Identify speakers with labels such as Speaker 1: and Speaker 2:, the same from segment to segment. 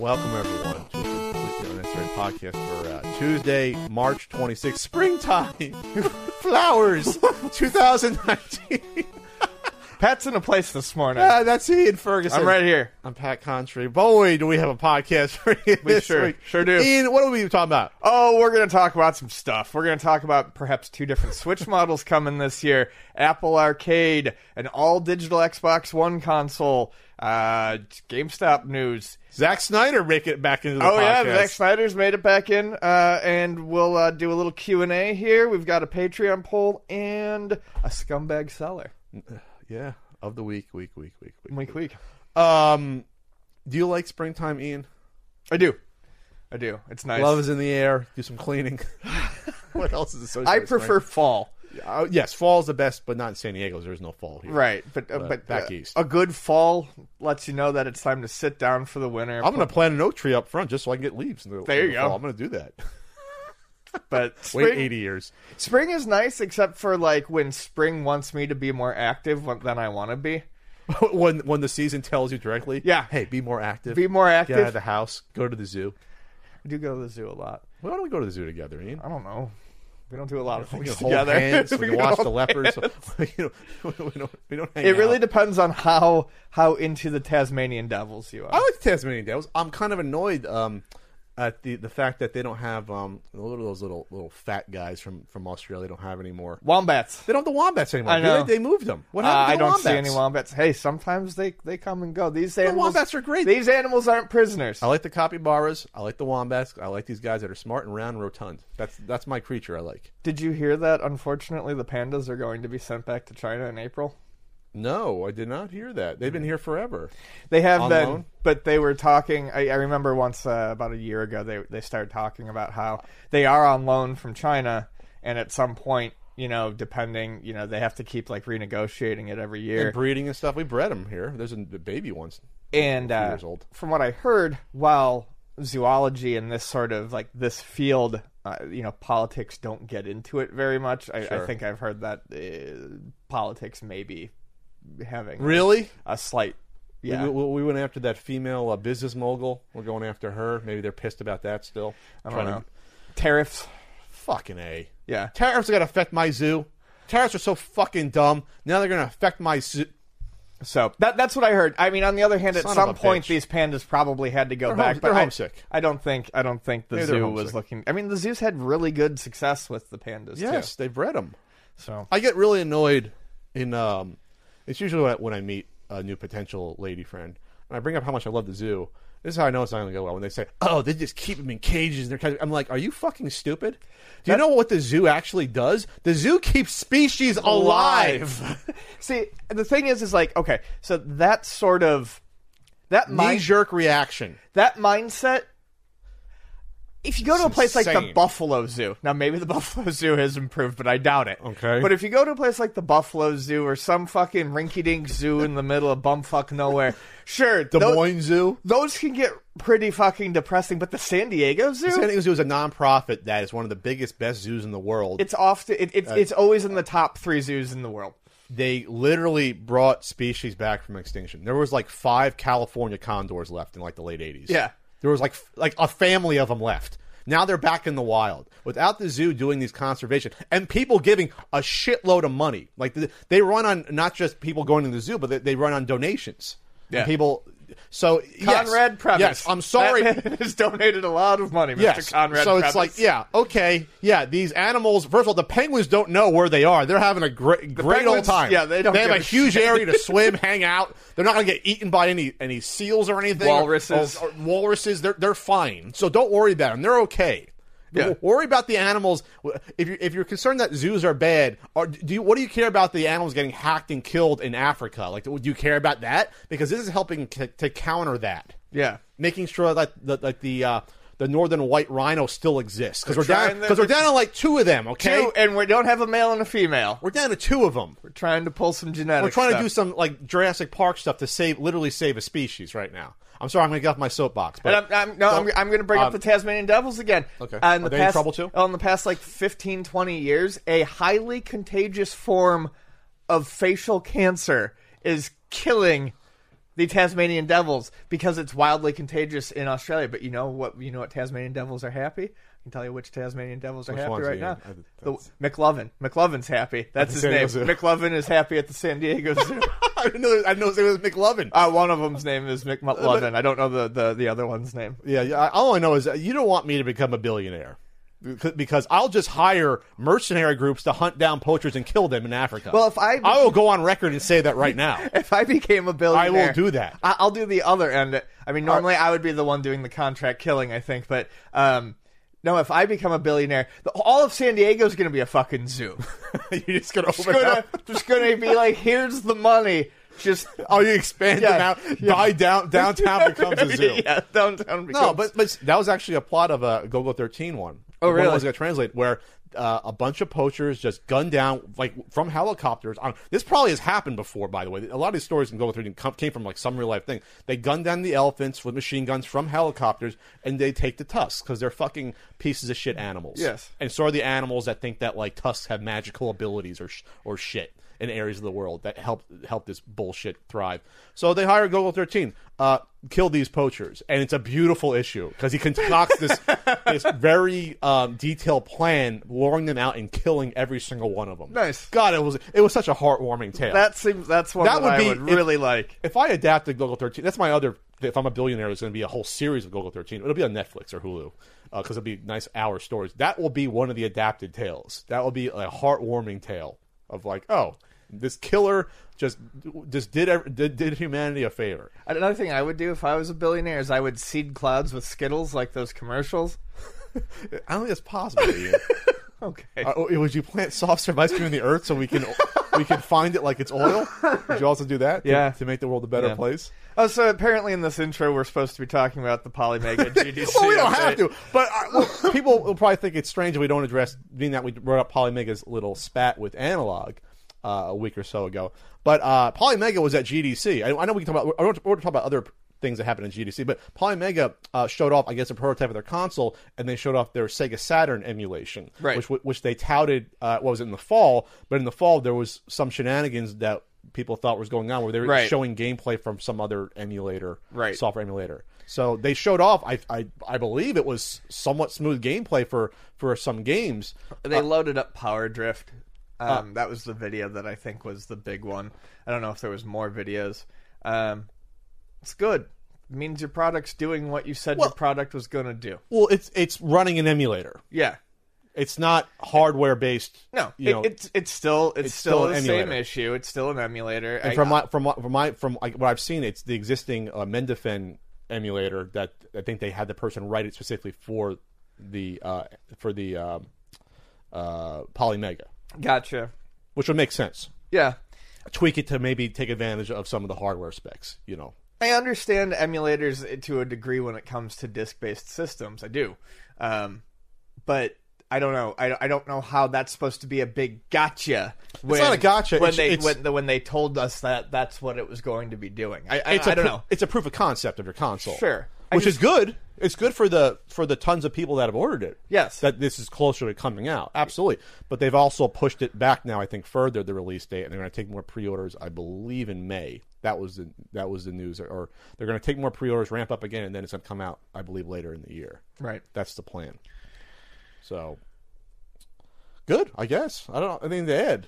Speaker 1: Welcome everyone to the Completely Unnecessary Podcast for uh, Tuesday, March 26th, springtime, flowers, 2019.
Speaker 2: Pat's in a place this morning.
Speaker 1: Ah, that's he and Ferguson.
Speaker 2: I'm right here.
Speaker 1: I'm Pat Contry. Boy, do we have a podcast for you
Speaker 2: We
Speaker 1: this
Speaker 2: sure-
Speaker 1: week.
Speaker 2: sure do.
Speaker 1: Ian, what are we talking about?
Speaker 2: Oh, we're going to talk about some stuff. We're going to talk about perhaps two different Switch models coming this year Apple Arcade, an all digital Xbox One console, uh, GameStop news.
Speaker 1: Zack Snyder make it back into the
Speaker 2: Oh
Speaker 1: podcast.
Speaker 2: yeah, Zack Snyder's made it back in, uh, and we'll uh, do a little Q and A here. We've got a Patreon poll and a scumbag seller.
Speaker 1: Yeah, of the week, week, week, week, week.
Speaker 2: Week week.
Speaker 1: Um, do you like springtime, Ian?
Speaker 2: I do, I do. It's nice.
Speaker 1: Love is in the air. Do some cleaning. what else is associated?
Speaker 2: I
Speaker 1: with spring?
Speaker 2: prefer fall.
Speaker 1: Uh, yes, fall is the best, but not in San Diego. There's no fall here.
Speaker 2: Right, but uh,
Speaker 1: But
Speaker 2: but,
Speaker 1: back
Speaker 2: uh,
Speaker 1: east.
Speaker 2: a good fall lets you know that it's time to sit down for the winter.
Speaker 1: I'm going to plant an oak tree up front just so I can get leaves. In the,
Speaker 2: There
Speaker 1: in
Speaker 2: you
Speaker 1: the
Speaker 2: go.
Speaker 1: fall. I'm going to do that.
Speaker 2: but spring,
Speaker 1: Wait 80 years.
Speaker 2: spring is nice, except for like when spring wants me to be more active wh- than I want to be.
Speaker 1: when when the season tells you directly,
Speaker 2: Yeah.
Speaker 1: hey, be more active.
Speaker 2: Be more
Speaker 1: Get out
Speaker 2: active.
Speaker 1: of the house. Go to the zoo.
Speaker 2: I do go to the zoo a lot.
Speaker 1: Why don't we go to the zoo together, Ian?
Speaker 2: I don't know. We don't do a lot of
Speaker 1: We
Speaker 2: things
Speaker 1: can hold
Speaker 2: together.
Speaker 1: hands. We can
Speaker 2: can
Speaker 1: watch
Speaker 2: hold
Speaker 1: the leopards. you know, we don't, we don't hang
Speaker 2: It really
Speaker 1: out.
Speaker 2: depends on how how into the Tasmanian Devils you are.
Speaker 1: I like the Tasmanian Devils. I'm kind of annoyed um, at the, the fact that they don't have um, a lot of those little little fat guys from, from Australia. They don't have anymore.
Speaker 2: Wombats.
Speaker 1: They don't have the wombats anymore.
Speaker 2: I
Speaker 1: do
Speaker 2: know.
Speaker 1: They, they moved them. What
Speaker 2: Uh,
Speaker 1: happened to
Speaker 2: I
Speaker 1: the
Speaker 2: don't
Speaker 1: wombats?
Speaker 2: see any wombats. Hey, sometimes they, they come and go. These animals,
Speaker 1: wombats are great.
Speaker 2: These animals aren't prisoners.
Speaker 1: I like the capybaras. I like the wombats. I like these guys that are smart and round and rotund. That's that's my creature I like.
Speaker 2: Did you hear that? Unfortunately, the pandas are going to be sent back to China in April.
Speaker 1: No, I did not hear that. They've been
Speaker 2: Mm.
Speaker 1: here forever.
Speaker 2: They have
Speaker 1: On
Speaker 2: been,
Speaker 1: loan?
Speaker 2: but they were talking. I, I remember once uh, about a year ago, they they started talking about how they are on loan from China, and at some point, you know, depending, you know, they have to keep like renegotiating it every year.
Speaker 1: And breeding and stuff. We bred them here. There's a the baby ones.
Speaker 2: and
Speaker 1: few
Speaker 2: uh,
Speaker 1: years old.
Speaker 2: from what I heard, while zoology and this sort of like this field, uh, you know, politics don't get into it very much. I, I
Speaker 1: Sure.
Speaker 2: think I've heard that uh, politics may be having
Speaker 1: Really?
Speaker 2: a slight. Yeah,
Speaker 1: We, we, we went after that female uh, business mogul. We're going after her. Maybe they're pissed about that still.
Speaker 2: I
Speaker 1: Trying
Speaker 2: don't
Speaker 1: to-
Speaker 2: know. Tariffs.
Speaker 1: Fucking a.
Speaker 2: Yeah.
Speaker 1: Tariffs are gonna affect my zoo. Tariffs are so fucking dumb. Now they're gonna affect my zoo.
Speaker 2: So that that's what I heard. I mean, on the other hand, at
Speaker 1: Son of
Speaker 2: some
Speaker 1: a
Speaker 2: point,
Speaker 1: bitch.
Speaker 2: these pandas probably had to go
Speaker 1: They're
Speaker 2: back.
Speaker 1: home-
Speaker 2: but
Speaker 1: they're
Speaker 2: I,
Speaker 1: homesick.
Speaker 2: I don't think I don't think the
Speaker 1: Maybe they're
Speaker 2: zoo was
Speaker 1: homesick.
Speaker 2: looking. I mean, the zoo's had really good success with the pandas.
Speaker 1: Yes,
Speaker 2: too.
Speaker 1: they bred them.
Speaker 2: So
Speaker 1: I get really annoyed in um it's usually when I, when I meet a new potential lady friend and I bring up how much I love the zoo. This is how I know it's not going to go well when they say, "Oh, they just keep them in cages." And they're kind of, I'm like, "Are you fucking stupid? Do you know what the zoo actually does? The zoo keeps species alive."
Speaker 2: See, the thing is, is like, okay, so that sort of that
Speaker 1: Knee
Speaker 2: mind,
Speaker 1: jerk reaction.
Speaker 2: that mindset. If you go to a
Speaker 1: It's
Speaker 2: place like the
Speaker 1: insane.
Speaker 2: Buffalo Zoo, now maybe the Buffalo Zoo has improved, but I doubt it.
Speaker 1: Okay.
Speaker 2: But if you go to a place like the Buffalo Zoo or some fucking rinky-dink zoo in the middle of bumfuck nowhere, sure,
Speaker 1: Des
Speaker 2: tho-
Speaker 1: Moines Zoo.
Speaker 2: those can get pretty fucking depressing. But the San Diego Zoo,
Speaker 1: San Diego Zoo is a nonprofit that is one of the biggest, best zoos in the world.
Speaker 2: it's often it, it's it's always in the top three zoos in the world.
Speaker 1: they literally brought species back from extinction. There was like five California condors left in like the late eighties.
Speaker 2: Yeah.
Speaker 1: there was like like a family of them left. Now they're back in the wild without the zoo doing these conservation and people giving a shitload of money. Like th- they run on not just people going to the zoo, but they, they run on donations.
Speaker 2: Yeah.
Speaker 1: And people. So yes.
Speaker 2: Conrad Previs.
Speaker 1: Yes, I'm sorry.
Speaker 2: That man has donated a lot of money, Mr.
Speaker 1: Yes.
Speaker 2: Conrad
Speaker 1: so it's
Speaker 2: Previs.
Speaker 1: like, yeah, okay, yeah. These animals. First of all, the penguins don't know where they are. They're having a great, great old
Speaker 2: penguins-
Speaker 1: time.
Speaker 2: yeah, they don't
Speaker 1: They have
Speaker 2: give
Speaker 1: a
Speaker 2: a
Speaker 1: huge area to swim, hang out. They're not going to get eaten by any any seals or anything. Oh,
Speaker 2: Walruses.
Speaker 1: Or, or walruses. They're they're fine. So don't worry about them. They're okay. If
Speaker 2: Yeah.
Speaker 1: Worry about the animals. If you're if you're concerned that zoos are bad, or do you what do you care about the animals getting hacked and killed in Africa? Like, do you care about that? Because this is helping to, to counter that.
Speaker 2: Yeah.
Speaker 1: making sure that that, that the uh, the northern white rhino still exists because we're,
Speaker 2: They're
Speaker 1: down
Speaker 2: trying to-
Speaker 1: because we're down to like two of them. Okay,
Speaker 2: Two, and we don't have a male and a female.
Speaker 1: we're down to two of them.
Speaker 2: We're trying to pull some genetics.
Speaker 1: We're trying to do some like Jurassic Park stuff to save, literally save a species right now. I'm sorry, I'm going to get off my soapbox, but
Speaker 2: And I'm, I'm, no, I'm, I'm going to bring up
Speaker 1: um,
Speaker 2: the Tasmanian Devils again.
Speaker 1: Okay.
Speaker 2: On
Speaker 1: Are
Speaker 2: the
Speaker 1: they in
Speaker 2: past,
Speaker 1: trouble too?
Speaker 2: On the past like 15, 20 years, a highly contagious form of facial cancer is killing the Tasmanian Devils because it's wildly contagious in Australia. But you know what? You know what Tasmanian Devils are happy. I can tell you which Tasmanian Devils are happy
Speaker 1: ones are
Speaker 2: right
Speaker 1: you-
Speaker 2: now.
Speaker 1: I-
Speaker 2: The, McLovin. McLovin's happy. That's his
Speaker 1: San Diego Zoo.
Speaker 2: name. McLovin is happy at the San Diego Zoo.
Speaker 1: I didn't know I didn't know it was McLovin.
Speaker 2: Uh, one of them's name is
Speaker 1: Uh,
Speaker 2: McLovin. I don't know the, the, the other one's name.
Speaker 1: yeah, yeah, I- all I know is that you don't want me to become a billionaire. Because- Because I'll just hire mercenary groups to hunt down poachers and kill them in Africa.
Speaker 2: Well, if I-
Speaker 1: I will go on record and say that right now.
Speaker 2: If I became a
Speaker 1: I
Speaker 2: billionaire,
Speaker 1: will do that.
Speaker 2: I, I'll do the other end. I mean, normally I would be the one doing the contract killing, I think, but um, no. If I become a billionaire, the, all of San Diego's going to be a fucking zoo.
Speaker 1: You're just going to
Speaker 2: Just
Speaker 1: open
Speaker 2: gonna,
Speaker 1: up.
Speaker 2: just gonna be like, here's the money. Just
Speaker 1: Oh, you expand
Speaker 2: Yeah,
Speaker 1: them out. Die down. Downtown becomes a zoo.
Speaker 2: yeah, downtown. Becomes,
Speaker 1: No, but but that was actually a plot of a GoGo 13 one.
Speaker 2: Oh,
Speaker 1: One
Speaker 2: really?
Speaker 1: I was going to translate where uh, a bunch of poachers just gunned down like from helicopters. On this probably has happened before, by the way. A lot of these stories in GoGo 13 come, came from like some real life thing. They gun down the elephants with machine guns from helicopters, and they take the tusks because they're fucking pieces of shit animals.
Speaker 2: Yes.
Speaker 1: and so are the animals that think that like tusks have magical abilities or sh- or shit in areas of the world that help help this bullshit thrive. So they hire Google thirteen, uh, kill these poachers, and it's a beautiful issue because he concocts this this very um, detailed plan, luring them out and killing every single one of them.
Speaker 2: Nice.
Speaker 1: God, it was it was such a heartwarming tale.
Speaker 2: that seems that's one
Speaker 1: That
Speaker 2: that,
Speaker 1: would
Speaker 2: I
Speaker 1: be-
Speaker 2: would
Speaker 1: if-
Speaker 2: really like.
Speaker 1: if I adapted Google thirteen, that's my other. If I'm a billionaire, there's going to be a whole series of Google thirteen. It'll be on Netflix or Hulu because it'll be nice hour stories. That will be one of the adapted tales. That will be a heartwarming tale of like, oh, this killer just just did ev- did, did humanity a favor.
Speaker 2: Another thing I would do if I was a billionaire is I would seed clouds with Skittles, like those commercials.
Speaker 1: I don't think that's possible. Ian.
Speaker 2: Okay.
Speaker 1: Uh, would you plant soft serve ice cream in the earth so we can we can find it like it's oil? Would you also do that? to-
Speaker 2: Yeah.
Speaker 1: to, make the world a better
Speaker 2: Yeah.
Speaker 1: place.
Speaker 2: Oh, so apparently in this intro we're supposed to be talking about the Polymega GDC.
Speaker 1: well, we don't
Speaker 2: update.
Speaker 1: have to. But uh, well, people will probably think it's strange that we don't address, being that we brought up Polymega's little spat with Analog uh, a week or so ago. But uh, Polymega was at GDC. I, I know we can talk about. I want to we're gonna talk about other things that happened in GDC, but Polymega uh, showed off, I guess, a prototype of their console, and they showed off their Sega Saturn emulation,
Speaker 2: Right.
Speaker 1: which which they touted. Uh, what was it in the fall? But in the fall, there was some shenanigans that people thought was going on where they were
Speaker 2: Right.
Speaker 1: showing gameplay from some other emulator
Speaker 2: Right.
Speaker 1: software emulator. So they showed off. I, I I believe it was somewhat smooth gameplay for for some games.
Speaker 2: They loaded up Power Drift. Um, that was the video that I think was the big one. I don't know if there was more videos. Um, it's good. It means your product's doing what you said your product was going to do.
Speaker 1: Well, it's it's running an emulator.
Speaker 2: Yeah.
Speaker 1: It's not hardware based.
Speaker 2: No,
Speaker 1: you
Speaker 2: it,
Speaker 1: know.
Speaker 2: it's it's still it's,
Speaker 1: still
Speaker 2: still,
Speaker 1: an
Speaker 2: the same
Speaker 1: emulator.
Speaker 2: issue. It's still an emulator.
Speaker 1: and
Speaker 2: I-
Speaker 1: from my from my, from my from like, what I've seen, it's the existing uh, Mendefen emulator that I think they had the person write it specifically for the uh, for the um, uh, Polymega,
Speaker 2: gotcha.
Speaker 1: which would make sense.
Speaker 2: Yeah,
Speaker 1: Tweak it to maybe take advantage of some of the hardware specs. You know.
Speaker 2: I understand emulators to a degree when it comes to disk-based systems. I do, um, but I don't know. I, I don't know how that's supposed to be a big gotcha. When,
Speaker 1: not a gotcha.
Speaker 2: When
Speaker 1: It's-
Speaker 2: they
Speaker 1: it's-
Speaker 2: when, the, when they told us that that's what it was going to be doing. I, I,
Speaker 1: it's
Speaker 2: I
Speaker 1: a
Speaker 2: don't
Speaker 1: pro-
Speaker 2: know.
Speaker 1: It's a proof of concept of your console.
Speaker 2: Sure. I
Speaker 1: which
Speaker 2: just-
Speaker 1: is good. It's good for the for the tons of people that have ordered it.
Speaker 2: Yes.
Speaker 1: that this is closer to coming out. Absolutely, but they've also pushed it back now. I think further the release date, and they're going to take more pre-orders. I believe in May. That was the that was the news, or, or they're going to take more pre-orders, ramp up again, and then it's going to come out. I believe later in the year.
Speaker 2: Right.
Speaker 1: That's the plan. So good, I guess. I don't. I mean, they add.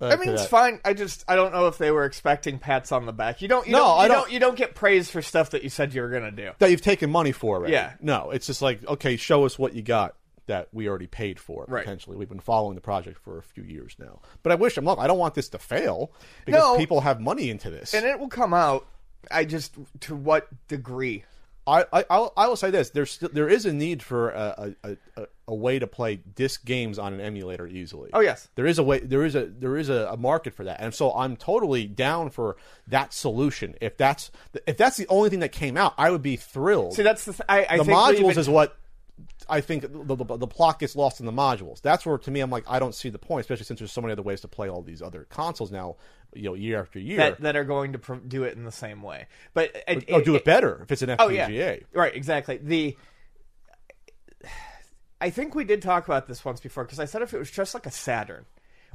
Speaker 1: uh,
Speaker 2: I
Speaker 1: to
Speaker 2: mean, it's
Speaker 1: that.
Speaker 2: fine. I just I don't know if they were expecting pats on the back. You don't. You
Speaker 1: No,
Speaker 2: don't, you
Speaker 1: I don't-
Speaker 2: You don't get praise for stuff that you said you were going to do.
Speaker 1: that you've taken money for already.
Speaker 2: Yeah.
Speaker 1: No, it's just like, okay, show us what you got that we already paid for
Speaker 2: Right.
Speaker 1: potentially. We've been following the project for a few years now. But I wish I'm luck. I don't want this to fail because
Speaker 2: No.
Speaker 1: people have money into this.
Speaker 2: And it will come out. I just to what degree?
Speaker 1: I, I, I'll, I will say this: there's still, there is a need for a, a, a- a, a way to play disc games on an emulator easily.
Speaker 2: Oh, yes.
Speaker 1: there is a way. There is a there is a, a market for that, and so I'm totally down for that solution. If that's if that's the only thing that came out, I would be thrilled.
Speaker 2: See, that's the th- I, I
Speaker 1: the
Speaker 2: think
Speaker 1: modules
Speaker 2: we've-
Speaker 1: is what I think the, the, the plot gets lost in the modules. That's where to me I'm like I don't see the point, especially since there's so many other ways to play all these other consoles now. You know, year after year.
Speaker 2: that, that are going to pro- do it in the same way. But uh, it,
Speaker 1: oh, do it better if it's an FPGA.
Speaker 2: Oh yeah, right. Exactly. The I think we did talk about this once before because I said if it was just like a Saturn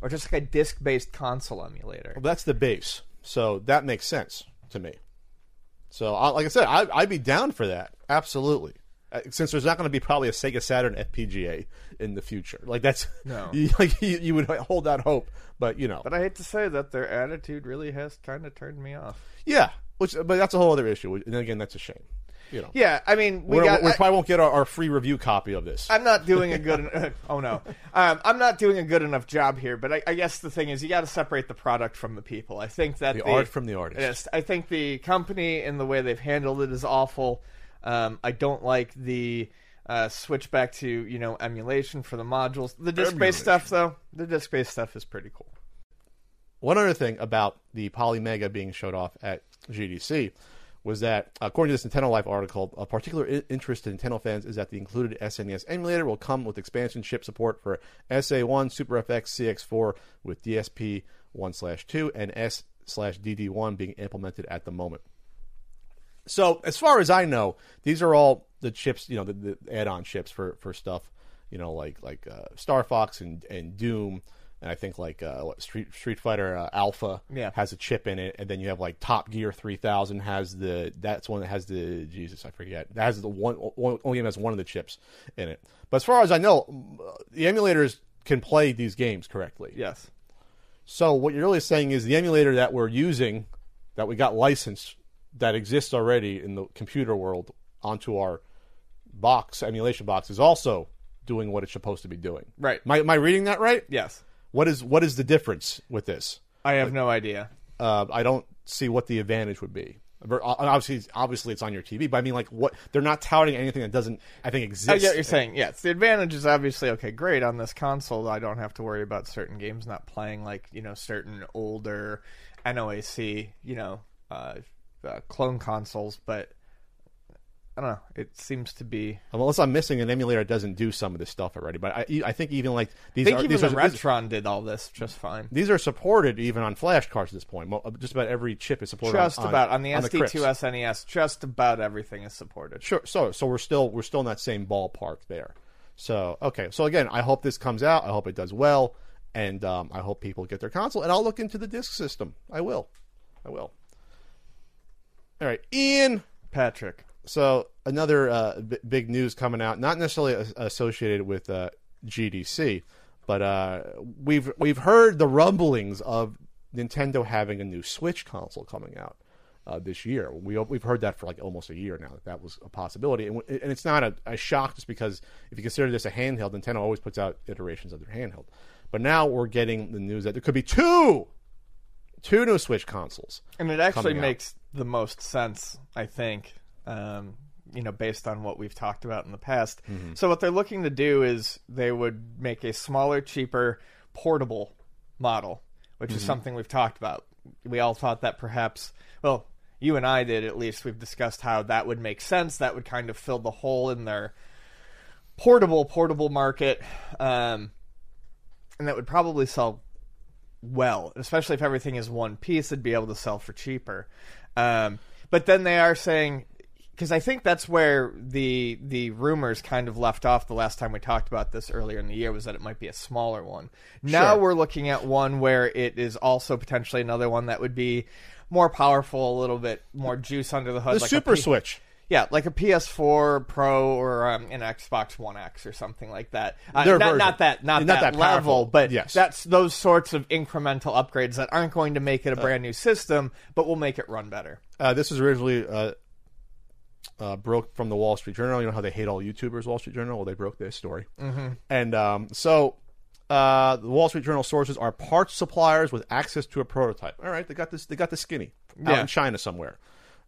Speaker 2: or just like a disc-based console emulator.
Speaker 1: Well, that's the base, so that makes sense to me. So, I, like I said, I, I'd be down for that absolutely. Uh, Since there's not going to be probably a Sega Saturn FPGA in the future, like that's
Speaker 2: No.
Speaker 1: you, like you, you would hold that hope, but you know,
Speaker 2: But I hate to say that their attitude really has kind of turned me off.
Speaker 1: yeah. Which, but that's a whole other issue, and again, that's a shame. You know,
Speaker 2: Yeah, I mean, we
Speaker 1: We're,
Speaker 2: got.
Speaker 1: we
Speaker 2: I-
Speaker 1: probably won't get our, our free review copy of this.
Speaker 2: I'm not doing a good. en- oh no, um, I'm not doing a good enough job here. But I, I guess the thing is, you got to separate the product from the people. I think that
Speaker 1: The art from the artist.
Speaker 2: Yes, I think the company and the way they've handled it is awful. Um, I don't like the uh, switch back to you know emulation for the modules. The disc based stuff though, the disc based stuff is pretty cool.
Speaker 1: One other thing about the Polymega being showed off at GDC was that, according to this Nintendo Life article, a particular I- interest to Nintendo fans is that the included SNES emulator will come with expansion chip support for SA1, Super FX, CX4 with DSP 1 slash 2 and S slash DD1 being implemented at the moment. So as far as I know, these are all the chips, you know, the, the add-on chips for for stuff, you know, like like uh, Star Fox and and Doom, and I think like uh, what, Street Street Fighter uh, Alpha
Speaker 2: Yeah.
Speaker 1: has a chip in it, and then you have like Top Gear 3000 has the that's one that has the Jesus I forget that has the one one- only game that has one of the chips in it. But as far as I know, the emulators can play these games correctly.
Speaker 2: Yes,
Speaker 1: So what you're really saying is the emulator that we're using, that we got licensed, that exists already in the computer world onto our box emulation box is also doing what it's supposed to be doing.
Speaker 2: Right.
Speaker 1: Am I, am I reading that right?
Speaker 2: yes.
Speaker 1: What is what is the difference with this?
Speaker 2: I have no idea.
Speaker 1: Uh, I don't see what the advantage would be. Ver- Obviously, obviously it's on your TV, but I mean, like, what they're not touting anything that doesn't, I think, exist.
Speaker 2: I get what Oh, you're saying. Yes, the advantage is obviously okay. Great on this console, I don't have to worry about certain games not playing like you know certain older NOAC, you know, uh, uh, clone consoles. But I don't know. It seems to be.
Speaker 1: Unless I'm missing an emulator that doesn't do some of this stuff already, but I, I think even like
Speaker 2: I
Speaker 1: these
Speaker 2: think
Speaker 1: are
Speaker 2: even
Speaker 1: these
Speaker 2: the
Speaker 1: are, these-
Speaker 2: Retron did all this just fine.
Speaker 1: these are supported even on flash cards at this point. Mo- uh, Just about every chip is supported.
Speaker 2: Just
Speaker 1: on,
Speaker 2: about on the
Speaker 1: Crips.
Speaker 2: SD2 SNES, E just about everything is supported.
Speaker 1: Sure. So so we're still we're still in that same ballpark there. So okay. So again, I hope this comes out. I hope it does well, and um, I hope people get their console. And I'll look into the disc system. I will. I will. All right, Ian.
Speaker 2: Patrick,
Speaker 1: So another uh, b- big news coming out, not necessarily as- associated with uh, GDC, but uh, we've we've heard the rumblings of Nintendo having a new Switch console coming out uh, this year. We we've heard that for like almost a year now that that was a possibility, and, w- and it's not a, a shock just because if you consider this a handheld, Nintendo always puts out iterations of their handheld. But now we're getting the news that there could be two, two new Switch consoles.
Speaker 2: and it actually
Speaker 1: Coming out.
Speaker 2: makes the most sense, I think. Um, you know, based on what we've talked about in the past. So what they're looking to do is they would make a smaller, cheaper, portable model, which is something we've talked about. We all thought that perhaps, well, you and I did at least. We've discussed how that would make sense. That would kind of fill the hole in their portable portable market um and that would probably sell well especially if everything is one piece it'd be able to sell for cheaper um but then they are saying because I think that's where the the rumors kind of left off the last time we talked about this earlier in the year was that it might be a smaller one. Now
Speaker 1: Sure.
Speaker 2: we're looking at one where it is also potentially another one that would be more powerful, a little bit more juice under the hood.
Speaker 1: The
Speaker 2: like a
Speaker 1: Super
Speaker 2: P-
Speaker 1: Switch.
Speaker 2: yeah, like a PS4 Pro or um, an Xbox One X or something like that. Uh,
Speaker 1: Their
Speaker 2: not,
Speaker 1: version.
Speaker 2: not that, not
Speaker 1: Not that
Speaker 2: that,
Speaker 1: powerful,
Speaker 2: level, but
Speaker 1: yes.
Speaker 2: that's those sorts of incremental upgrades that aren't going to make it a brand new system, but will make it run better.
Speaker 1: Uh, this was originally uh, uh, broke from the Wall Street Journal. You know how they hate all YouTubers, Wall Street Journal? Well, they broke this story. Mm-hmm. And um, so uh, the Wall Street Journal sources are parts suppliers with access to a prototype. All right, they got this. They got the skinny out
Speaker 2: Yeah.
Speaker 1: in China somewhere.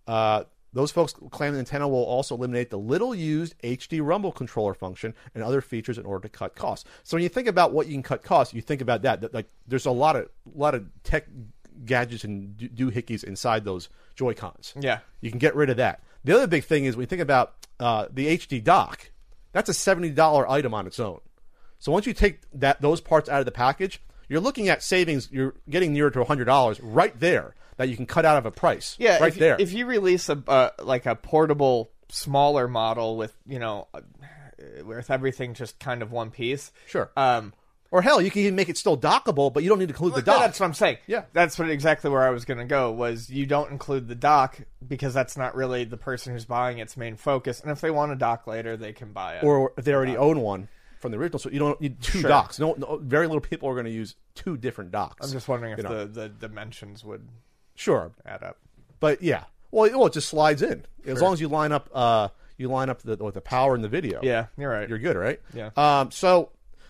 Speaker 1: Uh, the Those folks claim Nintendo will also eliminate the little used HD Rumble controller function and other features in order to cut costs. So when you think about what you can cut costs, you think about that. that like there's a lot of lot of tech gadgets and do- doohickeys inside those Joy Cons.
Speaker 2: Yeah.
Speaker 1: you can get rid of that. The other big thing is when you think about uh, the HD dock. That's a seventy dollar item on its own. So once you take that those parts out of the package, you're looking at savings. You're getting nearer to hundred dollars right there that you can cut out of a price.
Speaker 2: Yeah,
Speaker 1: right
Speaker 2: if,
Speaker 1: there.
Speaker 2: If you release a uh, like a portable, smaller model with you know, uh, with everything just kind of one piece.
Speaker 1: Sure.
Speaker 2: Um,
Speaker 1: or hell, you can even make it still dockable, but you don't need to include the
Speaker 2: no,
Speaker 1: dock.
Speaker 2: that's what I'm saying.
Speaker 1: Yeah.
Speaker 2: that's what exactly where I was going to go was you don't include the dock because that's not really the person who's buying its main focus. And if they want a dock later, they can buy it.
Speaker 1: or if they already own one from the original, so you don't need two
Speaker 2: Sure.
Speaker 1: docks. No, no, very little people are going to use two different docks.
Speaker 2: I'm just wondering if
Speaker 1: you know.
Speaker 2: the, the dimensions would
Speaker 1: sure,
Speaker 2: add up.
Speaker 1: but yeah, well, it, well, it just slides in as long as you line up, uh, you line up the with the power and the video.
Speaker 2: Yeah, you're right.
Speaker 1: you're good, right?
Speaker 2: Yeah.
Speaker 1: Um, so,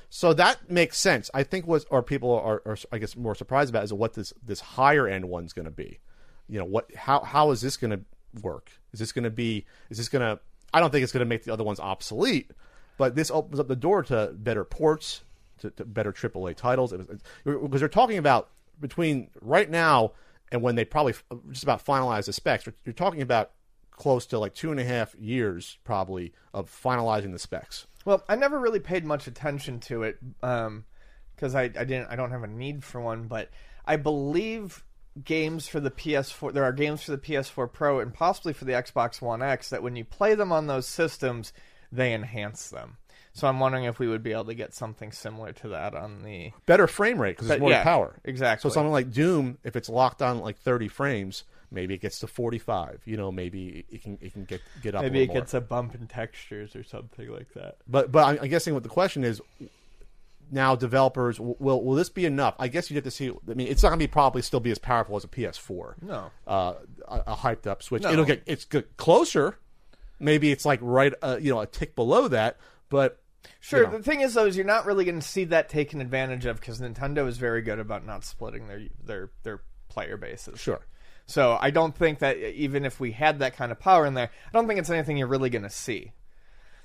Speaker 1: so that makes sense. I think what our people are, are I guess, more surprised about is what this this higher end one's going to be. You know, what how how is this going to work? Is this going to be? Is this going to? I don't think it's going to make the other ones obsolete, but this opens up the door to better ports, to, to better AAA titles. It was, it- because they're talking about between right now and when they probably f- just about finalize the specs, you're- you're talking about close to like two and a half years probably of finalizing the specs.
Speaker 2: Well, I never really paid much attention to it because I, I didn't. I don't have a need for one, but I believe games for the PS4. There are games for the PS4 Pro and possibly for the Xbox One X that when you play them on those systems, they enhance them. So I'm wondering if we would be able to get something similar to that on the.
Speaker 1: better frame rate because it's
Speaker 2: But,
Speaker 1: more
Speaker 2: yeah,
Speaker 1: power. So
Speaker 2: exactly.
Speaker 1: something like Doom, if it's locked on like 30 frames, maybe it gets to 45. You know, maybe it can it can get get up.
Speaker 2: Maybe
Speaker 1: a
Speaker 2: it
Speaker 1: little more.
Speaker 2: gets a bump in textures or something like that.
Speaker 1: But but I'm, I'm guessing what the question is now, developers w- will will this be enough? I guess you have to see. I mean, it's not going to be probably still be as powerful as a PS4.
Speaker 2: No.
Speaker 1: uh, a, a hyped up Switch. It'll get it's g- closer. Maybe it's like right, uh, you know, a tick below that, but.
Speaker 2: Sure.
Speaker 1: you know.
Speaker 2: The thing is, though, is you're not really going to see that taken advantage of because Nintendo is very good about not splitting their their their player bases.
Speaker 1: Sure.
Speaker 2: So I don't think that e, even if we had that kind of power in there, I don't think it's anything you're really going to see.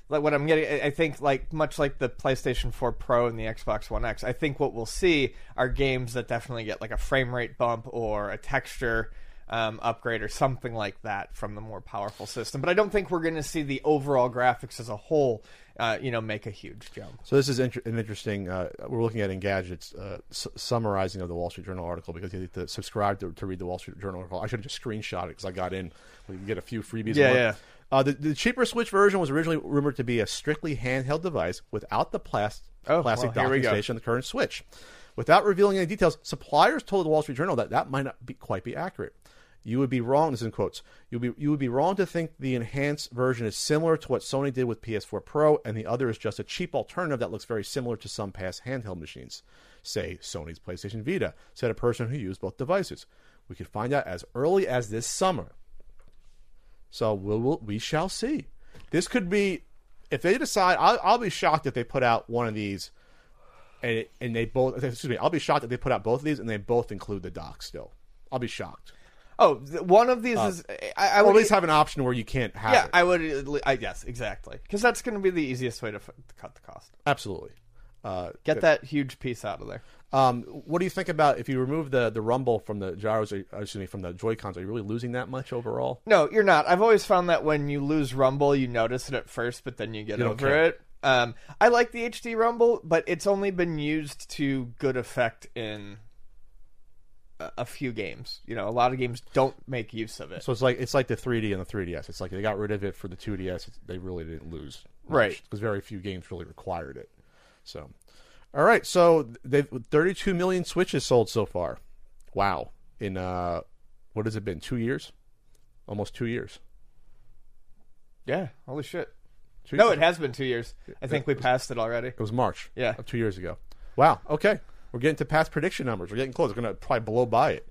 Speaker 2: Like what I'm getting, I- I think like much like the PlayStation 4 Pro and the Xbox One X, I think what we'll see are games that definitely get like a frame rate bump or a texture um, upgrade or something like that from the more powerful system. But I don't think we're going to see the overall graphics as a whole, uh, you know, make a huge jump.
Speaker 1: So this is inter- an interesting. Uh, we're looking at Engadget's uh, s- summarizing of the Wall Street Journal article because you need to subscribe to, to read the Wall Street Journal article. I should have just screenshot it because I got in. We can get a few freebies. a
Speaker 2: Yeah,
Speaker 1: month.
Speaker 2: yeah.
Speaker 1: Uh, the, the cheaper Switch version was originally rumored to be a strictly handheld device without the plas-
Speaker 2: Oh,
Speaker 1: plastic
Speaker 2: well, here we
Speaker 1: docking
Speaker 2: go.
Speaker 1: station on the current Switch. Without revealing any details, suppliers told the Wall Street Journal that that might not be quite be accurate. You would be wrong. This is in quotes. You would be you would be wrong to think the enhanced version is similar to what Sony did with PS4 Pro, and the other is just a cheap alternative that looks very similar to some past handheld machines, say Sony's PlayStation Vita. Said a person who used both devices. We could find out as early as this summer. So we'll, we'll, we shall see. This could be, if they decide, I'll, I'll be shocked if they put out one of these, and it- and they both. Excuse me, I'll be shocked if they put out both of these and they both include the dock still. I'll be shocked.
Speaker 2: Oh, th- one of these is I, I
Speaker 1: Or at
Speaker 2: would e-
Speaker 1: least have an option where you can't have
Speaker 2: yeah
Speaker 1: it.
Speaker 2: I would I yes exactly because that's going to be the easiest way to, f- to cut the cost.
Speaker 1: Absolutely. Uh,
Speaker 2: Get that huge piece out of there.
Speaker 1: um, what do you think about if you remove the, the rumble from the gyros? uh, Excuse me, from the Joy Cons. Are you really losing that much overall?
Speaker 2: No, you're not. I've always found that when you lose Rumble, you notice it at first, but then you get over
Speaker 1: care.
Speaker 2: it. Um, I like the HD Rumble, but it's only been used to good effect in a, a few games. You know, a lot of games don't make use of it.
Speaker 1: So it's like it's like the 3D and the 3DS. It's like they got rid of it for the 2DS. They really didn't lose,
Speaker 2: Right.
Speaker 1: Because very few games really required it. So, all right. So they've 32 million Switches sold so far. Wow. In uh, what has it been? Two years? Almost two years.
Speaker 2: yeah, holy shit.
Speaker 1: Two
Speaker 2: No,
Speaker 1: years.
Speaker 2: it has been two years. I think we passed it already.
Speaker 1: It was March.
Speaker 2: Yeah.
Speaker 1: of two years ago. Wow. Okay. We're getting to past prediction numbers. We're getting close. We're gonna probably blow by it.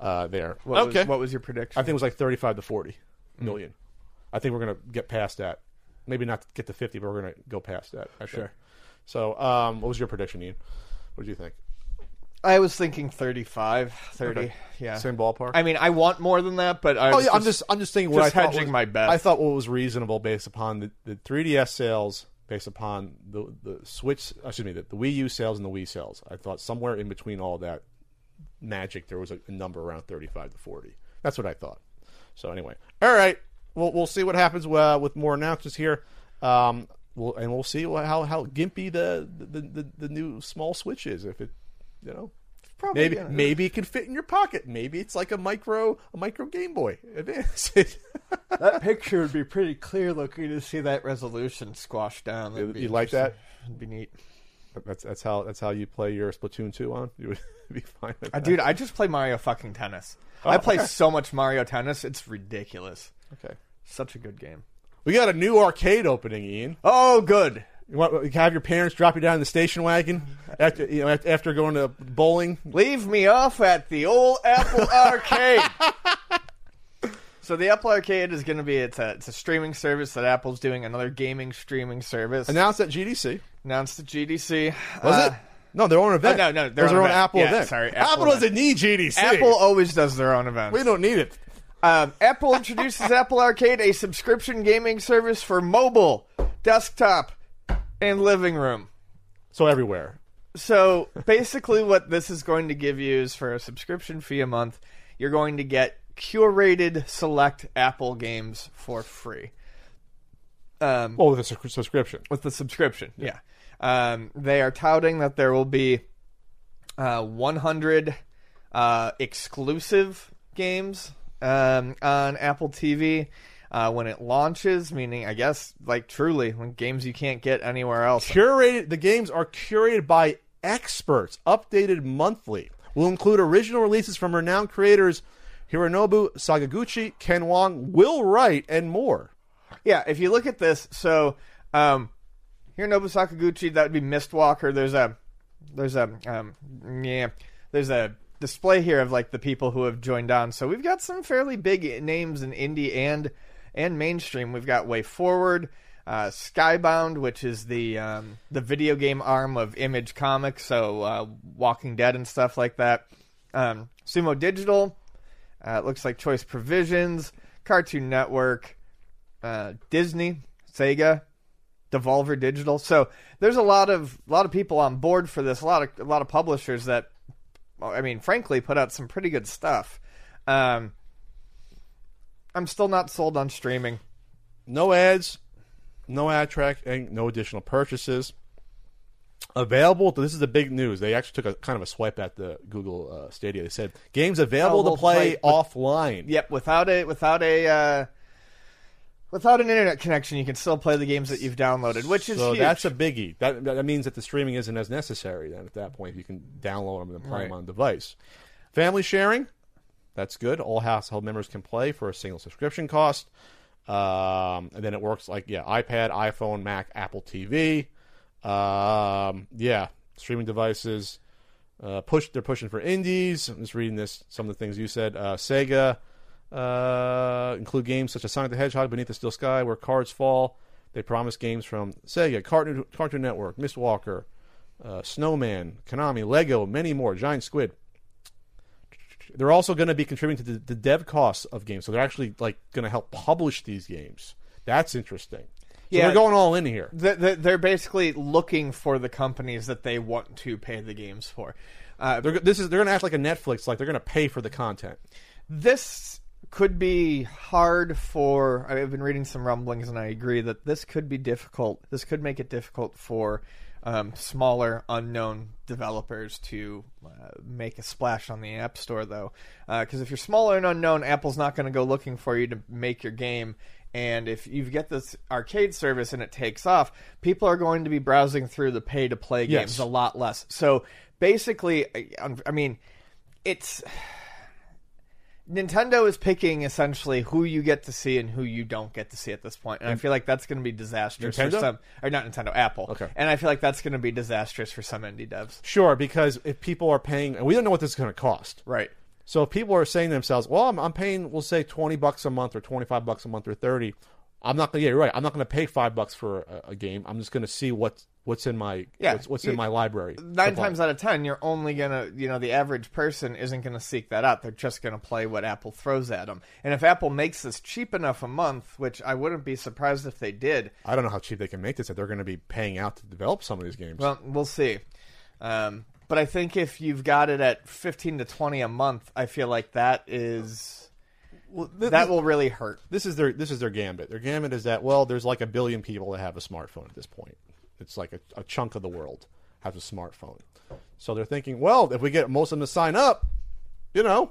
Speaker 1: Uh, there.
Speaker 2: What
Speaker 1: okay.
Speaker 2: Was, what was your prediction?
Speaker 1: I think it was like 35 to 40 million. I think we're going to get past that. Maybe not get to 50, but we're going to go past that. I think.
Speaker 2: Sure.
Speaker 1: So, um, what was your prediction, Ian? What did you think?
Speaker 2: I was thinking 35, 30. Yeah.
Speaker 1: Same ballpark.
Speaker 2: I mean, I want more than that, but I
Speaker 1: Oh
Speaker 2: was
Speaker 1: yeah, I'm just I'm just thinking what
Speaker 2: just
Speaker 1: I thought
Speaker 2: hedging
Speaker 1: was-
Speaker 2: my bets.
Speaker 1: I thought what was reasonable based upon the, the 3DS sales, based upon the the Switch, excuse me, the, the Wii U sales and the Wii sales. I thought somewhere in between all that magic, there was a, a number around 35 to 40. That's what I thought. So anyway, all right, we'll we'll see what happens uh, with more announcements here. Um, we'll, and we'll see wha- how how gimpy the the, the the new small Switch is if it, you know.
Speaker 2: probably
Speaker 1: Maybe
Speaker 2: gonna-
Speaker 1: maybe it can fit in your pocket. Maybe it's like a micro a micro Game Boy Advance. It'd
Speaker 2: that picture would be pretty clear looking to see that resolution squashed down. That'd be
Speaker 1: you like
Speaker 2: interesting.
Speaker 1: that?
Speaker 2: It'd be neat.
Speaker 1: That's that's how that's how you play your Splatoon two on. You would be fine. With
Speaker 2: Uh,
Speaker 1: that.
Speaker 2: dude, I just play Mario fucking tennis.
Speaker 1: Oh.
Speaker 2: I play so much Mario tennis, it's ridiculous.
Speaker 1: Okay,
Speaker 2: Such a good game.
Speaker 1: we got a new arcade opening, Ian.
Speaker 2: Oh, good.
Speaker 1: You want have your parents drop you down in the station wagon after you know after- after going to bowling.
Speaker 2: Leave me off at the old Apple Arcade. so the Apple Arcade is going to be it's a it's a streaming service that Apple's doing another gaming streaming service
Speaker 1: Announced at GDC.
Speaker 2: announced at GDC.
Speaker 1: Was
Speaker 2: Uh,
Speaker 1: it? No, their own event.
Speaker 2: oh, no, no,
Speaker 1: It
Speaker 2: their
Speaker 1: was
Speaker 2: own
Speaker 1: their own
Speaker 2: event.
Speaker 1: Apple
Speaker 2: Yeah,
Speaker 1: event.
Speaker 2: sorry, Apple
Speaker 1: Apple,
Speaker 2: event.
Speaker 1: doesn't need GDC.
Speaker 2: Apple always does their own events.
Speaker 1: we don't need it.
Speaker 2: Um, Apple introduces Apple Arcade, a subscription gaming service for mobile, desktop, and living room.
Speaker 1: So everywhere.
Speaker 2: So basically, what this is going to give you is for a subscription fee a month, you're going to get curated select Apple games for free Um,
Speaker 1: Well, with a su- subscription.
Speaker 2: with the subscription. Yeah. Um, they are touting that there will be uh, 100 uh, exclusive games um, on Apple TV. Uh, when it launches, meaning I guess like truly, when games you can't get anywhere else.
Speaker 1: curated the games are curated by experts updated monthly will include original releases from renowned creators hironobu sagaguchi ken wong will wright and more
Speaker 2: Yeah, if you look at this, so um, here Nobu Sakaguchi, that would be Mistwalker. There's a there's a um, yeah, there's a display here of like the people who have joined on. So we've got some fairly big names in indie and and mainstream. We've got Way Forward, uh, Skybound, which is the um, the video game arm of Image Comics, so uh, Walking Dead and stuff like that. Um, Sumo Digital, uh, it looks like Choice Provisions, Cartoon Network, uh, Disney, Sega, Devolver Digital. So there's a lot of lot of people on board for this. A lot of a lot of publishers that, well, I mean, frankly, put out some pretty good stuff. Um, I'm still not sold on streaming.
Speaker 1: no ads no ad tracking no additional purchases available this is the big news they actually took a kind of a swipe at the google uh, stadia they said games available
Speaker 2: Oh, we'll
Speaker 1: to play
Speaker 2: play-
Speaker 1: offline
Speaker 2: Yep, without a without a uh, without an internet connection, you can still play the games that you've downloaded, which is
Speaker 1: so
Speaker 2: huge.
Speaker 1: that's a biggie. That that means that the streaming isn't as necessary then at that point. if You can download them and play them
Speaker 2: Right.
Speaker 1: on a device. Family sharing, that's good. All household members can play for a single subscription cost. Um, and then it works like yeah, iPad, iPhone, Mac, Apple TV. Um, yeah, streaming devices. Uh, push they're pushing for indies. I'm just reading this. Some of the things you said. Uh, Sega uh, include games such as Sonic the Hedgehog, Beneath the Still Sky, Where Cards Fall. They promise games from Sega, Cartoon, Cartoon Network, Miss Walker, uh, Snowman, Konami, Lego, many more. Giant Squid. They're also going to be contributing to the, the dev costs of games, so they're actually like going to help publish these games. That's interesting. So
Speaker 2: Yeah.
Speaker 1: they're going all in here.
Speaker 2: They're- they're they're basically looking for the companies that they want to pay the games for. Uh,
Speaker 1: They're go- this is they're going to act like a Netflix, like they're going to pay for the content.
Speaker 2: this could be hard for i've been reading some rumblings and i agree that this could be difficult this could make it difficult for um, smaller unknown developers to uh, make a splash on the app store though because if you're smaller and unknown apple's not going to go looking for you to make your game and if you get this arcade service and it takes off people are going to be browsing through the pay to play
Speaker 1: Yes.
Speaker 2: games a lot less so basically I- i mean it's Nintendo is picking essentially who you get to see and who you don't get to see at this point, and I feel like that's going to be disastrous for
Speaker 1: Nintendo?
Speaker 2: some, or not Nintendo, Apple.
Speaker 1: Okay.
Speaker 2: and I feel like that's going to be disastrous for some indie devs.
Speaker 1: Sure, because if people are paying, and we don't know what this is going to cost.
Speaker 2: Right.
Speaker 1: So if people are saying to themselves, "Well, I'm, I'm paying, we'll say twenty bucks a month, or twenty five bucks a month, or thirty, I'm not gonna. Yeah, you're right. I'm not gonna pay five bucks for a, a game. I'm just gonna see what's what's in my
Speaker 2: Yeah,
Speaker 1: what's, what's
Speaker 2: you-
Speaker 1: in my library.
Speaker 2: Nine
Speaker 1: to play.
Speaker 2: times out of ten, you're only gonna, you know, the average person isn't gonna seek that out. They're just gonna play what Apple throws at them. And if Apple makes this cheap enough a month, which I wouldn't be surprised if they did,
Speaker 1: I don't know how cheap they can make this. That they're gonna be paying out to develop some of these games.
Speaker 2: Well, we'll see. Um, but I think if you've got it at fifteen to twenty a month, I feel like that is that will really hurt.
Speaker 1: this is their this is their gambit. Their gambit is that well, there's like a billion people that have a smartphone at this point. It's like a, a chunk of the world has a smartphone. So they're thinking, well, if we get most of them to sign up, you know,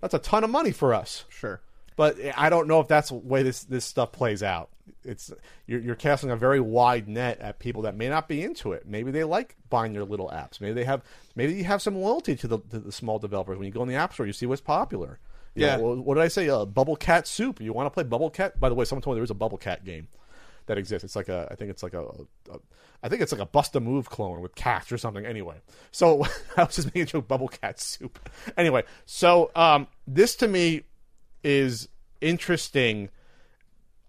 Speaker 1: that's a ton of money for us.
Speaker 2: Sure.
Speaker 1: But I don't know if that's the way this this stuff plays out. It's you're, you're casting a very wide net at people that may not be into it. Maybe they like buying your little apps. Maybe they have maybe you have some loyalty to the, to the small developers. When you go in the app store, you see what's popular. You
Speaker 2: Yeah.
Speaker 1: know, what, what did I say? Uh, bubble cat soup. You want to play bubble cat? By the way, someone told me there was a bubble cat game that exists. It's like a I think it's like a, a I think it's like a bust a move clone with cats or something. Anyway, so I was just making a joke. Bubble cat soup. Anyway, so um, this to me is interesting.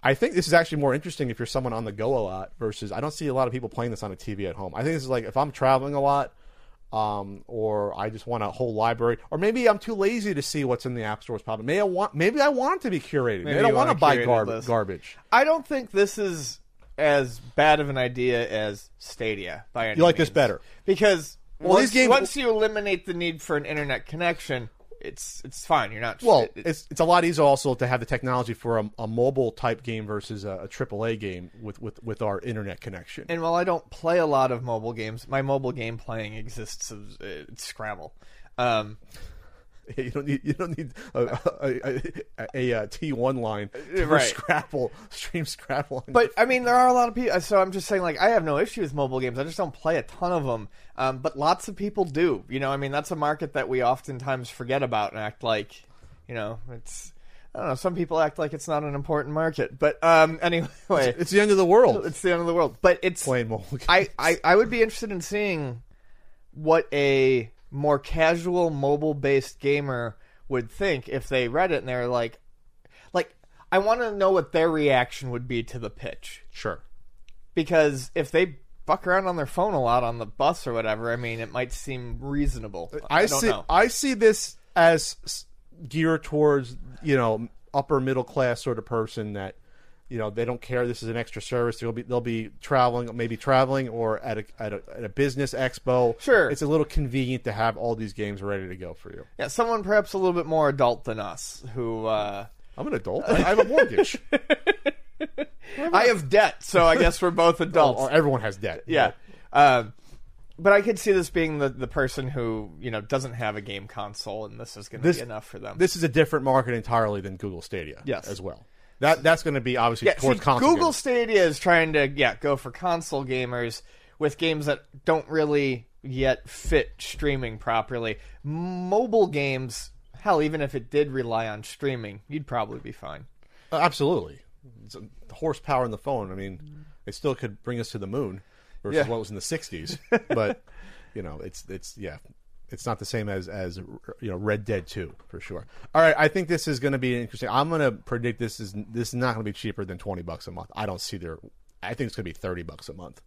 Speaker 1: I think this is actually more interesting if you're someone on the go a lot versus I don't see a lot of people playing this on a TV at home. I think this is like if I'm traveling a lot um, or I just want a whole library or maybe I'm too lazy to see what's in the app stores probably. Maybe I want maybe I want it to be curated. Maybe, I don't
Speaker 2: you
Speaker 1: want to buy
Speaker 2: want a curated
Speaker 1: garb-
Speaker 2: list.
Speaker 1: garbage.
Speaker 2: I don't think this is as bad of an idea as Stadia by any
Speaker 1: You like this
Speaker 2: means.
Speaker 1: better?
Speaker 2: because
Speaker 1: Well,
Speaker 2: once,
Speaker 1: these games-
Speaker 2: once you eliminate the need for an internet connection, it's it's fine. You're not
Speaker 1: Well,
Speaker 2: it- it-
Speaker 1: it's it's a lot easier also to have the technology for a, a mobile type game versus a, a AAA game with, with, with our internet connection.
Speaker 2: and while I don't play a lot of mobile games, my mobile game playing exists as uh, Scrabble. Um,
Speaker 1: Yeah, you don't need you don't need a a, a, a, a T one line for
Speaker 2: Uh, Right.
Speaker 1: Scrabble stream Scrabble. on
Speaker 2: But I mean, there are a lot of people. So I'm just saying, like, I have no issue with mobile games. I just don't play a ton of them. Um, but lots of people do. You know, I mean, that's a market that we oftentimes forget about and act like, you know, it's. I don't know. Some people act like it's not an important market. But um, anyway,
Speaker 1: your- it's the end of the world.
Speaker 2: it's the end of the world. But it's
Speaker 1: playing mobile. Games.
Speaker 2: I, I, I would be interested in seeing what a more casual mobile based gamer would think if they read it and they're like like I want to know what their reaction would be to the pitch
Speaker 1: sure.
Speaker 2: because if they fuck around on their phone a lot on the bus or whatever, I mean, it might seem reasonable. I, don't
Speaker 1: see
Speaker 2: know.
Speaker 1: I see this as s- geared towards you know upper middle class sort of person that you know they don't care this is an extra service they'll be they'll be traveling maybe traveling or at a at a, at a business expo
Speaker 2: Sure.
Speaker 1: it's a little convenient to have all these games ready to go for you
Speaker 2: yeah, someone perhaps a little bit more adult than us who uh,
Speaker 1: i'm an adult i, I have a mortgage
Speaker 2: I have debt, so I guess we're both adults.
Speaker 1: or everyone has debt
Speaker 2: yeah. Um, but I could see this being the, the person who you know doesn't have a game console, and this is going to
Speaker 1: This-
Speaker 2: be enough for them.
Speaker 1: this is a different market entirely than Google Stadia.
Speaker 2: Yes.
Speaker 1: as well. That that's going to be obviously
Speaker 2: yeah,
Speaker 1: towards
Speaker 2: see,
Speaker 1: console
Speaker 2: Google
Speaker 1: gamers.
Speaker 2: Stadia is trying to yeah go for console gamers with games that don't really yet fit streaming properly. Mobile games, hell, even if it did rely on streaming, you'd probably be fine.
Speaker 1: Uh, absolutely. It's a- the horsepower in the phone. I mean, it still could bring us to the moon versus
Speaker 2: Yeah.
Speaker 1: what was in the '60s. but you know, it's it's yeah, it's not the same as as you know Red Dead Two for sure. All right, I think this is going to be interesting. I'm going to predict this is this is not going to be cheaper than twenty bucks a month. I don't see their. I think it's going to be thirty bucks a month.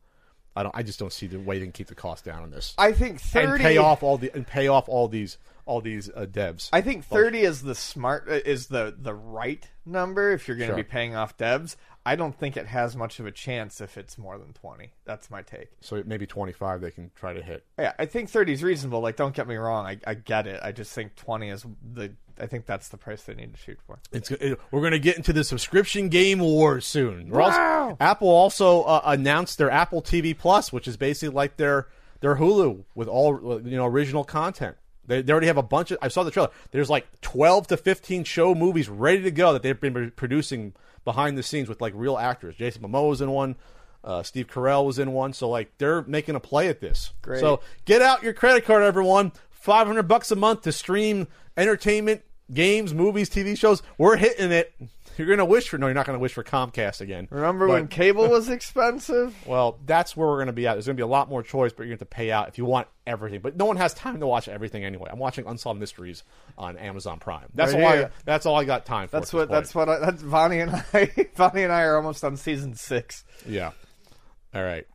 Speaker 1: I don't. I just don't see the way they can keep the cost down on this.
Speaker 2: I think thirty.
Speaker 1: and pay off all the and pay off all these all these uh, devs.
Speaker 2: I think thirty is the smart uh, is the the right number if you're going to be paying off devs. I don't think it has much of a chance if it's more than twenty. That's my take.
Speaker 1: so maybe twenty five they can try to hit.
Speaker 2: Yeah, I think thirty is reasonable. Like, don't get me wrong. I, I get it. I just think twenty is the. I think that's the price they need to shoot for.
Speaker 1: It's it, we're gonna get into the subscription game war soon. We're also- Apple also uh, announced their Apple TV Plus, which is basically like their their Hulu with all you know original content. They, they already have a bunch of. I saw the trailer. There's like twelve to fifteen show movies ready to go that they've been pr- producing behind the scenes with like real actors. Jason Momoa was in one. Uh, Steve Carell was in one. So like they're making a play at this. Great. So get out your credit card, everyone. Five hundred bucks a month to stream entertainment, games, movies, TV shows. We're hitting it. You're gonna wish for no. You're not gonna wish for Comcast again.
Speaker 2: Remember
Speaker 1: But-
Speaker 2: when cable was expensive?
Speaker 1: Well, that's where we're gonna be at. There's gonna be a lot more choice, but you're gonna have to pay out if you want everything. But no one has time to watch everything anyway. I'm watching Unsolved Mysteries on Amazon Prime. That's
Speaker 2: Right
Speaker 1: all. I,
Speaker 2: here.
Speaker 1: that's all I got time for.
Speaker 2: That's what. That's what. I, that's Vonnie and I. Vonnie and I are almost on season six.
Speaker 1: Yeah. All right.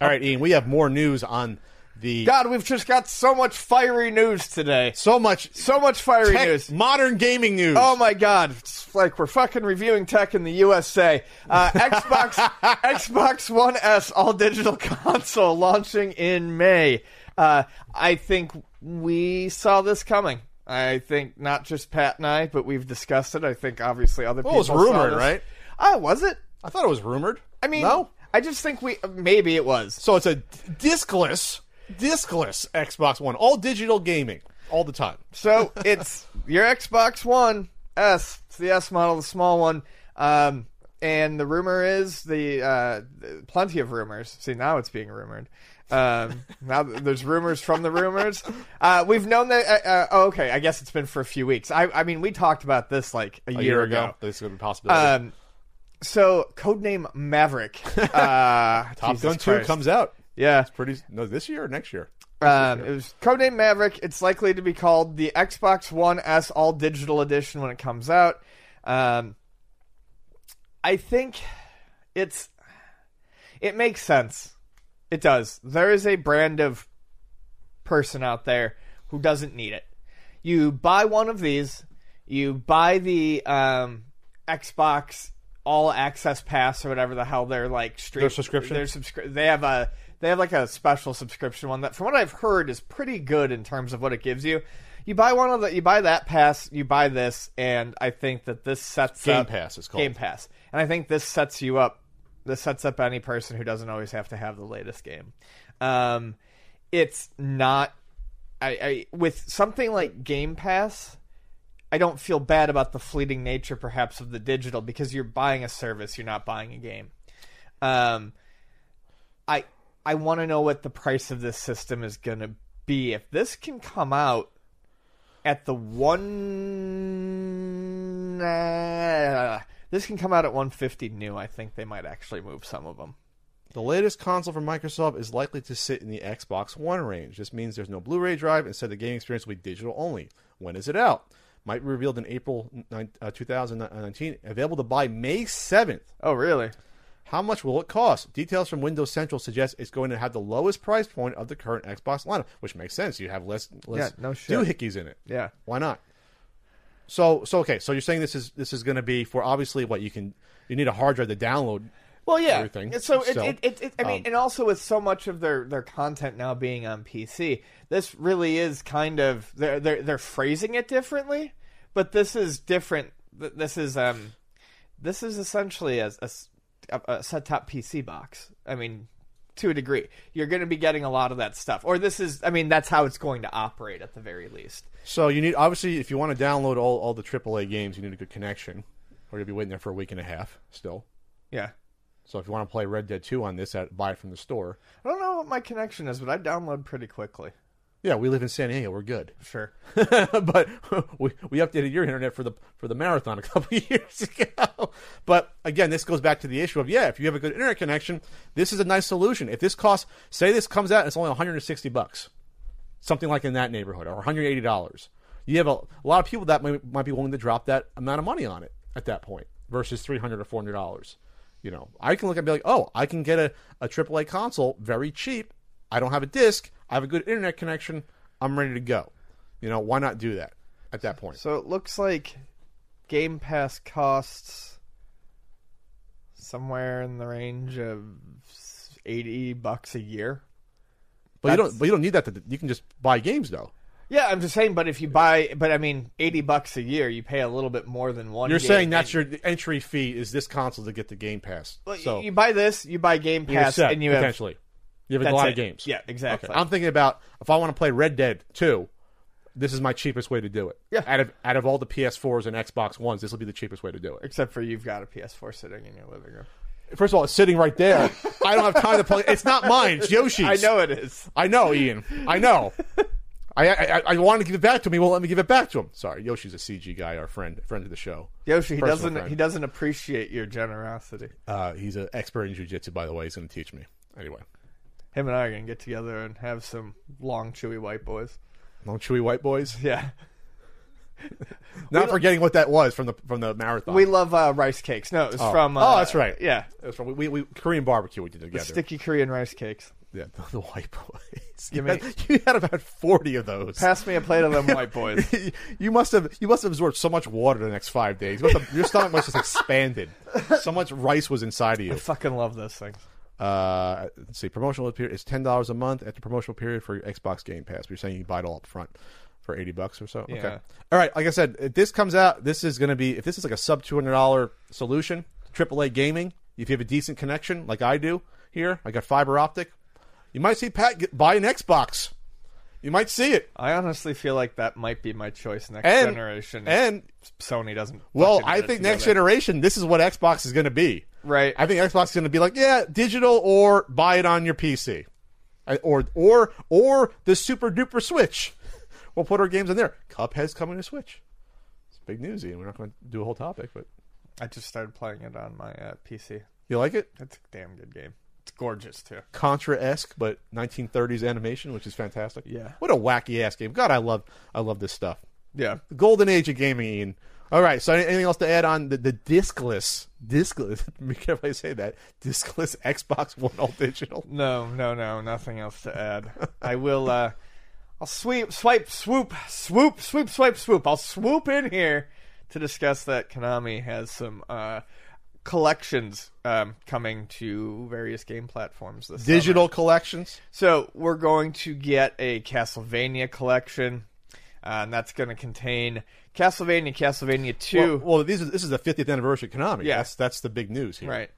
Speaker 1: All right, Ian. We have more news on the
Speaker 2: God, we've just got so much fiery news today.
Speaker 1: so much
Speaker 2: So much fiery
Speaker 1: tech-
Speaker 2: news.
Speaker 1: modern gaming news.
Speaker 2: Oh my God! It's like we're fucking reviewing tech in the USA. Uh, Xbox Xbox One S all digital console launching in May. Uh, I think we saw this coming. I think not just Pat and I, but we've discussed it. I think obviously other
Speaker 1: Well, it
Speaker 2: people
Speaker 1: was
Speaker 2: saw
Speaker 1: rumored,
Speaker 2: this.
Speaker 1: right?
Speaker 2: Oh, was it?
Speaker 1: I thought it was rumored.
Speaker 2: I mean,
Speaker 1: no.
Speaker 2: I just think we maybe it was.
Speaker 1: So it's a discless, discless Xbox One, all digital gaming, all the time.
Speaker 2: So it's your Xbox One S. It's the S model, the small one. Um, and the rumor is the uh, plenty of rumors. See, now it's being rumored. Um, now th- there's rumors from the rumors. Uh, we've known that. Uh, uh, oh, okay, I guess it's been for a few weeks. I, I mean, we talked about this like a,
Speaker 1: A Uh,
Speaker 2: year, ago.
Speaker 1: this is a possibility.
Speaker 2: Um, so, codename Maverick. Uh,
Speaker 1: Top
Speaker 2: Jesus
Speaker 1: Gun Two
Speaker 2: Christ.
Speaker 1: comes out.
Speaker 2: Yeah,
Speaker 1: Pretty no, this year or next year.
Speaker 2: Um, it was codename Maverick. It's likely to be called the Xbox One S All Digital Edition when it comes out. Um, I think it's it makes sense. It does. There is a brand of person out there who doesn't need it. You buy one of these, you buy the um, Xbox All Access Pass or whatever the hell they're like stream
Speaker 1: Their subscription?
Speaker 2: Their subscri- they have a they have like a special subscription one that, from what I've heard, is pretty good in terms of what it gives you. You buy one of the you buy that pass, you buy this, and I think that this sets
Speaker 1: Game
Speaker 2: up-
Speaker 1: Pass is called.
Speaker 2: Game Pass, and I think this sets you up. This sets up any person who doesn't always have to have the latest game. Um, it's not. I, I with something like Game Pass, I don't feel bad about the fleeting nature, perhaps, of the digital because you're buying a service, you're not buying a game. Um, I I want to know what the price of this system is going to be if this can come out at the one. uh, this can come out at 150 new. I think they might actually move some of them.
Speaker 1: The latest console from Microsoft is likely to sit in the Xbox One range. This means there's no Blu-ray drive. Instead, the gaming experience will be digital only. When is it out? Might be revealed in April 9, uh, 2019. Available to buy May 7th.
Speaker 2: Oh, really?
Speaker 1: How much will it cost? Details from Windows Central suggest it's going to have the lowest price point of the current Xbox lineup, which makes sense. You have less less
Speaker 2: Yeah, no shit.
Speaker 1: doohickeys in it.
Speaker 2: Yeah.
Speaker 1: Why not? So so okay, so you're saying this is this is going to be for obviously what you can you need a hard drive to download.
Speaker 2: Well, yeah.
Speaker 1: everything.
Speaker 2: So it,
Speaker 1: So,
Speaker 2: it, it, it, I mean, and also with so much of their, their content now being on PC, this really is kind of they're they're, they're phrasing it differently, but this is different. Th- This is um, this is essentially a, a s- a- a set top PC box. I mean, to a degree, you're going to be getting a lot of that stuff. Or this is, I mean, that's how it's going to operate at the very least.
Speaker 1: So you need obviously if you want to download all all the AAA games, you need a good connection, or you'll be waiting there for a week and a half still.
Speaker 2: Yeah.
Speaker 1: So if you want to play Red Dead 2 on this, at, buy it from the store.
Speaker 2: I don't know what my connection is, but I download pretty quickly.
Speaker 1: Yeah, we live in San Diego. We're good.
Speaker 2: Sure.
Speaker 1: but we, we updated your internet for the for the marathon a couple of years ago. But again, this goes back to the issue of yeah, if you have a good internet connection, this is a nice solution. If this costs, say this comes out, and it's only 160 bucks, something like in that neighborhood, or 180 dollars. You have a, a lot of people that might, might be willing to drop that amount of money on it at that point versus 300 or 400 dollars. You know, I can look and be like, oh, I can get a, a AAA console very cheap. I don't have a disc. I have a good internet connection. I'm ready to go. You know, why not do that at that point?
Speaker 2: So it looks like Game Pass costs somewhere in the range of eighty bucks a year.
Speaker 1: but you don't.
Speaker 2: that's-
Speaker 1: But you don't need that. To, you can just buy games though.
Speaker 2: Yeah, I'm just saying. But if you buy, but I mean, eighty bucks a year, you pay a little bit more than one.
Speaker 1: You're
Speaker 2: game.
Speaker 1: saying that's your entry fee is this console to get the Game Pass.
Speaker 2: Well,
Speaker 1: so
Speaker 2: you buy this, you buy Game
Speaker 1: you're
Speaker 2: Pass,
Speaker 1: set,
Speaker 2: and you have
Speaker 1: potentially you have a
Speaker 2: that's
Speaker 1: lot
Speaker 2: it.
Speaker 1: of games.
Speaker 2: Yeah,
Speaker 1: Okay.
Speaker 2: exactly.
Speaker 1: I'm thinking about if I want to play Red Dead 2, this is my cheapest way to do it.
Speaker 2: Yeah.
Speaker 1: Out of out of all the PS4s and Xbox Ones, this will be the cheapest way to do it.
Speaker 2: Except for you've got a PS4 sitting in your living room.
Speaker 1: First of all, it's sitting right there. I don't have time to play. It's not mine. It's Yoshi's.
Speaker 2: I know it is.
Speaker 1: I know, Ian. I know. I, I I- I wanted to give it back to him. He won't let me give it back to him. Sorry, Yoshi's a CG guy, our friend, friend of the show.
Speaker 2: Yoshi, he
Speaker 1: Personal
Speaker 2: doesn't
Speaker 1: friend.
Speaker 2: he doesn't appreciate your generosity.
Speaker 1: Uh, he's an expert in jujitsu, by the way. He's going to teach me. Anyway,
Speaker 2: Him and I are gonna get together and have some long, chewy white boys.
Speaker 1: long chewy white boys.
Speaker 2: Yeah,
Speaker 1: Not forgetting what that was from the from the marathon.
Speaker 2: we love uh, rice cakes. No, it's from. Uh,
Speaker 1: oh, that's right.
Speaker 2: Yeah,
Speaker 1: It was from we, we, we Korean barbecue we did together.
Speaker 2: sticky Korean rice cakes.
Speaker 1: yeah, the, the white boys. You,
Speaker 2: Give me-
Speaker 1: had, you had about forty of those.
Speaker 2: Pass me a plate of them white boys.
Speaker 1: you must have you must have absorbed so much water the next five days. You must have- your stomach must have expanded. So much rice was inside of you.
Speaker 2: Fucking love those things.
Speaker 1: Uh, let's see, promotional period is ten dollars a month at the promotional period for your Xbox Game Pass. You're saying you can buy it all up front for eighty bucks or so. Okay.
Speaker 2: Yeah.
Speaker 1: All right. Like I said, if this comes out, this is going to be if this is like a sub two hundred dollar solution, AAA gaming. If you have a decent connection, like I do here, I got fiber optic. You might see Pat get, buy an Xbox. You might see it.
Speaker 2: I honestly feel like that might be my choice next
Speaker 1: And-
Speaker 2: generation.
Speaker 1: and-
Speaker 2: Sony doesn't.
Speaker 1: Well,
Speaker 2: fucking get
Speaker 1: I
Speaker 2: it
Speaker 1: think next
Speaker 2: together.
Speaker 1: generation, this is what Xbox is going to be.
Speaker 2: Right.
Speaker 1: I think Xbox is going to be like, yeah, digital or buy it on your PC, I- or or or the super duper Switch. We'll put our games in there. Cuphead's coming to Switch. It's big newsy, and we're not going to do a whole topic, but
Speaker 2: I just started playing it on my uh, PC.
Speaker 1: you like it?
Speaker 2: That's a damn good game. It's gorgeous too.
Speaker 1: Contra esque, but 1930s animation, which is fantastic.
Speaker 2: Yeah.
Speaker 1: What a wacky ass game. God, I love I love this stuff.
Speaker 2: Yeah.
Speaker 1: The golden age of gaming. Ian. All right. So any- anything else to add on the, the discless, discless? Be careful how you say that. Discless Xbox One All Digital.
Speaker 2: No, no, no, nothing else to add. I will uh I'll sweep swipe swoop swoop swoop swipe swoop. I'll swoop in here to discuss that Konami has some uh collections um coming to various game platforms this summer.
Speaker 1: Digital collections.
Speaker 2: So we're going to get a Castlevania collection. Uh, and that's going to contain Castlevania, Castlevania
Speaker 1: Well,
Speaker 2: 2.
Speaker 1: well, these are, this is the 50th anniversary of Konami.
Speaker 2: Yeah.
Speaker 1: That's that's the big news here.
Speaker 2: Right.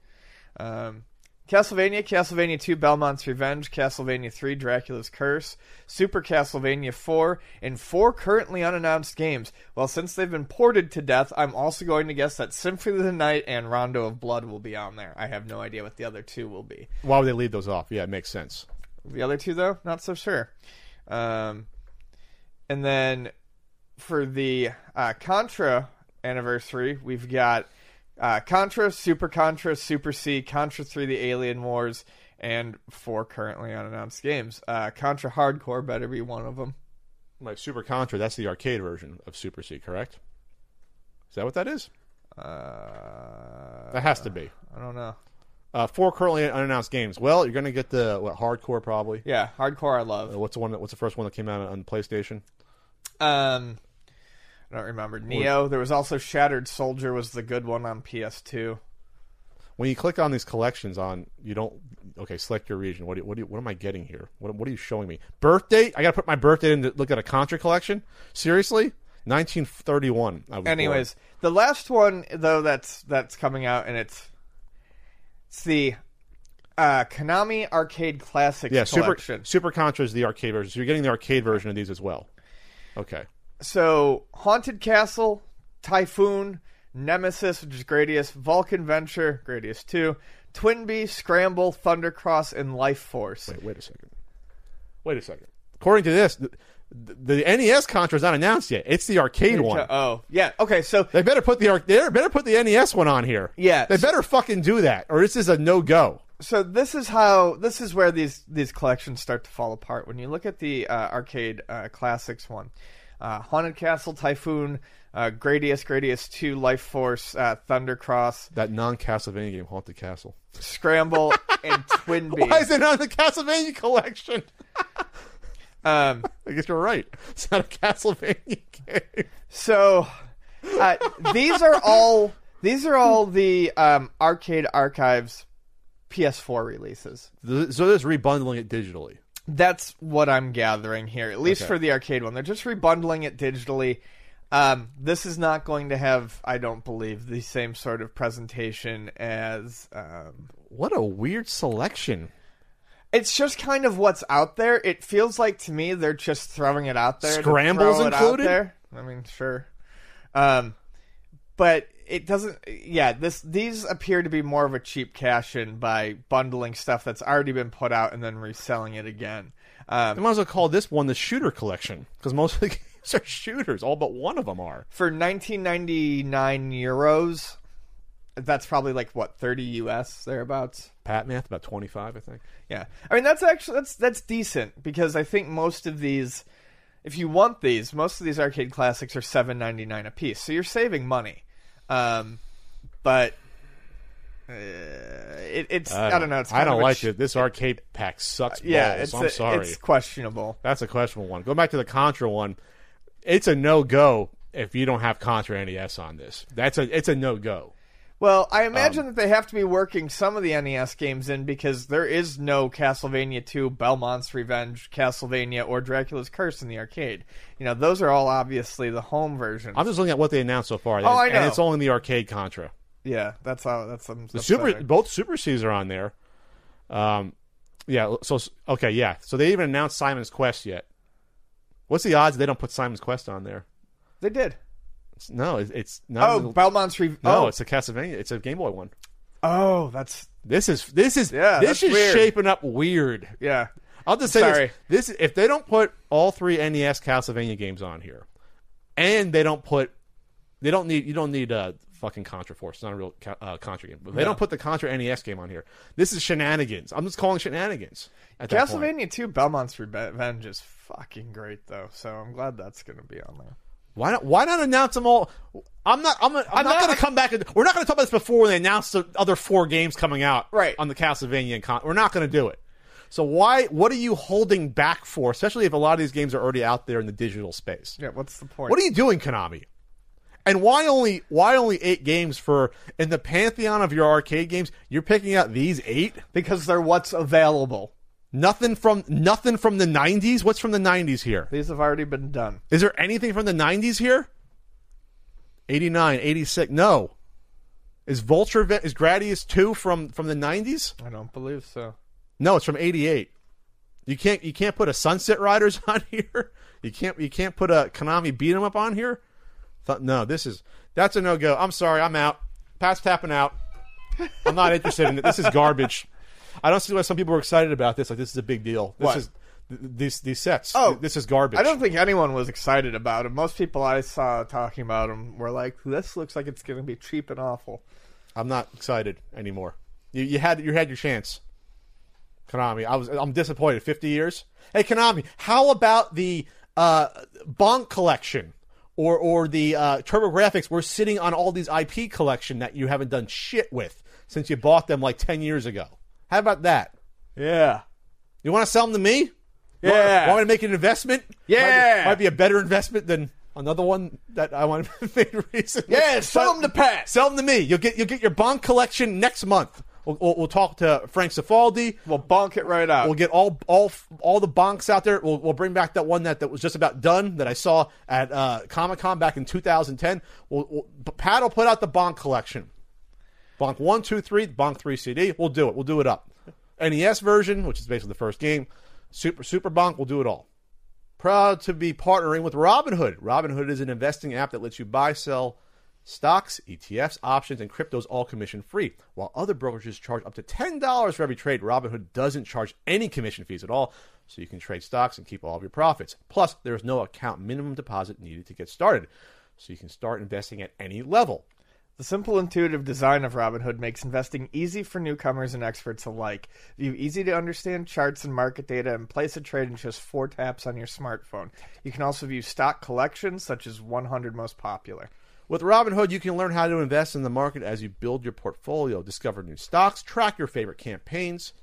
Speaker 2: Um, Castlevania, Castlevania 2, Belmont's Revenge, Castlevania 3, Dracula's Curse, Super Castlevania 4, and four currently unannounced games. Well, since they've been ported to death, I'm also going to guess that Symphony of the Night and Rondo of Blood will be on there. I have no idea what the other two will be.
Speaker 1: Why would they leave those off? Yeah, it makes sense.
Speaker 2: The other two, though, not so sure. Um, and then for the uh, Contra anniversary, we've got uh, Contra, Super Contra, Super C, Contra 3, The Alien Wars, and four currently unannounced games. Uh, Contra Hardcore better be one of them.
Speaker 1: Like Super Contra, that's the arcade version of Super C, correct? Is that what that is?
Speaker 2: Uh,
Speaker 1: That has to be.
Speaker 2: I don't know.
Speaker 1: Uh, four currently unannounced games. Well, you're going to get the what, hardcore probably.
Speaker 2: Yeah, Hardcore I
Speaker 1: Uh,
Speaker 2: love.
Speaker 1: what's the one? that- What's the first one that came out on PlayStation?
Speaker 2: Um, I don't remember. Neo. There was also Shattered Soldier was the good one on PS2.
Speaker 1: when you click on these collections on you don't okay select your region what do, what, do, what am i getting here what, what are you showing me birth date i gotta put my birth date in to look at a contra collection seriously 1931 I was born.
Speaker 2: Anyways, the last one though that's that's coming out and it's it's the uh, Konami Arcade Classics
Speaker 1: yeah super,
Speaker 2: collection.
Speaker 1: super contra is the arcade version so you're getting the arcade version of these as well okay
Speaker 2: So Haunted Castle, Typhoon, Nemesis, which is Gradius, Vulcan Venture, Gradius Two, Twinbee, Scramble, Thundercross, and Life Force.
Speaker 1: wait, wait a second wait a second according to this the, the nes contra is not announced yet it's the arcade one
Speaker 2: Oh yeah, okay. So
Speaker 1: they better put the arc. They better put the NES one on here.
Speaker 2: Yeah.
Speaker 1: they better fucking do that, or this is a no go.
Speaker 2: so this is how this is where these these collections start to fall apart when you look at the uh, arcade uh, classics one uh, haunted castle typhoon uh, gradius gradius 2 life force uh, thundercross
Speaker 1: That non-Castlevania game, Haunted Castle.
Speaker 2: scramble and twin Bee.
Speaker 1: Why is it on the Castlevania collection?
Speaker 2: um,
Speaker 1: I guess you're right. It's not a Castlevania game.
Speaker 2: so uh, these are all these are all the um, arcade archives ps4 releases
Speaker 1: So they're just rebundling it digitally.
Speaker 2: That's what I'm gathering here, at least
Speaker 1: Okay.
Speaker 2: for the arcade one. They're just rebundling it digitally. Um, this is not going to have, I don't believe, the same sort of presentation as. Um,
Speaker 1: What a weird selection.
Speaker 2: it's just kind of what's out there. It feels like to me they're just throwing it out there. to
Speaker 1: Scrambles
Speaker 2: throw it out
Speaker 1: included?
Speaker 2: there. I mean, sure, um, but it doesn't. Yeah, this these appear to be more of a cheap cash in by bundling stuff that's already been put out and then reselling it again.
Speaker 1: I might as well call this one the shooter collection because most of the games are shooters. All but one of them are.
Speaker 2: for 1999 euros that's probably like what 30 us thereabouts
Speaker 1: Pat math about twenty five, I think.
Speaker 2: yeah i mean that's actually that's that's decent because i think most of these if you want these most of these arcade classics are 7.99 a piece so you're saving money um but uh, it, it's I don't, know it's
Speaker 1: I
Speaker 2: kind
Speaker 1: don't
Speaker 2: of a
Speaker 1: like
Speaker 2: ch-
Speaker 1: it. This arcade pack sucks.
Speaker 2: yeah
Speaker 1: balls.
Speaker 2: it's
Speaker 1: I'm
Speaker 2: a-
Speaker 1: sorry.
Speaker 2: it's questionable
Speaker 1: That's a questionable one. Go back to the Contra one. It's a no go if you don't have Contra NES on this. That's a it's a no go.
Speaker 2: Well,
Speaker 1: Um,
Speaker 2: I imagine that they have to be working some of the NES games in because there is no Castlevania 2, Belmont's Revenge, Castlevania, or Dracula's Curse in the arcade. You know, those are all obviously the home versions.
Speaker 1: I'm just looking at what they announced so far.
Speaker 2: Oh, I
Speaker 1: And
Speaker 2: know.
Speaker 1: it's only in the arcade Contra.
Speaker 2: yeah, that's how that's some
Speaker 1: The super both Super Cs are on there. Um, yeah. So okay, yeah. So they even announced Simon's Quest yet. What's the odds they don't put Simon's Quest on there?
Speaker 2: They did.
Speaker 1: It's, no, it's, it's not.
Speaker 2: Oh, Belmont's Revenge.
Speaker 1: no,
Speaker 2: oh,
Speaker 1: it's a Castlevania. It's a Game Boy one.
Speaker 2: oh, that's
Speaker 1: This is this is
Speaker 2: Yeah,
Speaker 1: this
Speaker 2: that's
Speaker 1: is
Speaker 2: weird.
Speaker 1: shaping up weird.
Speaker 2: yeah.
Speaker 1: I'll just say
Speaker 2: Sorry.
Speaker 1: this: this if they don't put all three NES Castlevania games on here, and they don't put, they don't need you don't need uh, fucking Contra Force. It's not a real ca- uh, Contra game, but if they don't put the Contra NES game on here. This is shenanigans. I'm just calling shenanigans. At that point.
Speaker 2: Castlevania 2, Belmont's Revenge is fucking great though. So I'm glad that's going to be on there.
Speaker 1: Why not? Why not announce them all? I'm not. I'm, I'm, not,
Speaker 2: not-
Speaker 1: going to come back. And, we're not going to talk about this before when they announce the other four games coming out.
Speaker 2: Right.
Speaker 1: on the Castlevania. Con- we're not going to do it. So why? What are you holding back for? Especially if a lot of these games are already out there in the digital space.
Speaker 2: Yeah, what's the point?
Speaker 1: What are you doing, Konami? And why only why only eight games for in the pantheon of your arcade games? You're picking out these eight.
Speaker 2: because they're what's available.
Speaker 1: Nothing from nothing from the '90s. What's from the '90s here?
Speaker 2: These have already been done.
Speaker 1: Is there anything from the 90s here? 89, 86. No. Is Vulture Ve- is Gradius 2 from from the 90s?
Speaker 2: I don't believe so.
Speaker 1: No, it's from 88. You can't you can't put a Sunset Riders on here. You can't you can't put a Konami beat 'em up on here. Th- No, this is that's a no go. I'm sorry, I'm out. Pass tapping out. I'm not interested in it. This is garbage. I don't see why some people were excited about this. Like this is a big deal. This
Speaker 2: What?
Speaker 1: is th- these these sets.
Speaker 2: Oh,
Speaker 1: this is garbage.
Speaker 2: I don't think anyone was excited about him. Most people I saw talking about him were like, "This looks like it's going to be cheap and awful."
Speaker 1: I'm not excited anymore. You, you had you had your chance, Konami. I was I'm disappointed. Fifty years. Hey Konami, how about the uh, Bonk collection or or the uh, TurboGrafx? We're sitting on all these IP collection that you haven't done shit with since you bought them like ten years ago. How about that?
Speaker 2: Yeah,
Speaker 1: You want to sell them to me? You want-
Speaker 2: Yeah.
Speaker 1: Want, me to make an investment? Might
Speaker 2: Yeah.
Speaker 1: be, might be a better investment than another one that I want to make recently.
Speaker 2: Yeah, sell 'em to Pat.
Speaker 1: Sell them to me. You'll get you'll get your bond collection next month. We'll, we'll, we'll talk to Frank Safaldi.
Speaker 2: we'll bonk it right out.
Speaker 1: We'll get all all all the bonks out there. We'll, we'll bring back that one that, that was just about done that I saw at uh, Comic Con back in 2010. We'll, we'll, Pat will put out the bonk collection. Bonk one, two, three, Bonk three CD. We'll do it. We'll do it up. NES version, which is basically the first game. Super Super Bonk. We'll do it all. Proud to be partnering with Robinhood. Robinhood is an investing app that lets you buy, sell stocks, ETFs, options, and cryptos all commission free. While other brokerages charge up to $10 for every trade, Robinhood doesn't charge any commission fees at all, so you can trade stocks and keep all of your profits. Plus, there is no account minimum deposit needed to get started, so you can start investing at any level.
Speaker 2: the simple, intuitive design of Robinhood makes investing easy for newcomers and experts alike. View easy to understand charts and market data and place a trade in just four taps on your smartphone. You can also view stock collections such as 100 most popular.
Speaker 1: With Robinhood, you can learn how to invest in the market as you build your portfolio, discover new stocks, track your favorite campaigns,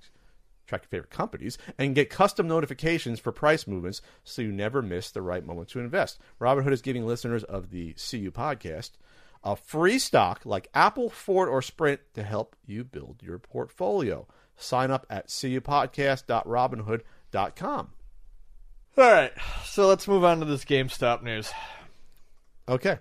Speaker 1: track your favorite companies, and get custom notifications for price movements so you never miss the right moment to invest. Robinhood is giving listeners of the CU podcast a free stock like Apple, Ford, or Sprint to help you build your portfolio. Sign up at cupodcast.robinhood.com.
Speaker 2: All right, so let's move on to this GameStop news.
Speaker 1: Okay.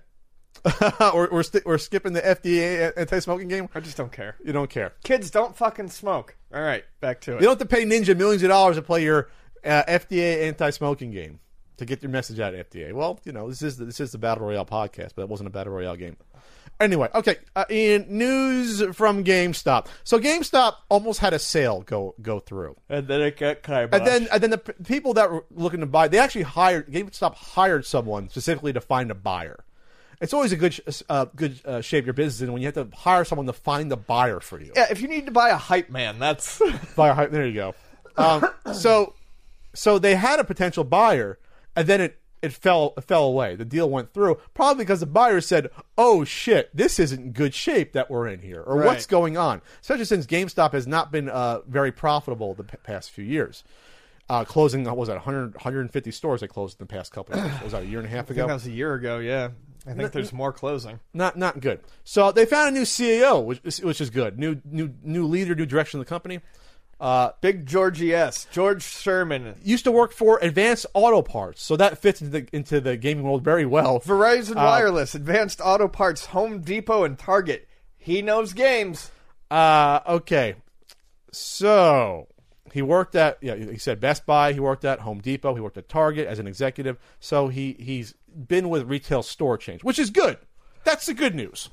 Speaker 1: we're, we're, sti we're skipping the FDA anti smoking game.
Speaker 2: I just don't care.
Speaker 1: You don't care.
Speaker 2: Kids don't fucking smoke. All right, back to it.
Speaker 1: You don't have to pay Ninja millions of dollars to play your uh, FDA anti-smoking game to get your message out at FDA. Well, you know this is the, this is the battle royale podcast, but it wasn't a battle royale game. Anyway, okay. Uh, in news from GameStop, so GameStop almost had a sale go go through,
Speaker 2: And then it got kiboshed.
Speaker 1: and then and then the p- people that were looking to buy, they actually hired GameStop hired someone specifically to find a buyer. It's always a good sh- uh, good uh, shape your business in when you have to hire someone to find the buyer for you.
Speaker 2: yeah, if you need to buy a hype man, that's
Speaker 1: Buyer hy- There you go. Um, so, so they had a potential buyer, and then it it fell it fell away. The deal went through probably because the buyer said, "Oh shit, this isn't good shape that we're in here, or what's
Speaker 2: Right.
Speaker 1: going on?" Especially since GameStop has not been uh, very profitable the p- past few years. Uh, closing what was that 100, 150 stores they closed in the past couple of years. was that a year and a half ago
Speaker 2: that was a year ago. Yeah, I think there's more closing.
Speaker 1: not not good. So they found a new CEO which is- which is good new new new leader new direction of the company
Speaker 2: Big Georgie S. George Sherman.
Speaker 1: used to work for Advanced Auto Parts, so that fits into the, into the gaming world very well.
Speaker 2: Verizon
Speaker 1: Uh,
Speaker 2: Wireless, Advanced Auto Parts, Home Depot, and Target. He knows games.
Speaker 1: Uh, okay, so he worked at yeah, he said Best Buy. He worked at Home Depot. He worked at Target as an executive. So he he's been with retail store chains, which is good. That's the good news.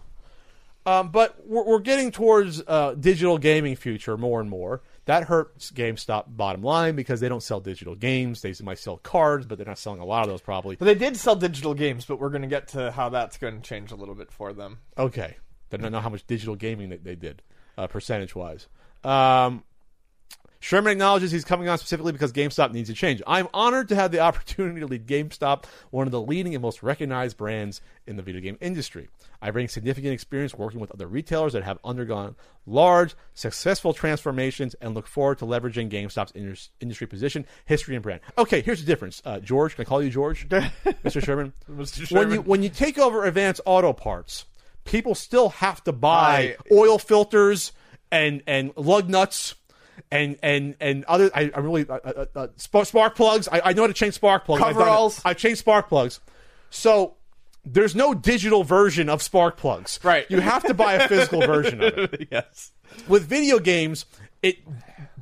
Speaker 1: Um, but we're, we're getting towards uh, digital gaming future more and more. That hurts GameStop bottom line because they don't sell digital games. They might sell cards, but they're not selling a lot of those probably.
Speaker 2: But they did sell digital games, but we're going to get to how that's going to change a little bit for them.
Speaker 1: Okay. I don't know how much digital gaming that they did, uh, percentage wise. Um, Sherman acknowledges he's coming on specifically because GameStop needs a change. I'm honored to have the opportunity to lead GameStop, one of the leading and most recognized brands in the video game industry. I bring significant experience working with other retailers that have undergone large, successful transformations and look forward to leveraging GameStop's indus- industry position, history, and brand. Okay, here's the difference. Uh, George, can I call you George? Mr. Sherman?
Speaker 2: Mr.
Speaker 1: When
Speaker 2: Sherman.
Speaker 1: you, when you take over Advanced Auto Parts, people still have to buy
Speaker 2: Buy-
Speaker 1: oil filters and and lug nuts and and and other. I, I really uh, uh, uh, spark, spark plugs. I, I know how to change spark plugs. I've done it.
Speaker 2: Coveralls.
Speaker 1: I've changed spark plugs. So there's no digital version of spark plugs.
Speaker 2: Right.
Speaker 1: You have to buy a physical version of it
Speaker 2: yes.
Speaker 1: with video games, it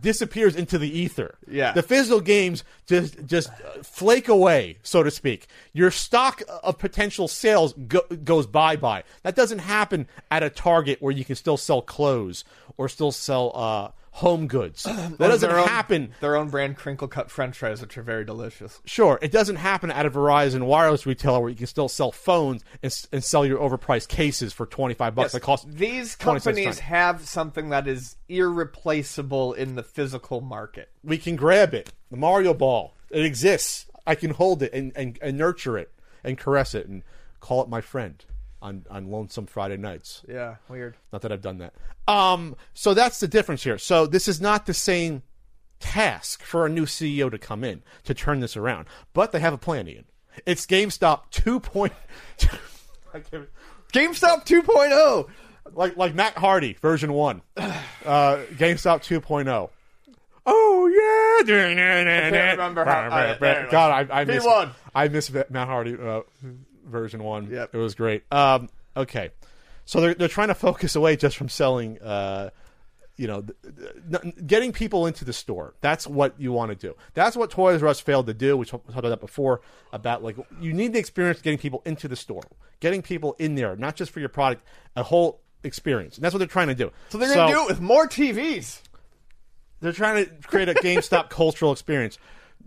Speaker 1: disappears into the ether.
Speaker 2: Yeah.
Speaker 1: the physical games just just uh, flake away, so to speak. Your stock of potential sales go- goes bye bye. That doesn't happen at a Target where you can still sell clothes or still sell uh, home goods. That doesn't
Speaker 2: Their own-
Speaker 1: happen.
Speaker 2: Their own brand crinkle cut french fries, which are very delicious.
Speaker 1: Sure, it doesn't happen at a Verizon wireless retailer where you can still sell phones and, s- and sell your overpriced cases for twenty five bucks. That cost
Speaker 2: These
Speaker 1: 20 cents
Speaker 2: companies
Speaker 1: tiny.
Speaker 2: have something that is irreplaceable in the physical market.
Speaker 1: we can grab it. The Mario ball. It exists. I can hold it and, and, and nurture it and caress it and call it my friend on, on lonesome Friday nights.
Speaker 2: Yeah, weird.
Speaker 1: Not that I've done that. Um, so that's the difference here. So this is not the same task for a new CEO to come in to turn this around. But they have a plan, Ian. It's GameStop 2.0. I can't-
Speaker 2: GameStop oh. 2.0.
Speaker 1: like like Matt Hardy version one, uh, GameStop 2.0. Oh yeah! I
Speaker 2: can't remember how- uh, all right, there it was.
Speaker 1: God, I, I miss
Speaker 2: V1.
Speaker 1: I miss Matt Hardy uh, version one.
Speaker 2: Yep.
Speaker 1: it was great. Um, okay, so they're they're trying to focus away just from selling. Uh, you know, th- th- n- getting people into the store. That's what you want to do. That's what Toys R Us failed to do. We talked about that before about like you need the experience of getting people into the store, getting people in there, not just for your product, a whole experience. And that's what they're trying to do.
Speaker 2: So they're going to do it with more TVs.
Speaker 1: They're trying to create a GameStop cultural experience.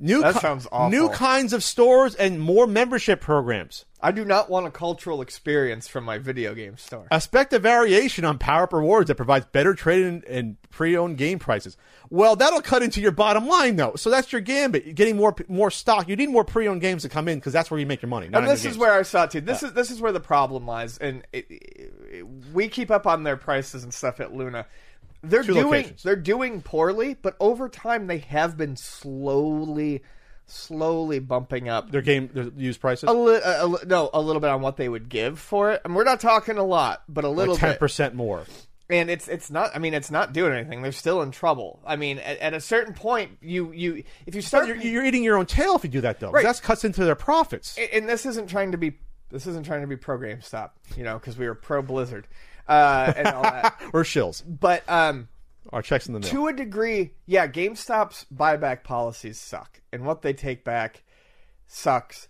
Speaker 1: New
Speaker 2: That
Speaker 1: ki-
Speaker 2: sounds awful.
Speaker 1: new kinds of stores and more membership programs.
Speaker 2: I do not want a cultural experience from my video game store.
Speaker 1: Expect a variation on power up rewards that provides better trade and, and pre-owned game prices. Well, that'll cut into your bottom line though. So that's your gambit. Getting more more stock. You need more pre-owned games to come in because that's where you make your money. Not
Speaker 2: and
Speaker 1: on new
Speaker 2: this is
Speaker 1: games.
Speaker 2: where I saw it too. This is this is where the problem lies, and it, it- it- we keep up on their prices and stuff at Luna. They're
Speaker 1: Two
Speaker 2: doing
Speaker 1: locations.
Speaker 2: they're doing poorly, but over time they have been slowly, slowly bumping up.
Speaker 1: their game their used prices.
Speaker 2: A li- a, a li- no, a little bit on what they would give for it, and we're not talking a lot, but a little
Speaker 1: like ten
Speaker 2: bit.
Speaker 1: percent more.
Speaker 2: and it's it's not. I mean, it's not doing anything. They're still in trouble. I mean, at, at a certain point, you you if you start
Speaker 1: You're, you're eating your own tail if you do that though. 'cause
Speaker 2: Right.
Speaker 1: That cuts into their profits.
Speaker 2: and- and this isn't trying to be this isn't trying to be pro GameStop, you know, because we were pro Blizzard uh, and all that.
Speaker 1: or shills.
Speaker 2: But um,
Speaker 1: Or checks in the mail.
Speaker 2: to a degree, yeah, GameStop's buyback policies suck, and what they take back sucks.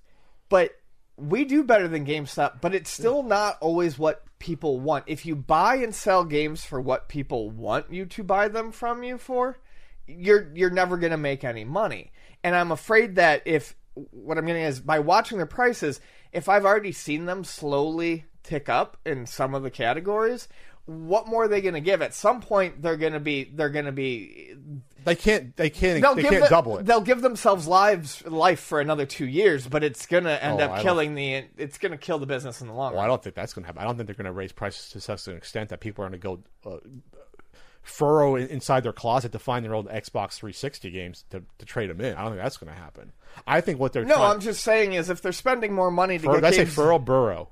Speaker 2: But we do better than GameStop, but it's still not always what people want. If you buy and sell games for what people want you to buy them from you for, you're you're never going to make any money. And I'm afraid that if what I'm getting is by watching the prices, if I've already seen them slowly tick up in some of the categories, what more are they going to give? At some point, they're going to be they're going to be
Speaker 1: They can't. They can't.
Speaker 2: they'll
Speaker 1: they
Speaker 2: give
Speaker 1: can't
Speaker 2: the-
Speaker 1: double it.
Speaker 2: They'll give themselves lives life for another two years, but it's going to end
Speaker 1: Oh, I
Speaker 2: up
Speaker 1: don't-
Speaker 2: killing the it's going to kill the business in the long
Speaker 1: Well,
Speaker 2: run.
Speaker 1: I don't think that's going to happen. I don't think they're going to raise prices to such an extent that people are going to go uh, furrow in- inside their closet to find their old Xbox 360 games to, to trade them in. I don't think that's going to happen. I think what they're
Speaker 2: No,
Speaker 1: trying,
Speaker 2: I'm just saying is if they're spending more money to
Speaker 1: fur-
Speaker 2: get
Speaker 1: did I say
Speaker 2: games,
Speaker 1: furrow burrow.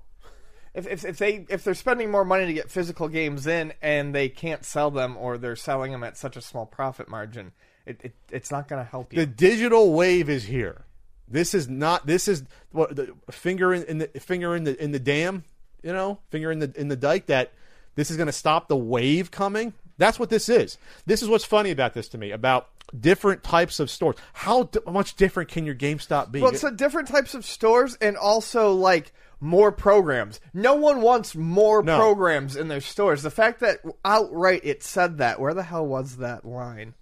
Speaker 2: if, if if they if they're spending more money to get physical games in and they can't sell them or they're selling them at such a small profit margin, it, it it's not going to help you.
Speaker 1: The digital wave is here. This is not. This is what the finger in, in the finger in the in the dam. You know, finger in the in the dike. That this is going to stop the wave coming. That's what this is. This is what's funny about this to me about different types of stores. How d- much different can your GameStop be?
Speaker 2: Well, so different types of stores and also like more programs. No one wants more
Speaker 1: No.
Speaker 2: programs in their stores. The fact that outright it said that, where the hell was that line?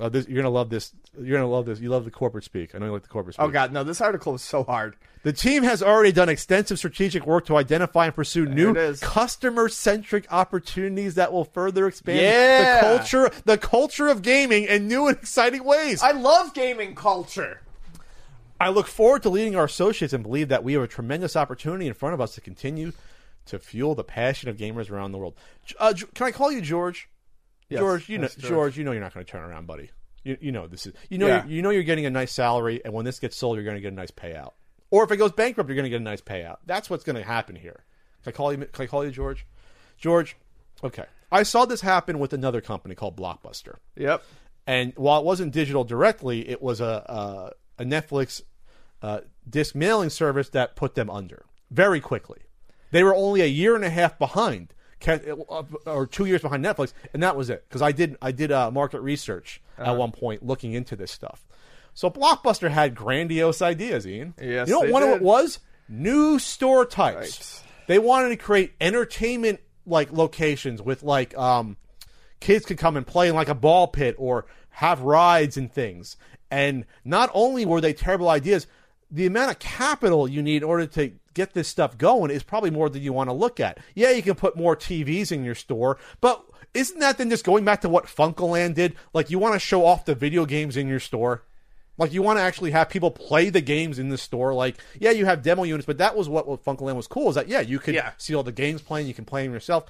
Speaker 1: Uh, this, you're gonna love this. You're gonna love this. You love the corporate speak. I know you like the corporate speak.
Speaker 2: Oh god, no, this article was so hard.
Speaker 1: The team has already done extensive strategic work to identify and pursue
Speaker 2: it
Speaker 1: new
Speaker 2: is.
Speaker 1: customer-centric opportunities that will further expand
Speaker 2: Yeah.
Speaker 1: the culture, the culture of gaming in new and exciting ways.
Speaker 2: I love gaming culture.
Speaker 1: I look forward to leading our associates and believe that we have a tremendous opportunity in front of us to continue to fuel the passion of gamers around the world. J- Uh, J- can I call you George? George, you know,
Speaker 2: yes,
Speaker 1: George.
Speaker 2: George.
Speaker 1: you know, you're not going to turn around, buddy. You, you know this is. You know,
Speaker 2: Yeah.
Speaker 1: you're, you know, you're getting a nice salary, and when this gets sold, you're going to get a nice payout. Or if it goes bankrupt, you're going to get a nice payout. That's what's going to happen here. Can I call you? Can I call you George? George, okay. I saw this happen with another company called Blockbuster.
Speaker 2: Yep.
Speaker 1: And while it wasn't digital directly, it was a a, a Netflix uh, disc mailing service that put them under very quickly. They were only a year and a half behind, ca- or two years behind Netflix, and that was it. Because I did I did uh, market research
Speaker 2: Uh-huh.
Speaker 1: at one point looking into this stuff. So Blockbuster had grandiose ideas, Ian.
Speaker 2: Yes,
Speaker 1: you know what
Speaker 2: they
Speaker 1: one of
Speaker 2: did.
Speaker 1: it was new store types. They wanted to create entertainment like locations with like um, kids could come and play in like a ball pit or have rides and things. And not only were they terrible ideas, the amount of capital you need in order to get this stuff going is probably more than you want to look at. Yeah, you can put more TVs in your store, but isn't that then just going back to what Funkoland did? Like you want to show off the video games in your store. Like you want to actually have people play the games in the store. Like, yeah, you have demo units, but that was what what Funkoland was cool. Is that yeah, you could
Speaker 2: Yeah.
Speaker 1: see all the games playing, you can play them yourself.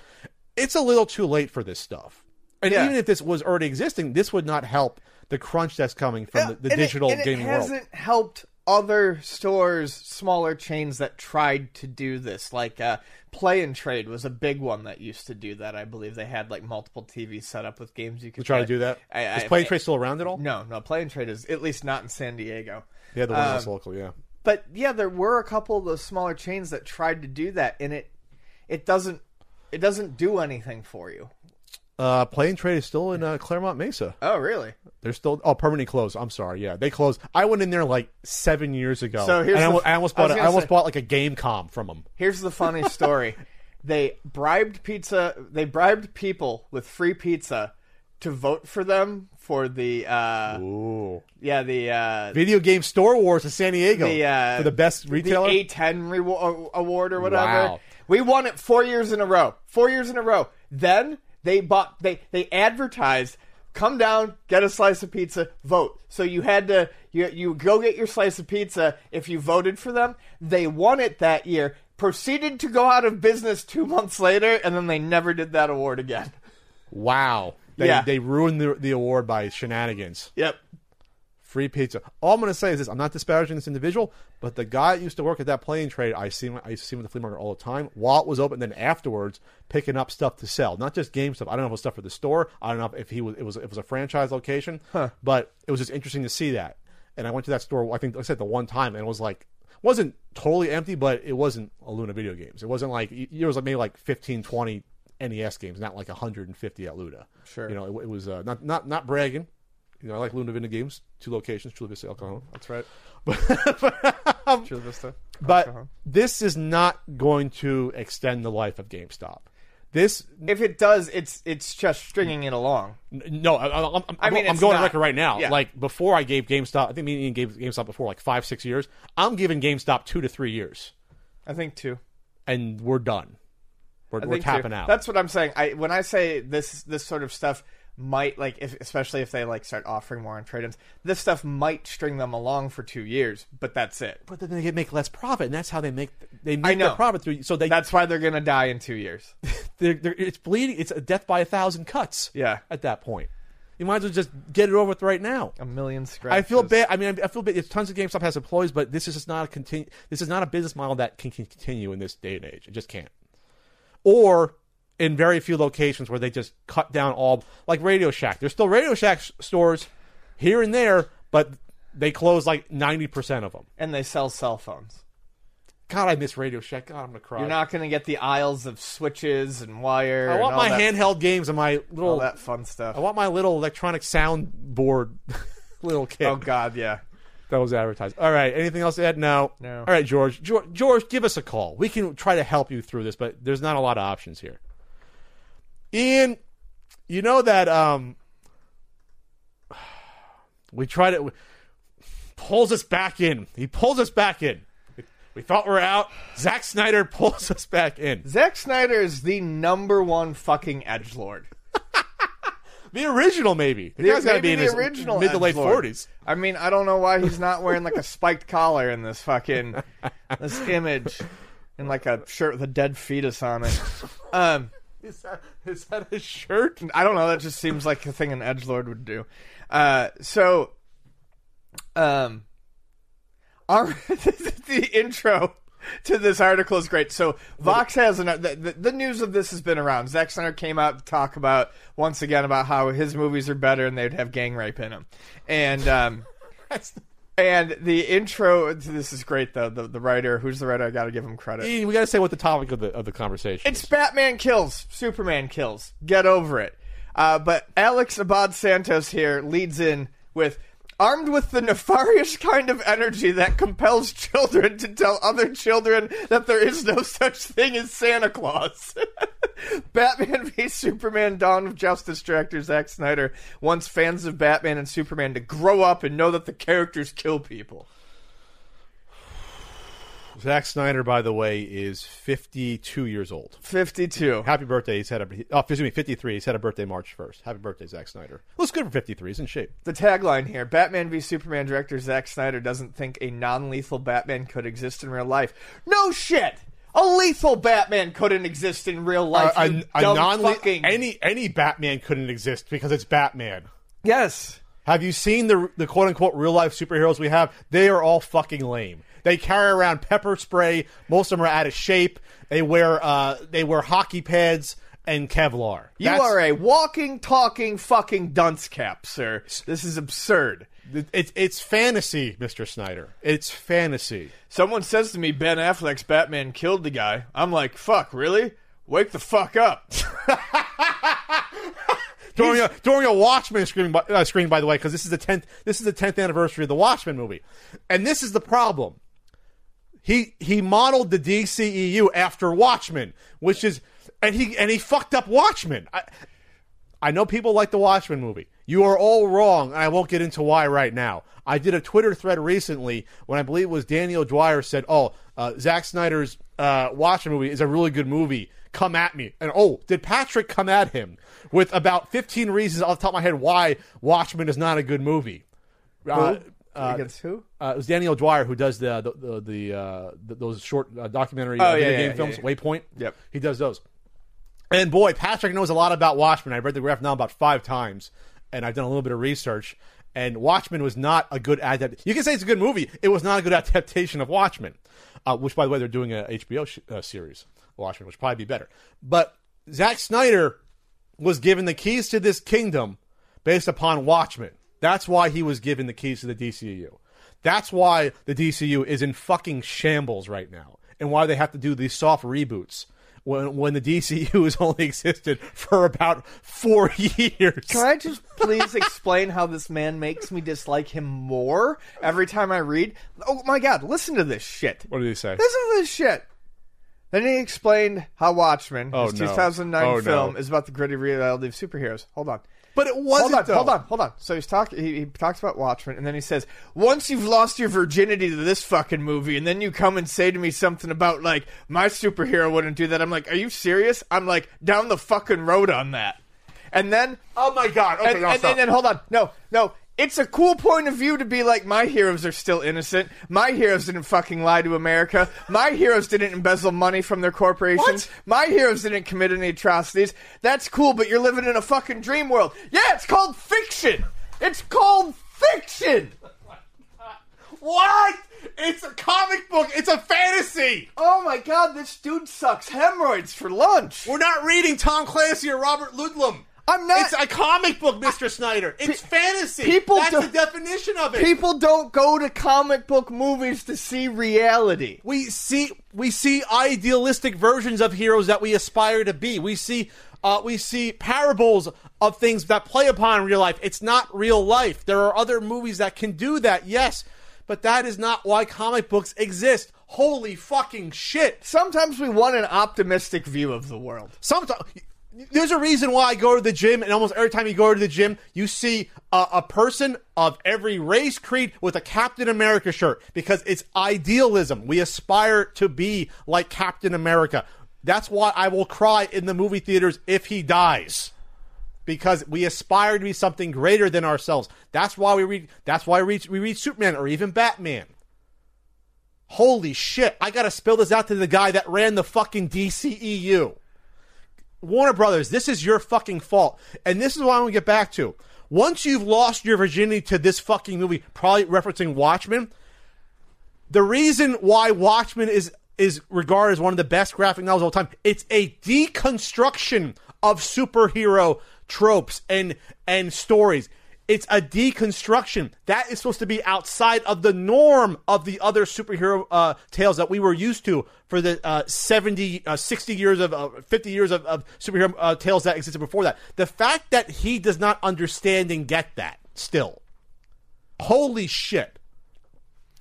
Speaker 1: It's a little too late for this stuff. And
Speaker 2: Yeah.
Speaker 1: even if this was already existing, this would not help the crunch that's coming from the, the
Speaker 2: Uh, And it-
Speaker 1: digital
Speaker 2: and
Speaker 1: gaming
Speaker 2: it
Speaker 1: world.
Speaker 2: hasn't helped other stores, smaller chains that tried to do this. Like uh, Play and Trade was a big one that used to do that. I believe they had like multiple TVs set up with games you could
Speaker 1: To try to do that.
Speaker 2: I- I-
Speaker 1: is Play Trade still around at all?
Speaker 2: No, no, Play and Trade is at least not in San Diego.
Speaker 1: Yeah, the one
Speaker 2: Um,
Speaker 1: that's local. Yeah,
Speaker 2: But yeah, there were a couple of those smaller chains that tried to do that, and it it doesn't it doesn't do anything for you.
Speaker 1: uh, Play and Trade is still in uh, Claremont Mesa.
Speaker 2: Oh, really?
Speaker 1: They're still oh permanently closed. I'm sorry. Yeah, they closed. I went in there like seven years ago.
Speaker 2: So here's
Speaker 1: and I,
Speaker 2: the-
Speaker 1: al- I almost
Speaker 2: I was
Speaker 1: bought a, I
Speaker 2: gonna
Speaker 1: almost
Speaker 2: say-
Speaker 1: bought like a game com from them.
Speaker 2: Here's the funny story. they bribed pizza they bribed people with free pizza to vote for them for the uh
Speaker 1: Ooh.
Speaker 2: yeah, the uh
Speaker 1: Video game store wars in San Diego
Speaker 2: the uh
Speaker 1: for the best retailer.
Speaker 2: the A10 rewa- uh, award or whatever.
Speaker 1: Wow.
Speaker 2: We won it 4 years in a row. 4 years in a row. Then they bought they they advertised come down, get a slice of pizza, vote. So you had to you you go get your slice of pizza if you voted for them. They won it that year. Proceeded to go out of business 2 months later and then they never did that award again.
Speaker 1: wow. They,
Speaker 2: Yeah.
Speaker 1: they ruined the, the award by shenanigans.
Speaker 2: Yep.
Speaker 1: Free pizza. All I'm going to say is this: I'm not disparaging this individual, but the guy that used to work at that plane trade, I see, him, I see him at the flea market all the time. While it was open, then afterwards, picking up stuff to sell, not just game stuff. I don't know if it was stuff for the store. I don't know if he was it was it was a franchise location, but it was just interesting to see that. And I went to that store. I think like I said the one time, and it was like wasn't totally empty, but it wasn't a Luna video games. It wasn't like y- there was like maybe like 15, 20 NES E games, not like 150 at Luna. Sure, you know, it, it was uh, not not not bragging. You know, I like Luna Vinda games, two locations, Chula Vista, El Cajon. That's right. But, Um,
Speaker 2: Chula Vista.
Speaker 1: but
Speaker 2: Uh-huh.
Speaker 1: this is not going to extend the life of GameStop. This
Speaker 2: if it does, it's it's just stringing it along.
Speaker 1: n- no, I, I, I'm, I'm,
Speaker 2: I mean,
Speaker 1: I'm
Speaker 2: it's
Speaker 1: going on
Speaker 2: not-
Speaker 1: record right now.
Speaker 2: yeah.
Speaker 1: Like before, I gave GameStop. I think me and Ian gave GameStop before like five, six years. I'm giving GameStop two to three years,
Speaker 2: I think too.
Speaker 1: and we're done. We're,
Speaker 2: I
Speaker 1: we're
Speaker 2: think too.
Speaker 1: tapping out.
Speaker 2: That's what I'm saying. I when I say this this sort of stuff might like if especially if they like start offering more on trade-ins, this stuff might string them along for two years, but that's it.
Speaker 1: but then they get- make less profit, and that's how they make they make
Speaker 2: know.
Speaker 1: their profit through. So they
Speaker 2: That's why they're gonna die in two years.
Speaker 1: they're, they're, it's bleeding. It's a death by a thousand cuts.
Speaker 2: Yeah.
Speaker 1: At that point, you might as well just get it over with right now.
Speaker 2: A million scratches.
Speaker 1: I feel bad. I mean, I feel bad. It's tons of GameStop has employees, but this is just not a continu- This is not a business model that can, can continue in this day and age. It just can't. Or in very few locations where they just cut down all like Radio Shack. There's still Radio Shack s- stores here and there, but they close like ninety percent of them.
Speaker 2: And they sell cell phones.
Speaker 1: God, I miss Radio Shack. God, I'm gonna cry.
Speaker 2: You're not gonna get the aisles of switches and wire.
Speaker 1: I
Speaker 2: and
Speaker 1: want
Speaker 2: all
Speaker 1: my
Speaker 2: that,
Speaker 1: handheld games and my
Speaker 2: all
Speaker 1: little.
Speaker 2: that fun stuff.
Speaker 1: I want my little electronic soundboard. little kid.
Speaker 2: oh God, yeah.
Speaker 1: That was advertised. All right. Anything else to add? No.
Speaker 2: No.
Speaker 1: All right, George. George, George, give us a call. We can try to help you through this, but there's not a lot of options here. Ian, you know that um, we tried to pulls us back in. He pulls us back in. We thought we're out. Zack Snyder pulls us back in.
Speaker 2: Zack Snyder is the number one fucking edge lord.
Speaker 1: The original, maybe. The,
Speaker 2: The-
Speaker 1: guy's got to
Speaker 2: maybe
Speaker 1: be in
Speaker 2: the
Speaker 1: his
Speaker 2: original
Speaker 1: mid to late
Speaker 2: Edgelord.
Speaker 1: forties.
Speaker 2: I mean, I don't know why he's not wearing like a spiked collar in this fucking this image, and like a shirt with a dead fetus on it. Um,
Speaker 1: Is that, is that his shirt?
Speaker 2: I don't know. That just seems like a thing an edge lord would do. Uh, so, um, our the intro to this article is great. So Vox has an the, the, the news of this has been around. Zack Snyder came out to talk about once again about how his movies are better and they'd have gang rape in them, and um. And the intro to this is great though. The the writer, who's the writer? I got to give him credit.
Speaker 1: Ian, we got to say what the topic of the of the conversation.
Speaker 2: It's Batman kills, Superman kills. Get over it. Uh, but Alex Abad Santos here leads in with armed with the nefarious kind of energy that compels children to tell other children that there is no such thing as Santa Claus. Batman v Superman Dawn of Justice director Zack Snyder wants fans of Batman and Superman to grow up and know that the characters kill people.
Speaker 1: Zack Snyder, by the way, is 52 years old.
Speaker 2: 52.
Speaker 1: Happy birthday! He's had a he- oh, excuse me, 53. He's had a birthday March 1st. Happy birthday, Zack Snyder. Looks good for 53. He's in shape.
Speaker 2: The tagline here Batman v Superman director Zack Snyder doesn't think a non lethal Batman could exist in real life. No shit! A lethal Batman couldn't exist in real life. you dumb fucking.
Speaker 1: any any Batman couldn't exist because it's Batman.
Speaker 2: Yes.
Speaker 1: Have you seen the the quote unquote real life superheroes we have? They are all fucking lame. They carry around pepper spray. Most of them are out of shape. They wear uh they wear hockey pads and Kevlar.
Speaker 2: You are a walking, talking, fucking dunce cap, sir. This is absurd.
Speaker 1: it's it's fantasy, Mister Snyder. It's fantasy.
Speaker 2: Someone says to me, Ben Affleck's Batman killed the guy. I'm like, fuck, really? Wake the fuck up.
Speaker 1: during a, during a Watchmen screening, by, uh, screening by the way, because this is the tenth this is the tenth anniversary of the Watchmen movie, and this is the problem. He he modeled the DCEU after Watchmen, which is and he and he fucked up Watchmen. I, I know people like the Watchmen movie. You are all wrong, and I won't get into why right now. I did a Twitter thread recently when I believe it was Daniel Dwyer said, "Oh, uh, Zack Snyder's uh, Watchmen movie is a really good movie. Come at me." And oh, did Patrick come at him with about fifteen reasons off the top of my head why Watchmen is not a good movie? Uh,
Speaker 2: Against who?
Speaker 1: uh, it was Daniel Dwyer who does the the the, the, uh, th those short uh, documentary
Speaker 2: Oh,
Speaker 1: uh,
Speaker 2: yeah,
Speaker 1: video
Speaker 2: yeah,
Speaker 1: game
Speaker 2: yeah,
Speaker 1: films,
Speaker 2: yeah.
Speaker 1: Waypoint.
Speaker 2: Yep.
Speaker 1: he does those. And boy, Patrick knows a lot about Watchmen. I've read the graph now about five times, and I've done a little bit of research. And Watchmen was not a good adapt. You can say it's a good movie. It was not a good adaptation of Watchmen, uh, which, by the way, they're doing a HBO sh- uh, series, Watchmen, which would probably be better. But Zack Snyder was given the keys to this kingdom based upon Watchmen. That's why he was given the keys to the DCU. That's why the DCU is in fucking shambles right now, and why they have to do these soft reboots when when the DCU has only existed for about four years.
Speaker 2: Can I just please explain how this man makes me dislike him more every time I read? Oh my god, listen to this shit.
Speaker 1: What did he say?
Speaker 2: Listen to this shit. Then he explained how Watchmen,
Speaker 1: Oh,
Speaker 2: his
Speaker 1: no.
Speaker 2: 2009
Speaker 1: Oh, no.
Speaker 2: film, is about the gritty reality of superheroes. Hold on.
Speaker 1: But it wasn't.
Speaker 2: Hold on,
Speaker 1: though.
Speaker 2: hold on, hold on. So he's talk. He, he talks about Watchmen, and then he says, "Once you've lost your virginity to this fucking movie, and then you come and say to me something about like my superhero wouldn't do that." I'm like, "Are you serious?" I'm like, "Down the fucking road on that." And then,
Speaker 1: Oh my god. Okay,
Speaker 2: and,
Speaker 1: no,
Speaker 2: and,
Speaker 1: stop.
Speaker 2: and then hold on, no, no. It's a cool point of view to be like, my heroes are still innocent. My heroes didn't fucking lie to America. My heroes didn't embezzle money from their corporations.
Speaker 1: What?
Speaker 2: My heroes didn't commit any atrocities. That's cool, but you're living in a fucking dream world. Yeah, it's called fiction. It's called fiction.
Speaker 1: what? It's a comic book. It's a fantasy.
Speaker 2: Oh my god, this dude sucks hemorrhoids for lunch.
Speaker 1: We're not reading Tom Clancy or Robert Ludlum.
Speaker 2: I'm not-
Speaker 1: It's a comic book, Mr. Snyder. It's fantasy.
Speaker 2: people
Speaker 1: That's
Speaker 2: don't-
Speaker 1: the definition of it.
Speaker 2: People don't go to comic book movies to see reality.
Speaker 1: we see we see idealistic versions of heroes that we aspire to be. We see uh, we see parables of things that play upon real life. It's not real life. There are other movies that can do that, yes, but that is not why comic books exist. Holy fucking shit!
Speaker 2: Sometimes we want an optimistic view of the world.
Speaker 1: Sometimes. There's a reason why I go to the gym, and almost every time you go to the gym, you see a, a person of every race, creed, with a Captain America shirt because it's idealism. We aspire to be like Captain America. That's why I will cry in the movie theaters if he dies because we aspire to be something greater than ourselves. That's why we read. That's why we read, we read Superman or even Batman. Holy shit! I gotta spill this out to the guy that ran the fucking E DCEU. Warner Brothers, this is your fucking fault. And this is what I'm gonna get back to. Once you've lost your virginity to this fucking movie, probably referencing Watchmen, the reason why Watchmen is is regarded as one of the best graphic novels of all time, it's a deconstruction of superhero tropes and and stories. It's a deconstruction that is supposed to be outside of the norm of the other superhero uh, tales that we were used to for the uh, 70, uh, 60 years of uh, 50 years of, of superhero uh, tales that existed before that. The fact that he does not understand and get that still. Holy shit.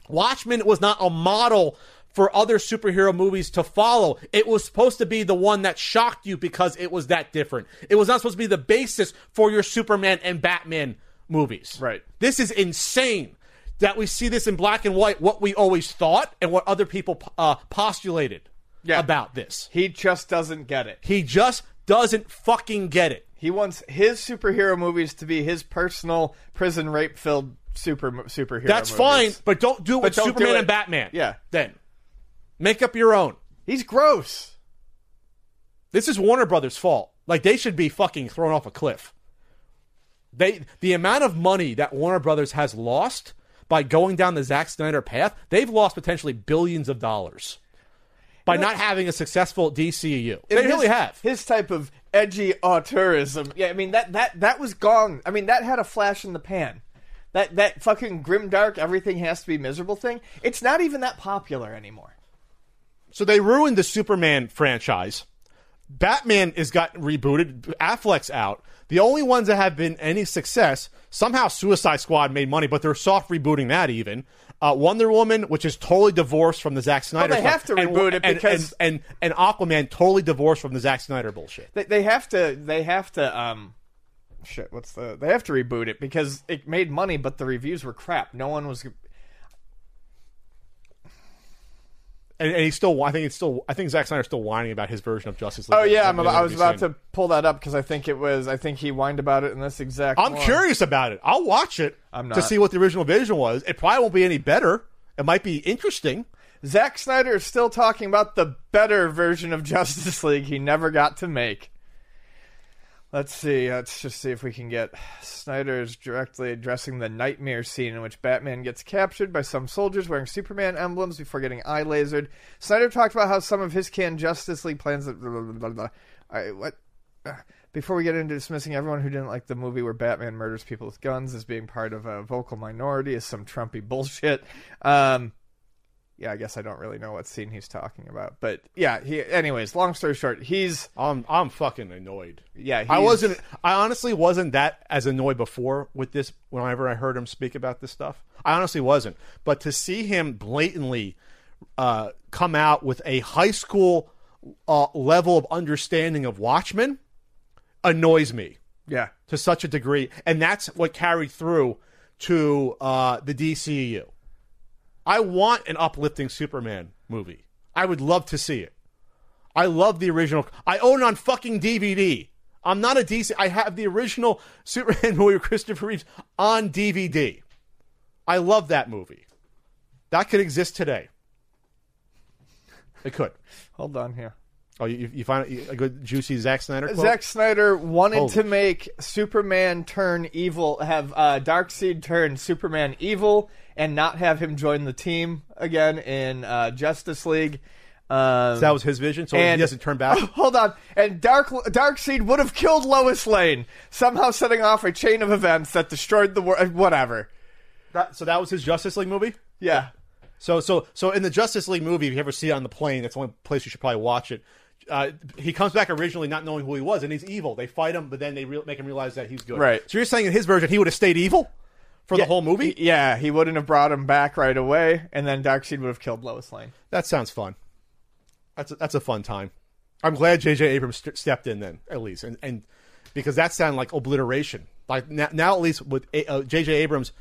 Speaker 1: Watchmen was not a model for other superhero movies to follow. It was supposed to be the one that shocked you because it was that different. It was not supposed to be the basis for your Superman and Batman movies.
Speaker 2: Right.
Speaker 1: This is insane that we see this in black and white, what we always thought and what other people uh, postulated
Speaker 2: Yeah.
Speaker 1: about this.
Speaker 2: He just doesn't get it.
Speaker 1: He just doesn't fucking get it.
Speaker 2: He wants his superhero movies to be his personal prison rape filled super superhero.
Speaker 1: That's fine,
Speaker 2: movies.
Speaker 1: but don't do it with
Speaker 2: don't do
Speaker 1: Superman
Speaker 2: it.
Speaker 1: and Batman.
Speaker 2: Yeah.
Speaker 1: Then make up your own.
Speaker 2: he's gross.
Speaker 1: This is Warner Brothers' fault. Like they should be fucking thrown off a cliff. They the amount of money that Warner Brothers has lost by going down the Zack Snyder path, they've lost potentially billions of dollars by not having a successful DCU. They
Speaker 2: And
Speaker 1: really
Speaker 2: his-
Speaker 1: have.
Speaker 2: his type of edgy auteurism. Yeah, I mean that that that was gone. I mean that had a flash in the pan. That that fucking grim dark everything has to be miserable thing. It's not even that popular anymore.
Speaker 1: So they ruined the Superman franchise. Batman has got rebooted. Affleck's out. The only ones that have been any success somehow Suicide Squad made money, but they're soft rebooting that even. Uh, Wonder Woman, which is totally divorced from the Zack Snyder.
Speaker 2: they
Speaker 1: stuff,
Speaker 2: have to
Speaker 1: and-
Speaker 2: reboot it
Speaker 1: and-
Speaker 2: because-
Speaker 1: and, and and Aquaman totally divorced from the Zack Snyder bullshit.
Speaker 2: They they have to they have to um shit. What's the they have to reboot it because it made money, but the reviews were crap. No one was.
Speaker 1: And, and he's still. I think it's still. I think Zack Snyder's still whining about his version of Justice League.
Speaker 2: Oh yeah, I'm
Speaker 1: That
Speaker 2: about, I was
Speaker 1: nobody's
Speaker 2: about
Speaker 1: seen.
Speaker 2: to pull that up because I think it was. I think he whined about it in this exact.
Speaker 1: I'm
Speaker 2: one.
Speaker 1: curious about it. I'll watch it
Speaker 2: I'm
Speaker 1: to
Speaker 2: not.
Speaker 1: see what the original vision was. It probably won't be any better. It might be interesting.
Speaker 2: Zack Snyder is still talking about the better version of Justice League he never got to make. Let's see. Let's just see if we can get Snyder's directly addressing the nightmare scene in which Batman gets captured by some soldiers wearing Superman emblems before getting eye lasered. Snyder talked about how some of his can Justice League plans. That blah, blah, blah, blah, blah. All right, what? Before we get into dismissing everyone who didn't like the movie where Batman murders people with guns as being part of a vocal minority is some Trumpy bullshit. Um, yeah, I guess I don't really know what scene he's talking about, but yeah, he. Anyways, long story short, he's
Speaker 1: I'm I'm fucking annoyed.
Speaker 2: Yeah,
Speaker 1: I
Speaker 2: he's-
Speaker 1: wasn't. I honestly wasn't that as annoyed before with this. Whenever I heard him speak about this stuff, I honestly wasn't. But to see him blatantly uh, come out with a high school uh, level of understanding of Watchmen annoys me
Speaker 2: yeah,
Speaker 1: to such a degree, and that's what carried through to uh, the DCU. I want an uplifting Superman movie. I would love to see it. I love the original. I own it on fucking DVD. I'm not a DC. I have the original Superman movie with Christopher Reeves on DVD. I love that movie. That could exist today. It could.
Speaker 2: hold on here.
Speaker 1: Oh, you, you find a good juicy Zack Snyder quote?
Speaker 2: Zack Snyder wanted
Speaker 1: Holy
Speaker 2: to make Superman turn evil, have uh, Darkseid turn Superman evil, and not have him join the team again in uh, Justice League. Um,
Speaker 1: that was his vision, so
Speaker 2: and-
Speaker 1: he doesn't turn back.
Speaker 2: Hold on, and Dark Darkseid would have killed Lois Lane, somehow setting off a chain of events that destroyed the world. Whatever.
Speaker 1: That- so that was his Justice League movie.
Speaker 2: Yeah.
Speaker 1: So so so in the Justice League movie, if you ever see it on the plane, that's the only place you should probably watch it. Uh, he comes back originally not knowing who he was, and he's evil. They fight him, but then they re- make him realize that he's good.
Speaker 2: Right.
Speaker 1: So you're saying in his version, he would have stayed evil for the whole movie?
Speaker 2: Y- Yeah, he wouldn't have brought him back right away, and then Darkseid would have killed Lois Lane.
Speaker 1: that sounds fun. That's a, that's a fun time. I'm glad J.J. Abrams st- stepped in then, at least, and and because that sounded like obliteration. Like now, now at least with A- uh, J.J. Abrams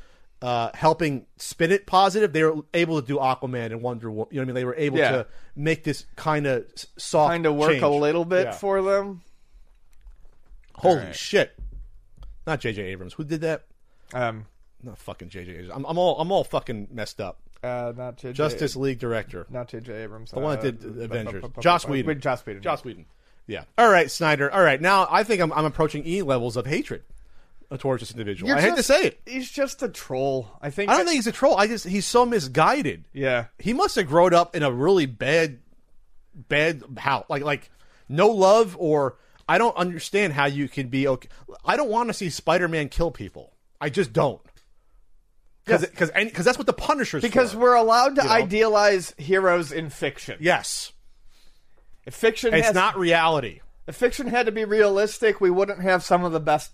Speaker 1: uh, helping spin it positive, they were able to do Aquaman and Wonder Woman. You know what I mean? They were able
Speaker 2: Yeah.
Speaker 1: to make this kind of soft,
Speaker 2: Kind of work
Speaker 1: change.
Speaker 2: a little bit
Speaker 1: Yeah.
Speaker 2: for them.
Speaker 1: Holy
Speaker 2: Alright.
Speaker 1: shit! Not J.J. Abrams. Who did that?
Speaker 2: Um,
Speaker 1: Not fucking J.J. Abrams. I'm, I'm all I'm all fucking messed up.
Speaker 2: uh, not J.J.
Speaker 1: Justice League director.
Speaker 2: not J.J. Abrams.
Speaker 1: The one that
Speaker 2: uh,
Speaker 1: did
Speaker 2: bu- bu-
Speaker 1: Avengers.
Speaker 2: bu- bu-
Speaker 1: Joss
Speaker 2: bu-
Speaker 1: Whedon.
Speaker 2: Wait, Joss Whedon.
Speaker 1: Joss Whedon. Yeah. All right, Snyder. All right. Now I think I'm, I'm approaching E levels of hatred towards this individual.
Speaker 2: You're
Speaker 1: I hate to
Speaker 2: just-
Speaker 1: say it.
Speaker 2: He's just a troll. I think.
Speaker 1: I don't
Speaker 2: that-
Speaker 1: think he's a troll. I just he's so misguided.
Speaker 2: Yeah.
Speaker 1: He must have grown up in a really bad, bad house. Like like no love or I don't understand how you can be okay. I don't want to see Spider-Man kill people. I just don't. Because because that's what the Punisher's
Speaker 2: Because
Speaker 1: for.
Speaker 2: we're allowed to
Speaker 1: know?
Speaker 2: idealize heroes in fiction.
Speaker 1: yes,
Speaker 2: If fiction
Speaker 1: it's
Speaker 2: has,
Speaker 1: not reality.
Speaker 2: If fiction had to be realistic, we wouldn't have some of the best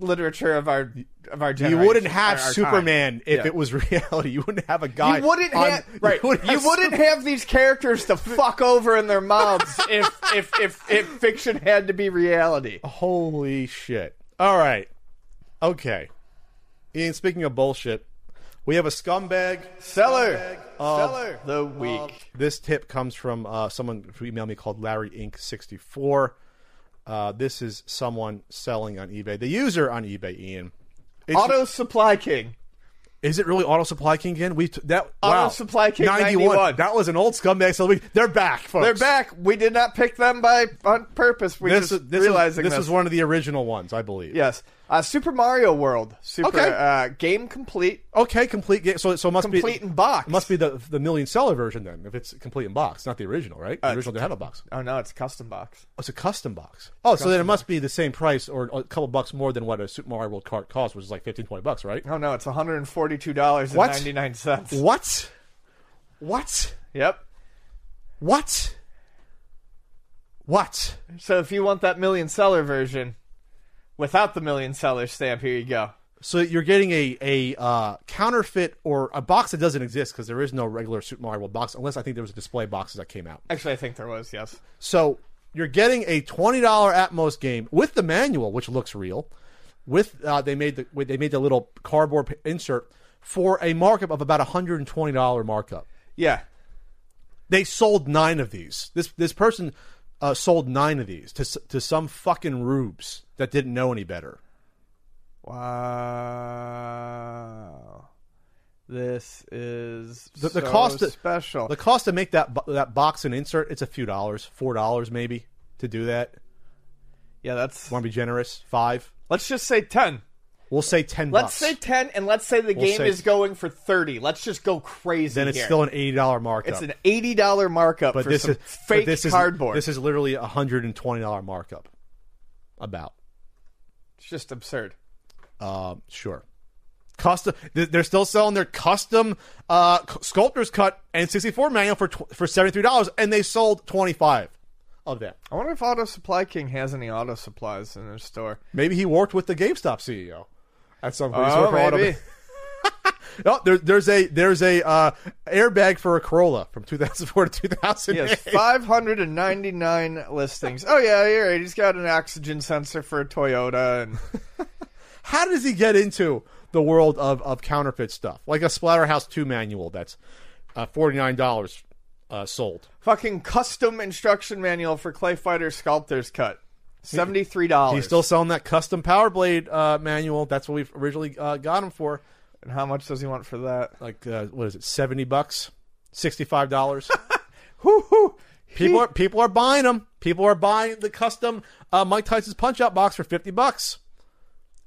Speaker 2: literature of our of our
Speaker 1: You
Speaker 2: generation.
Speaker 1: wouldn't have
Speaker 2: our- our time.
Speaker 1: Superman if
Speaker 2: Yeah.
Speaker 1: it was reality. You wouldn't have a guy.
Speaker 2: You wouldn't
Speaker 1: on-
Speaker 2: have right. You wouldn't, have, these characters to fuck over in their mouths if, if if if fiction had to be reality.
Speaker 1: Super- Holy shit! All right, okay. Ian, speaking of bullshit, we have a scumbag.
Speaker 2: Seller,
Speaker 1: of
Speaker 2: seller, the week.
Speaker 1: This tip comes from uh, someone who emailed me called Larry Inc. sixty four. Uh, this is someone selling on eBay. The user on eBay, Ian. It's-
Speaker 2: Auto Supply King.
Speaker 1: Is it really Auto Supply King again? We t- that
Speaker 2: Auto
Speaker 1: wow.
Speaker 2: Supply King 91.
Speaker 1: That was an old scumbag. So we they're back, folks.
Speaker 2: They're back. We did not pick them by on purpose. We
Speaker 1: This
Speaker 2: just
Speaker 1: is this
Speaker 2: realizing
Speaker 1: is, this is one of the original ones, I believe.
Speaker 2: Yes, uh, Super Mario World. Super
Speaker 1: Okay.
Speaker 2: uh, game complete.
Speaker 1: Okay, complete game. So, so it must
Speaker 2: Complete
Speaker 1: be
Speaker 2: in box.
Speaker 1: It must be the the million seller version then, if it's complete in box, not the original, right? The original didn't have a box. Oh,
Speaker 2: Oh no, it's custom box.
Speaker 1: it's a custom box. Oh, so then it must be the same price or a couple bucks more than what a Super Mario World cart costs, which is like 15, 20 bucks, right?
Speaker 2: Oh no, it's one hundred and forty-two dollars and
Speaker 1: What?
Speaker 2: ninety-nine cents.
Speaker 1: What? What?
Speaker 2: Yep.
Speaker 1: What? What?
Speaker 2: So if you want that million seller version, without the million seller stamp, here you go.
Speaker 1: So you're getting a a uh, counterfeit or a box that doesn't exist because there is no regular Super Mario World box, unless I think there was display boxes that came out.
Speaker 2: Actually, I think there was yes.
Speaker 1: So you're getting a twenty dollar Atmos game with the manual, which looks real. With uh, they made the with- they made the little cardboard p- insert for a markup of about hundred and twenty dollar markup.
Speaker 2: Yeah.
Speaker 1: They sold nine of these. This this person uh, sold nine of these to s- to some fucking rubes that didn't know any better.
Speaker 2: Wow. This is
Speaker 1: The, the
Speaker 2: so
Speaker 1: cost to-
Speaker 2: special.
Speaker 1: The cost to make that bo- that box and insert it's a few dollars, four dollars maybe to do that.
Speaker 2: yeah, that's.
Speaker 1: Want to be generous? Five.
Speaker 2: Let's just say ten.
Speaker 1: We'll say ten.
Speaker 2: Let's
Speaker 1: bucks.
Speaker 2: say ten, and let's say the game
Speaker 1: say-
Speaker 2: is going for thirty. Let's just go crazy.
Speaker 1: then it's
Speaker 2: here.
Speaker 1: still an eighty dollar markup.
Speaker 2: It's an eighty dollar markup
Speaker 1: but
Speaker 2: for
Speaker 1: this
Speaker 2: some
Speaker 1: is but
Speaker 2: fake
Speaker 1: this is-
Speaker 2: cardboard.
Speaker 1: this is literally a hundred and twenty dollar markup. About
Speaker 2: it's just absurd.
Speaker 1: um, sure. custom. th- They're still selling their custom uh, c- sculptor's cut and 64 manual for tw- for 73 dollars, and they sold 25 of them.
Speaker 2: I wonder if Auto Supply King has any auto supplies in their store.
Speaker 1: Maybe he worked with the GameStop CEO at some point. He's
Speaker 2: Oh,
Speaker 1: working for
Speaker 2: maybe.
Speaker 1: Auto- No, Oh, there, there's a there's a uh, airbag for a Corolla from 2004 to 2008.
Speaker 2: He has 599 listings. Oh, yeah, you're right. He's got an oxygen sensor for a Toyota. And
Speaker 1: How does he get into the world of, of counterfeit stuff? Like a Splatterhouse 2 manual that's uh, $49 uh, sold.
Speaker 2: fucking custom instruction manual for Clay Fighter Sculptor's Cut. $73.
Speaker 1: He's still selling that custom Power Blade uh, manual. That's what we originally uh, got him for.
Speaker 2: And how much does he want for that?
Speaker 1: Like, uh, what is it, 70 bucks? $65?
Speaker 2: Whoo-hoo.
Speaker 1: people, are, people are buying them. People are buying the custom uh, Mike Tyson's Punch Out box for 50 bucks.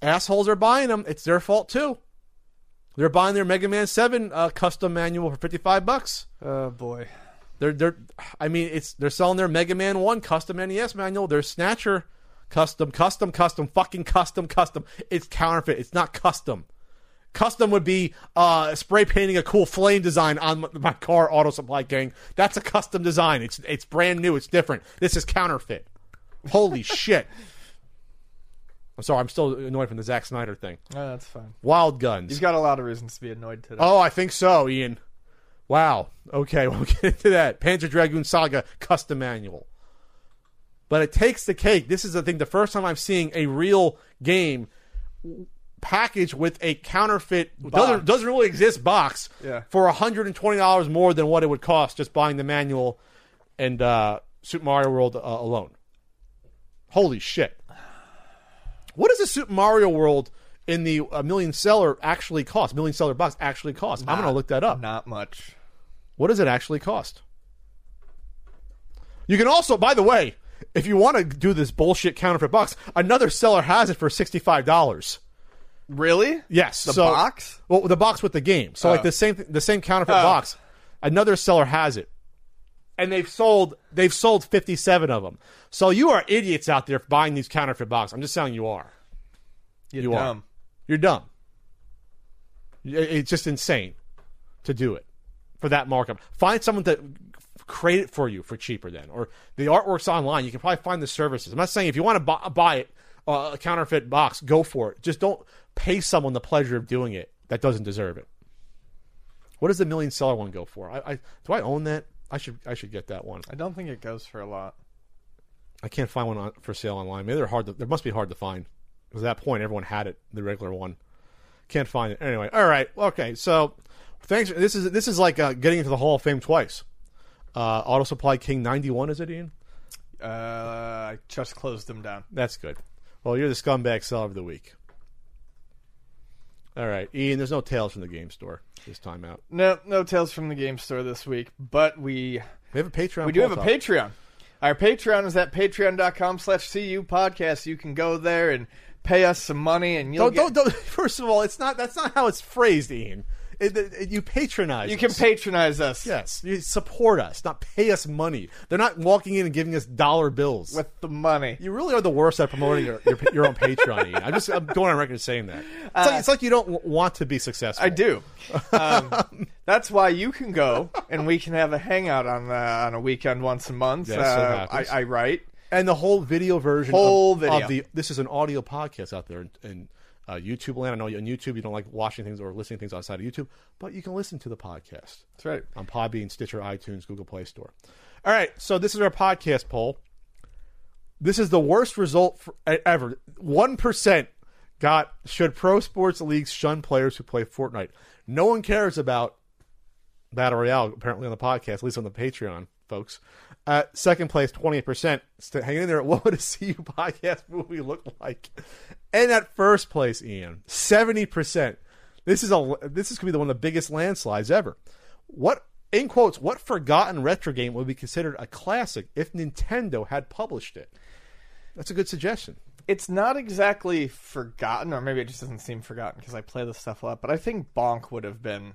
Speaker 1: Assholes are buying them. It's their fault, too. They're buying their Mega Man 7 uh, custom manual for 55 bucks.
Speaker 2: Oh, boy.
Speaker 1: They're they're I mean it's they're selling their Mega Man One custom NES manual, their Snatcher custom, custom, custom, fucking custom, custom. It's counterfeit. It's not custom. Custom would be uh, spray painting a cool flame design on my- my car. Auto Supply Gang. That's a custom design. It's it's brand new. It's different. This is counterfeit. Holy shit! I'm sorry. I'm still annoyed from the Zack Snyder thing.
Speaker 2: No, Oh, that's fine.
Speaker 1: Wild Guns.
Speaker 2: He's got a lot of reasons to be annoyed today.
Speaker 1: Oh, I think so, Ian. Wow. Okay, we'll get into that. Panzer Dragoon Saga custom manual. But it takes the cake. This is the thing. The first time I'm seeing a real game package with a counterfeit doesn't doesn't really exist box
Speaker 2: Yeah.
Speaker 1: for 120 dollars more than what it would cost just buying the manual and uh, Super Mario World uh, alone. Holy shit! What does a Super Mario World in the uh, million seller actually cost? Million seller box actually cost? I'm gonna look that up.
Speaker 2: Not much.
Speaker 1: What does it actually cost? You can also, by the way, if you want to do this bullshit counterfeit box, another seller has it for sixty-five dollars.
Speaker 2: Really?
Speaker 1: Yes,
Speaker 2: The
Speaker 1: so-
Speaker 2: box?
Speaker 1: Well, the box with the game. So like the same, the same counterfeit
Speaker 2: Oh.
Speaker 1: box. Another seller has it, and they've sold they've sold fifty-seven of them. So you are idiots out there buying these counterfeit boxes. I'm just saying you are.
Speaker 2: You're
Speaker 1: You are.
Speaker 2: dumb.
Speaker 1: You're dumb. It- It's just insane to do it for that markup. Find someone to create it for you for cheaper then, or the artwork's online. You can probably find the services. I'm not saying if you want to buy, buy it uh, a counterfeit box, go for it. Just don't pay someone the pleasure of doing it that doesn't deserve it. What does the million seller one go for? I, I do I own that? I should I should get that one.
Speaker 2: I don't think it goes for a lot.
Speaker 1: I can't find one on, for sale online. Maybe they're hard. To, they must be hard to find. 'Cause at that point, everyone had it, the regular one. Can't find it anyway. All right, okay. So, thanks. This is this is like uh, getting into the Hall of Fame twice. Uh, Auto Supply King ninety one is it, Ian?
Speaker 2: Uh, I just closed them down.
Speaker 1: That's good. Well, you're the scumbag seller of the week. All right, Ian. There's no tales from the game store this time out.
Speaker 2: No, no tales from the game store this week, but we
Speaker 1: We have a Patreon.
Speaker 2: we do
Speaker 1: poll
Speaker 2: have a
Speaker 1: top.
Speaker 2: Patreon. Our Patreon is at patreon.com slash cu podcast. You can go there and pay us some money, and you'll
Speaker 1: Don't,
Speaker 2: get,
Speaker 1: don't, don't. First of all, it's not. That's not how it's phrased, Ian. It, it, it- you patronize.
Speaker 2: you can
Speaker 1: us.
Speaker 2: patronize us
Speaker 1: Yes, you support us, not pay us money. They're not walking in and giving us dollar bills.
Speaker 2: with the money.
Speaker 1: you really are the worst at promoting your, your, your own Patreon. Ian. I'm just I'm going on record as saying that. It's, like, it's like you don't w- want to be successful.
Speaker 2: Uh, I do. Um, that's why you can go, and we can have a hangout on the, on a weekend once a month.
Speaker 1: Yes, it
Speaker 2: uh, I,
Speaker 1: happens.
Speaker 2: I write.
Speaker 1: And the whole video version
Speaker 2: Whole
Speaker 1: of,
Speaker 2: video.
Speaker 1: of the this is an audio podcast out there in, in uh, YouTube land. I know on YouTube you don't like watching things or listening to things outside of YouTube, but you can listen to the podcast.
Speaker 2: That's right.
Speaker 1: on Podbean, Stitcher, iTunes, Google Play Store. All right, so this is our podcast poll. This is the worst result for, e, ever. One percent got should pro sports leagues shun players who play Fortnite. No one cares about battle royale apparently on the podcast, at least on the Patreon, folks. Uh, second place, twenty eight percent, hanging in there. What would a CU podcast movie look like? And at first place, Ian, seventy percent. This is a this is gonna be the one of the biggest landslides ever. What in quotes? What forgotten retro game would be considered a classic if Nintendo had published it? That's a good suggestion.
Speaker 2: It's not exactly forgotten, or maybe it just doesn't seem forgotten because I play this stuff a lot. But eh, I think Bonk would have been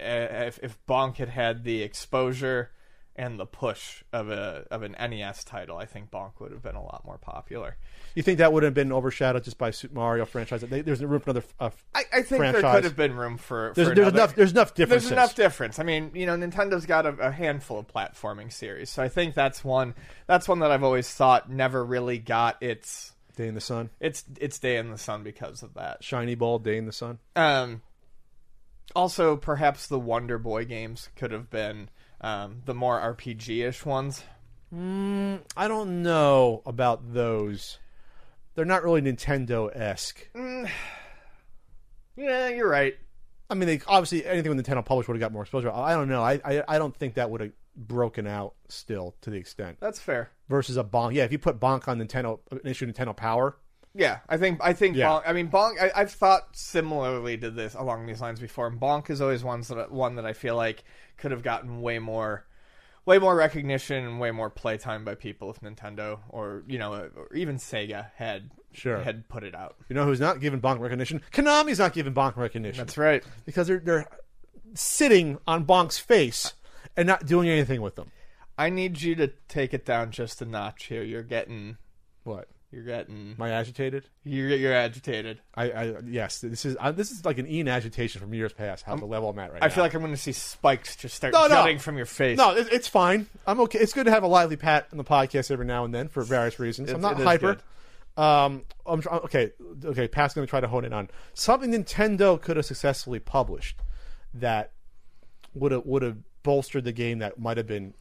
Speaker 2: uh, if, if Bonk had had the exposure and the push of a of an NES title, I think Bonk would have been a lot more popular.
Speaker 1: You think that would have been overshadowed just by Super Mario franchise? They, there's room for another. Uh, f-
Speaker 2: I, I think there
Speaker 1: Franchise.
Speaker 2: could have been room for.
Speaker 1: there's
Speaker 2: for
Speaker 1: there's
Speaker 2: another-
Speaker 1: enough there's enough
Speaker 2: There's
Speaker 1: differences.
Speaker 2: enough difference. I mean, you know, Nintendo's got a, a handful of platforming series, so I think that's one. That's one that I've always thought never really got its
Speaker 1: Day in the sun,
Speaker 2: its its day in the sun because of that.
Speaker 1: shiny ball. Day in the sun.
Speaker 2: Um, also, perhaps the Wonder Boy games could have been um, the more RPG ish ones.
Speaker 1: I don't know about those. They're not really Nintendo esque.
Speaker 2: Yeah, you're right.
Speaker 1: I mean, they obviously anything with Nintendo published would have got more exposure. I I don't know. I I, I don't think that would have broken out still to the extent
Speaker 2: That's fair.
Speaker 1: versus a bonk. Yeah, if you put bonk on Nintendo, an issue Nintendo Power,
Speaker 2: Yeah, I think I think
Speaker 1: Yeah.
Speaker 2: Bonk. I mean, Bonk. I, I've thought similarly to this along these lines before, and Bonk is always ones that one that I feel like could have gotten way more, way more recognition and way more playtime by people if Nintendo or you know or even Sega had
Speaker 1: Sure.
Speaker 2: had put it out.
Speaker 1: you know who's not giving bonk recognition? Konami's not giving bonk recognition
Speaker 2: That's right.
Speaker 1: because they're they're sitting on bonk's face and not doing anything with them.
Speaker 2: I need you to take it down just a notch here. You're getting
Speaker 1: What?
Speaker 2: You're getting
Speaker 1: Am I agitated?
Speaker 2: you're you're agitated.
Speaker 1: I, I yes. This is I, this is like an Ian agitation from years past. How the level I'm at right now.
Speaker 2: I feel like I'm going to see spikes just start
Speaker 1: No, no.
Speaker 2: jutting from your face.
Speaker 1: No, it, it's fine. I'm okay. It's good to have a lively pat on the podcast every now and then for various reasons. I'm
Speaker 2: It's-
Speaker 1: not
Speaker 2: it is
Speaker 1: hyper. Um, I'm tr- okay. Okay, Pat's going to try to hone in on something Nintendo could have successfully published that would have would have bolstered the game that might have been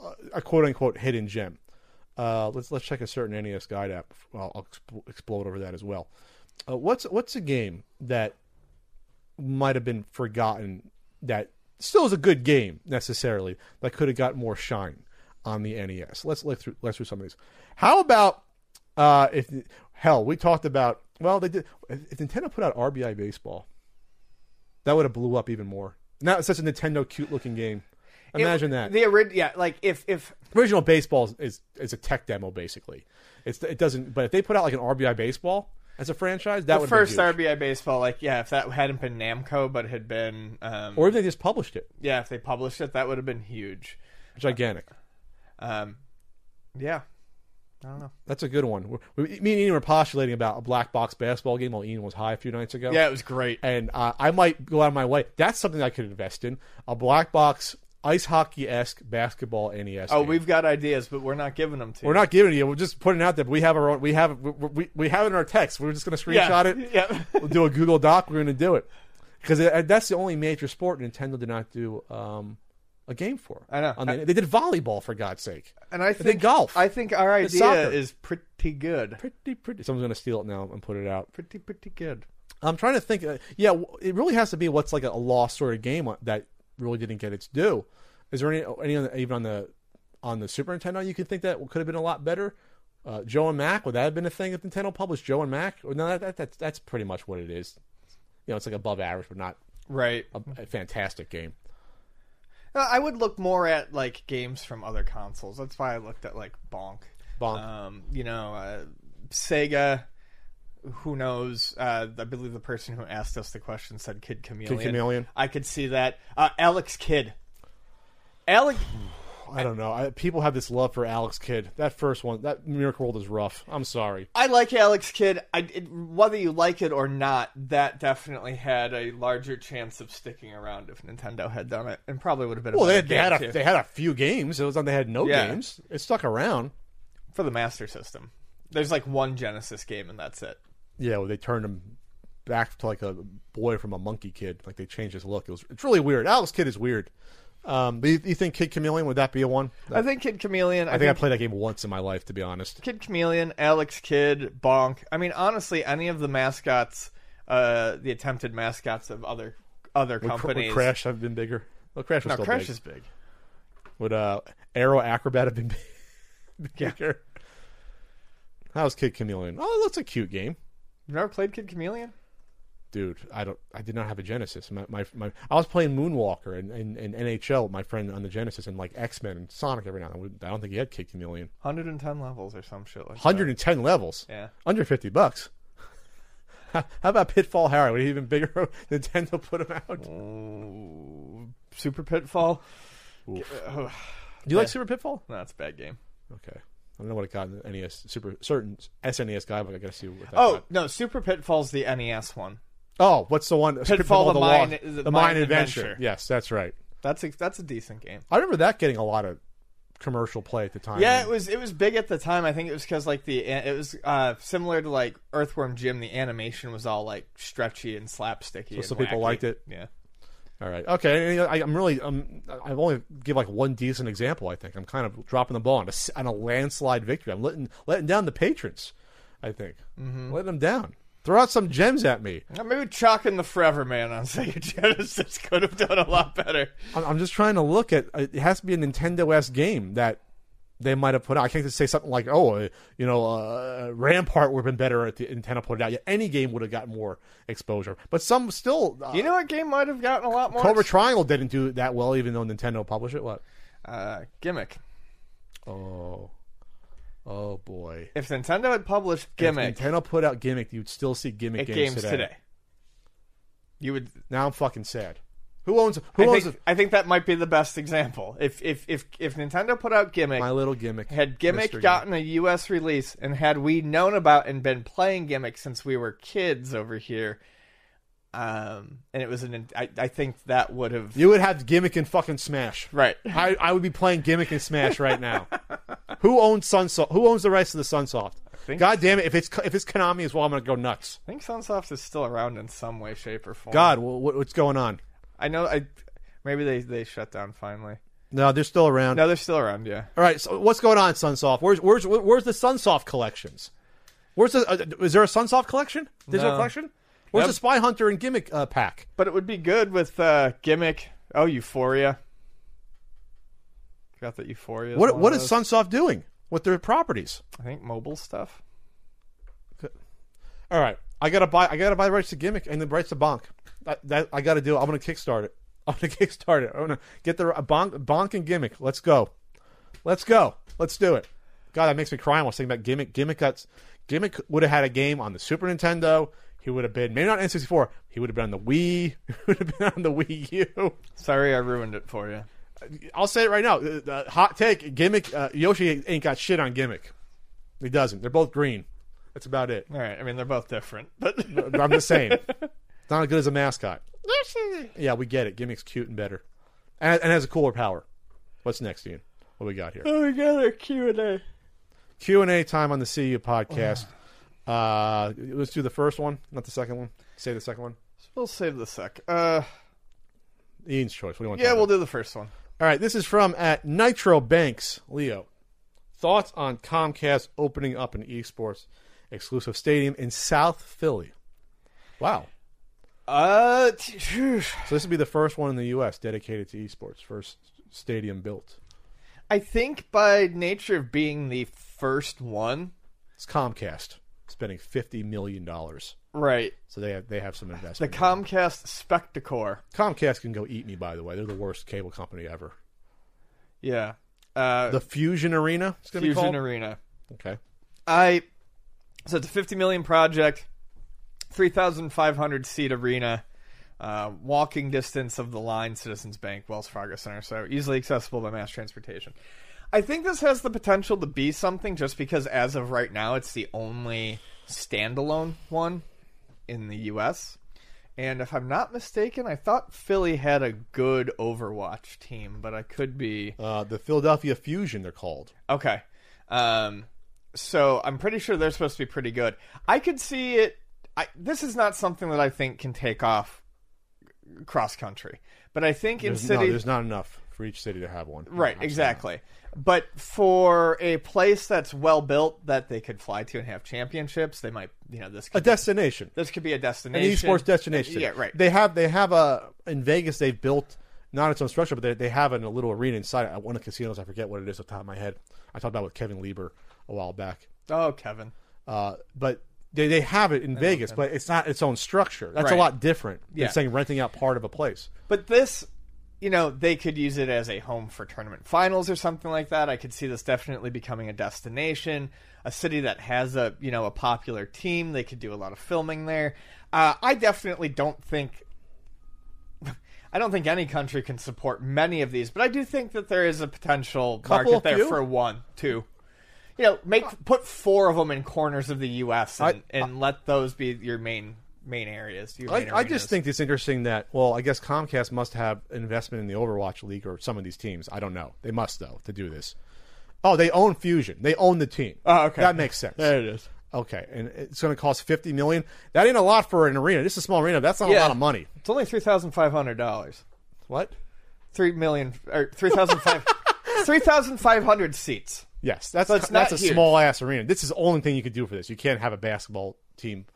Speaker 1: uh, a quote unquote hidden gem. Uh, let's let's check a certain NES guide app. Well, I'll exp- explode over that as well. Uh, what's what's a game that might have been forgotten that still is a good game necessarily that could have got more shine on the NES. Let's look through let's through some of these. How about uh if hell we talked about well they did if Nintendo put out RBI baseball that would have blew up even more. Now it's such a Nintendo cute looking game. Imagine that.
Speaker 2: The ori- yeah, like if if
Speaker 1: Original baseball is, is is a tech demo basically. It's it doesn't but if they put out like an RBI baseball as a franchise that
Speaker 2: the
Speaker 1: would
Speaker 2: first
Speaker 1: have been huge.
Speaker 2: RBI baseball, like yeah, if that hadn't been Namco but had been um,
Speaker 1: or if they just published it.
Speaker 2: yeah, if they published it, that would have been huge.
Speaker 1: Gigantic.
Speaker 2: Um, yeah, I don't know.
Speaker 1: That's a good one. We're, we, me and Ian were postulating about a black box basketball game while Ian was high a few nights ago.
Speaker 2: Yeah, it was great.
Speaker 1: And uh, I might go out of my way. That's something I could invest in. A black box ice hockey esque basketball NES.
Speaker 2: Oh,
Speaker 1: game.
Speaker 2: we've got ideas, but we're not giving them to.
Speaker 1: We're not giving it to you. We're just putting it out there. But we have our own. We have we, we, we have it in our text. We're just going to
Speaker 2: yeah.
Speaker 1: screenshot it.
Speaker 2: Yeah.
Speaker 1: We'll do a Google Doc. We're going to do it because that's the only major sport Nintendo did not do um, a game for.
Speaker 2: I know.
Speaker 1: On the- they did volleyball for God's sake.
Speaker 2: and I
Speaker 1: They did
Speaker 2: think
Speaker 1: golf.
Speaker 2: I think our
Speaker 1: It's
Speaker 2: idea
Speaker 1: soccer.
Speaker 2: is pretty good.
Speaker 1: pretty pretty. Someone's going to steal it now and put it out.
Speaker 2: Pretty pretty good.
Speaker 1: I'm trying to think. Uh, yeah, w- it really has to be what's like a, a lost sort of game that really didn't get its due. Is there any, uh, any on the, even on the on the Super Nintendo you could think that could have been a lot better? Uh, Joe and Mac would that have been a thing if Nintendo published Joe and Mac? Or no, that, that, that's that's pretty much what it is. You know, it's like above average, but not
Speaker 2: Right.
Speaker 1: a, a fantastic game.
Speaker 2: Uh, I would look more at like games from other consoles. That's why I looked at like Bonk.
Speaker 1: Bonk.
Speaker 2: Um, you know, uh, Sega. Who knows? Uh, I believe the person who asked us the question said Kid Chameleon.
Speaker 1: Chameleon.
Speaker 2: I could see that. Uh, Alex Kidd. Alex.
Speaker 1: I don't know. I, people have this love for Alex Kidd. That first one, that Miracle World is rough. I'm sorry.
Speaker 2: I like Alex Kidd. I, it, whether you like it or not, that definitely had a larger chance of sticking around if Nintendo had done it, and probably would have been.
Speaker 1: Well, they,
Speaker 2: better
Speaker 1: had- they had
Speaker 2: game, too.
Speaker 1: a, they had a few games. It was on they had no
Speaker 2: Yeah.
Speaker 1: games. It stuck around.
Speaker 2: for the Master System. There's like one Genesis game, and that's it.
Speaker 1: Yeah, well, they turned him back to like a boy from a monkey kid. Like they changed his look. It was it's really weird. Alex Kid is weird. Um, but you, you think Kid Chameleon would that be a one? I,
Speaker 2: I think Kid Chameleon. I,
Speaker 1: think I
Speaker 2: think,
Speaker 1: played that game once in my life, to be honest.
Speaker 2: Kid Chameleon, Alex Kidd, Bonk. I mean, honestly, any of the mascots, uh, the attempted mascots of other other
Speaker 1: Would, Cr- would
Speaker 2: companies.
Speaker 1: Crash have been bigger? Well, Crash was
Speaker 2: No,
Speaker 1: still
Speaker 2: Crash
Speaker 1: big.
Speaker 2: is big.
Speaker 1: Would uh, Arrow Acrobat have been
Speaker 2: Yeah.
Speaker 1: bigger? How's Kid Chameleon? Oh, it looks a cute game.
Speaker 2: You never played Kid Chameleon?
Speaker 1: dude, I don't, I did not have a Genesis. My, my, my I was playing Moonwalker and, and, and NHL, with my friend on the Genesis, and like X Men and Sonic every now and then. I don't think he had Kid Chameleon.
Speaker 2: 110 levels or some shit like that.
Speaker 1: 110 levels,
Speaker 2: Yeah.
Speaker 1: under 50 bucks. How about Pitfall Harry? Would he even bigger
Speaker 2: Mm.
Speaker 1: Nintendo put him out?
Speaker 2: Ooh, Super Pitfall.
Speaker 1: Oof. Do you like Super Pitfall?
Speaker 2: No, it's a bad game.
Speaker 1: Okay. I don't know what it got in the NES Super certain SNES guy, but I gotta see what that
Speaker 2: Oh
Speaker 1: got.
Speaker 2: no, Super Pitfall's the NES one.
Speaker 1: Oh, what's the one Super
Speaker 2: Pitfall, the
Speaker 1: Law-
Speaker 2: Mine- the
Speaker 1: the
Speaker 2: Mine
Speaker 1: Mine Adventure.
Speaker 2: Adventure.
Speaker 1: Yes, that's right.
Speaker 2: That's a, that's a decent game.
Speaker 1: I remember that getting a lot of commercial play at the time.
Speaker 2: Yeah, it was it was big at the time. I think it was because like the an- it was uh, similar to like Earthworm Jim. The animation was all like stretchy and slapsticky. and
Speaker 1: some people
Speaker 2: wacky.
Speaker 1: liked it.
Speaker 2: Yeah.
Speaker 1: All right. Okay. I, I'm really. Um, I've only give like one decent example. I think I'm kind of dropping the ball on a, s- on a landslide victory. I'm letting letting down the patrons. I think letting them down. Throw out some gems at me.
Speaker 2: Now, Maybe chalking the Forever Man on Sega Genesis could have done a lot better.
Speaker 1: I'm, I'm just trying to look at. uh, It has to be a Nintendo S game that they might have put out. I can't just say something like, "Oh, uh, you know, uh, Rampart would have been better at the Nintendo put it out." Yeah, any game would have gotten more exposure. But some still. Uh,
Speaker 2: You know what game might have gotten a lot more?
Speaker 1: Cobra Triangle didn't do that well, even though Nintendo published it. What?
Speaker 2: uh, gimmick.
Speaker 1: Oh, oh boy.
Speaker 2: If Nintendo had published
Speaker 1: If
Speaker 2: gimmick
Speaker 1: Nintendo put out gimmick, you'd still see gimmick
Speaker 2: at
Speaker 1: games,
Speaker 2: games
Speaker 1: today.
Speaker 2: today. you would.
Speaker 1: Now I'm fucking sad. Who owns? Who
Speaker 2: I
Speaker 1: owns
Speaker 2: think, I think that might be the best example. If if if if Nintendo put out gimmick,
Speaker 1: my little gimmick?
Speaker 2: had gimmick
Speaker 1: Mr.
Speaker 2: gotten a U.S. release, and had we known about and been playing gimmick since we were kids over here, um, and it was an, I, I think that would have
Speaker 1: You would have gimmick and fucking Smash.
Speaker 2: right.
Speaker 1: I, I would be playing gimmick and Smash right now. who owns Sunsoft? Who owns the rights of the Sunsoft?
Speaker 2: think-
Speaker 1: God damn it! If it's if it's Konami as well, I'm gonna go nuts.
Speaker 2: I think Sunsoft is still around in some way, shape, or form.
Speaker 1: God, wha- what, what's going on?
Speaker 2: I know. I maybe they they shut down finally.
Speaker 1: No, they're still around.
Speaker 2: No, they're still around. Yeah.
Speaker 1: All right, so what's going on, Sunsoft? Where's where's where's the Sunsoft collections? Where's the uh, is there a Sunsoft collection? Digital
Speaker 2: No.
Speaker 1: collection? Where's the Spy Hunter and Gimmick uh, pack?
Speaker 2: But it would be good with uh, gimmick. Oh, Euphoria. Got that Euphoria.
Speaker 1: What
Speaker 2: one
Speaker 1: what
Speaker 2: of
Speaker 1: is
Speaker 2: those.
Speaker 1: Sunsoft doing with their properties?
Speaker 2: I think mobile stuff.
Speaker 1: All right, I gotta buy I gotta buy rights to Gimmick and the rights to Bonk. That, that I gotta do. I'm gonna kickstart it. I'm gonna kickstart it. I'm gonna get the uh, Bonk Bonk and Gimmick. Let's go, let's go, let's do it. God, that makes me cry. when I was thinking about Gimmick. Gimmick got Gimmick would have had a game on the Super Nintendo. He would have been maybe not N64. He would have been on the Wii. He would have been on the Wii U.
Speaker 2: Sorry, I ruined it for you.
Speaker 1: I'll say it right now. The- the hot take: Gimmick uh, Yoshi ain't got shit on Gimmick. He doesn't. They're both green. That's about it.
Speaker 2: All right. I mean, they're both different, but
Speaker 1: But I'm just saying, it's not as good as a mascot. Yeah, we get it. Gimmick's cute and better, and, and has a cooler power. What's next, Ian? What we got here?
Speaker 2: oh, we got our Q and A.
Speaker 1: Q and A time on the CU podcast. uh, let's do the first one, not the second one. Say the second one.
Speaker 2: We'll save the sec. Uh,
Speaker 1: Ian's choice. What do you want? to
Speaker 2: yeah,
Speaker 1: talk
Speaker 2: we'll
Speaker 1: about?
Speaker 2: do the first one.
Speaker 1: All right. This is from at Nitro Banks, Leo. Thoughts on Comcast opening up an esports exclusive stadium in South Philly? Wow.
Speaker 2: Uh, t- phew.
Speaker 1: So this would be the first one in the U.S. dedicated to esports, first stadium built.
Speaker 2: I think by nature of being the first one,
Speaker 1: It's Comcast spending fifty million dollars,
Speaker 2: right?
Speaker 1: so they have they have some
Speaker 2: The
Speaker 1: investment.
Speaker 2: Comcast Spectacor.
Speaker 1: Comcast can go eat me. By the way, they're the worst cable company ever.
Speaker 2: Yeah. Uh,
Speaker 1: The Fusion Arena. It's going to be
Speaker 2: Fusion
Speaker 1: called.
Speaker 2: Arena.
Speaker 1: okay.
Speaker 2: I so it's a 50 million project, 3,500 seat arena, uh, walking distance of the line, Citizens Bank, Wells Fargo Center, so easily accessible by mass transportation. I think this has the potential to be something, just because as of right now, it's the only standalone one in the U.S. And if I'm not mistaken, I thought Philly had a good Overwatch team, but I could be
Speaker 1: Uh, the Philadelphia Fusion. They're called.
Speaker 2: Okay. Um, so I'm pretty sure they're supposed to be pretty good. I could see it. I, this is not something that I think can take off cross country, but I think in
Speaker 1: There's, no,
Speaker 2: cities,
Speaker 1: there's not enough for each city to have one.
Speaker 2: right? Exactly. But for a place that's well built that they could fly to and have championships, they might. You know, this
Speaker 1: A
Speaker 2: could,
Speaker 1: destination.
Speaker 2: this could be a
Speaker 1: An
Speaker 2: destination,
Speaker 1: esports destination.
Speaker 2: Yeah, right.
Speaker 1: They have they have a in Vegas. They've built not its own structure, but they, they have an, a little arena inside at one of the casinos. I forget what it is off the top of my head. I talked about it with Kevin Lieber a while back.
Speaker 2: oh, Kevin.
Speaker 1: Uh, but they, they have it in Vegas, but it's not its own structure. That's a
Speaker 2: Right.
Speaker 1: lot different
Speaker 2: Yeah.
Speaker 1: than saying renting out part of a place.
Speaker 2: But this, you know, they could use it as a home for tournament finals or something like that. I could see this definitely becoming a destination, a city that has a you know a popular team. They could do a lot of filming there. Uh, I definitely don't think. I don't think any country can support many of these, but I do think that there is a potential
Speaker 1: Couple,
Speaker 2: market there
Speaker 1: few?
Speaker 2: for one, two. You know, make put four of them in corners of the U.S. and, and let those be your main main areas. Your main
Speaker 1: I, I just
Speaker 2: arenas.
Speaker 1: think it's interesting that well, I guess Comcast must have investment in the Overwatch League or some of these teams. I don't know. They must though to do this. Oh, they own Fusion. They own the team.
Speaker 2: Oh, okay.
Speaker 1: that makes sense.
Speaker 2: There it is.
Speaker 1: Okay, and it's going to cost fifty million. That ain't a lot for an arena. This is a small arena. That's not a
Speaker 2: Yeah.
Speaker 1: lot of money.
Speaker 2: it's only three thousand five hundred dollars.
Speaker 1: What?
Speaker 2: Three million or three thousand five three thousand five hundred seats.
Speaker 1: Yes, that's
Speaker 2: So it's
Speaker 1: that's
Speaker 2: not
Speaker 1: a
Speaker 2: huge.
Speaker 1: small ass arena. This is the only thing you could do for this. You can't have a basketball team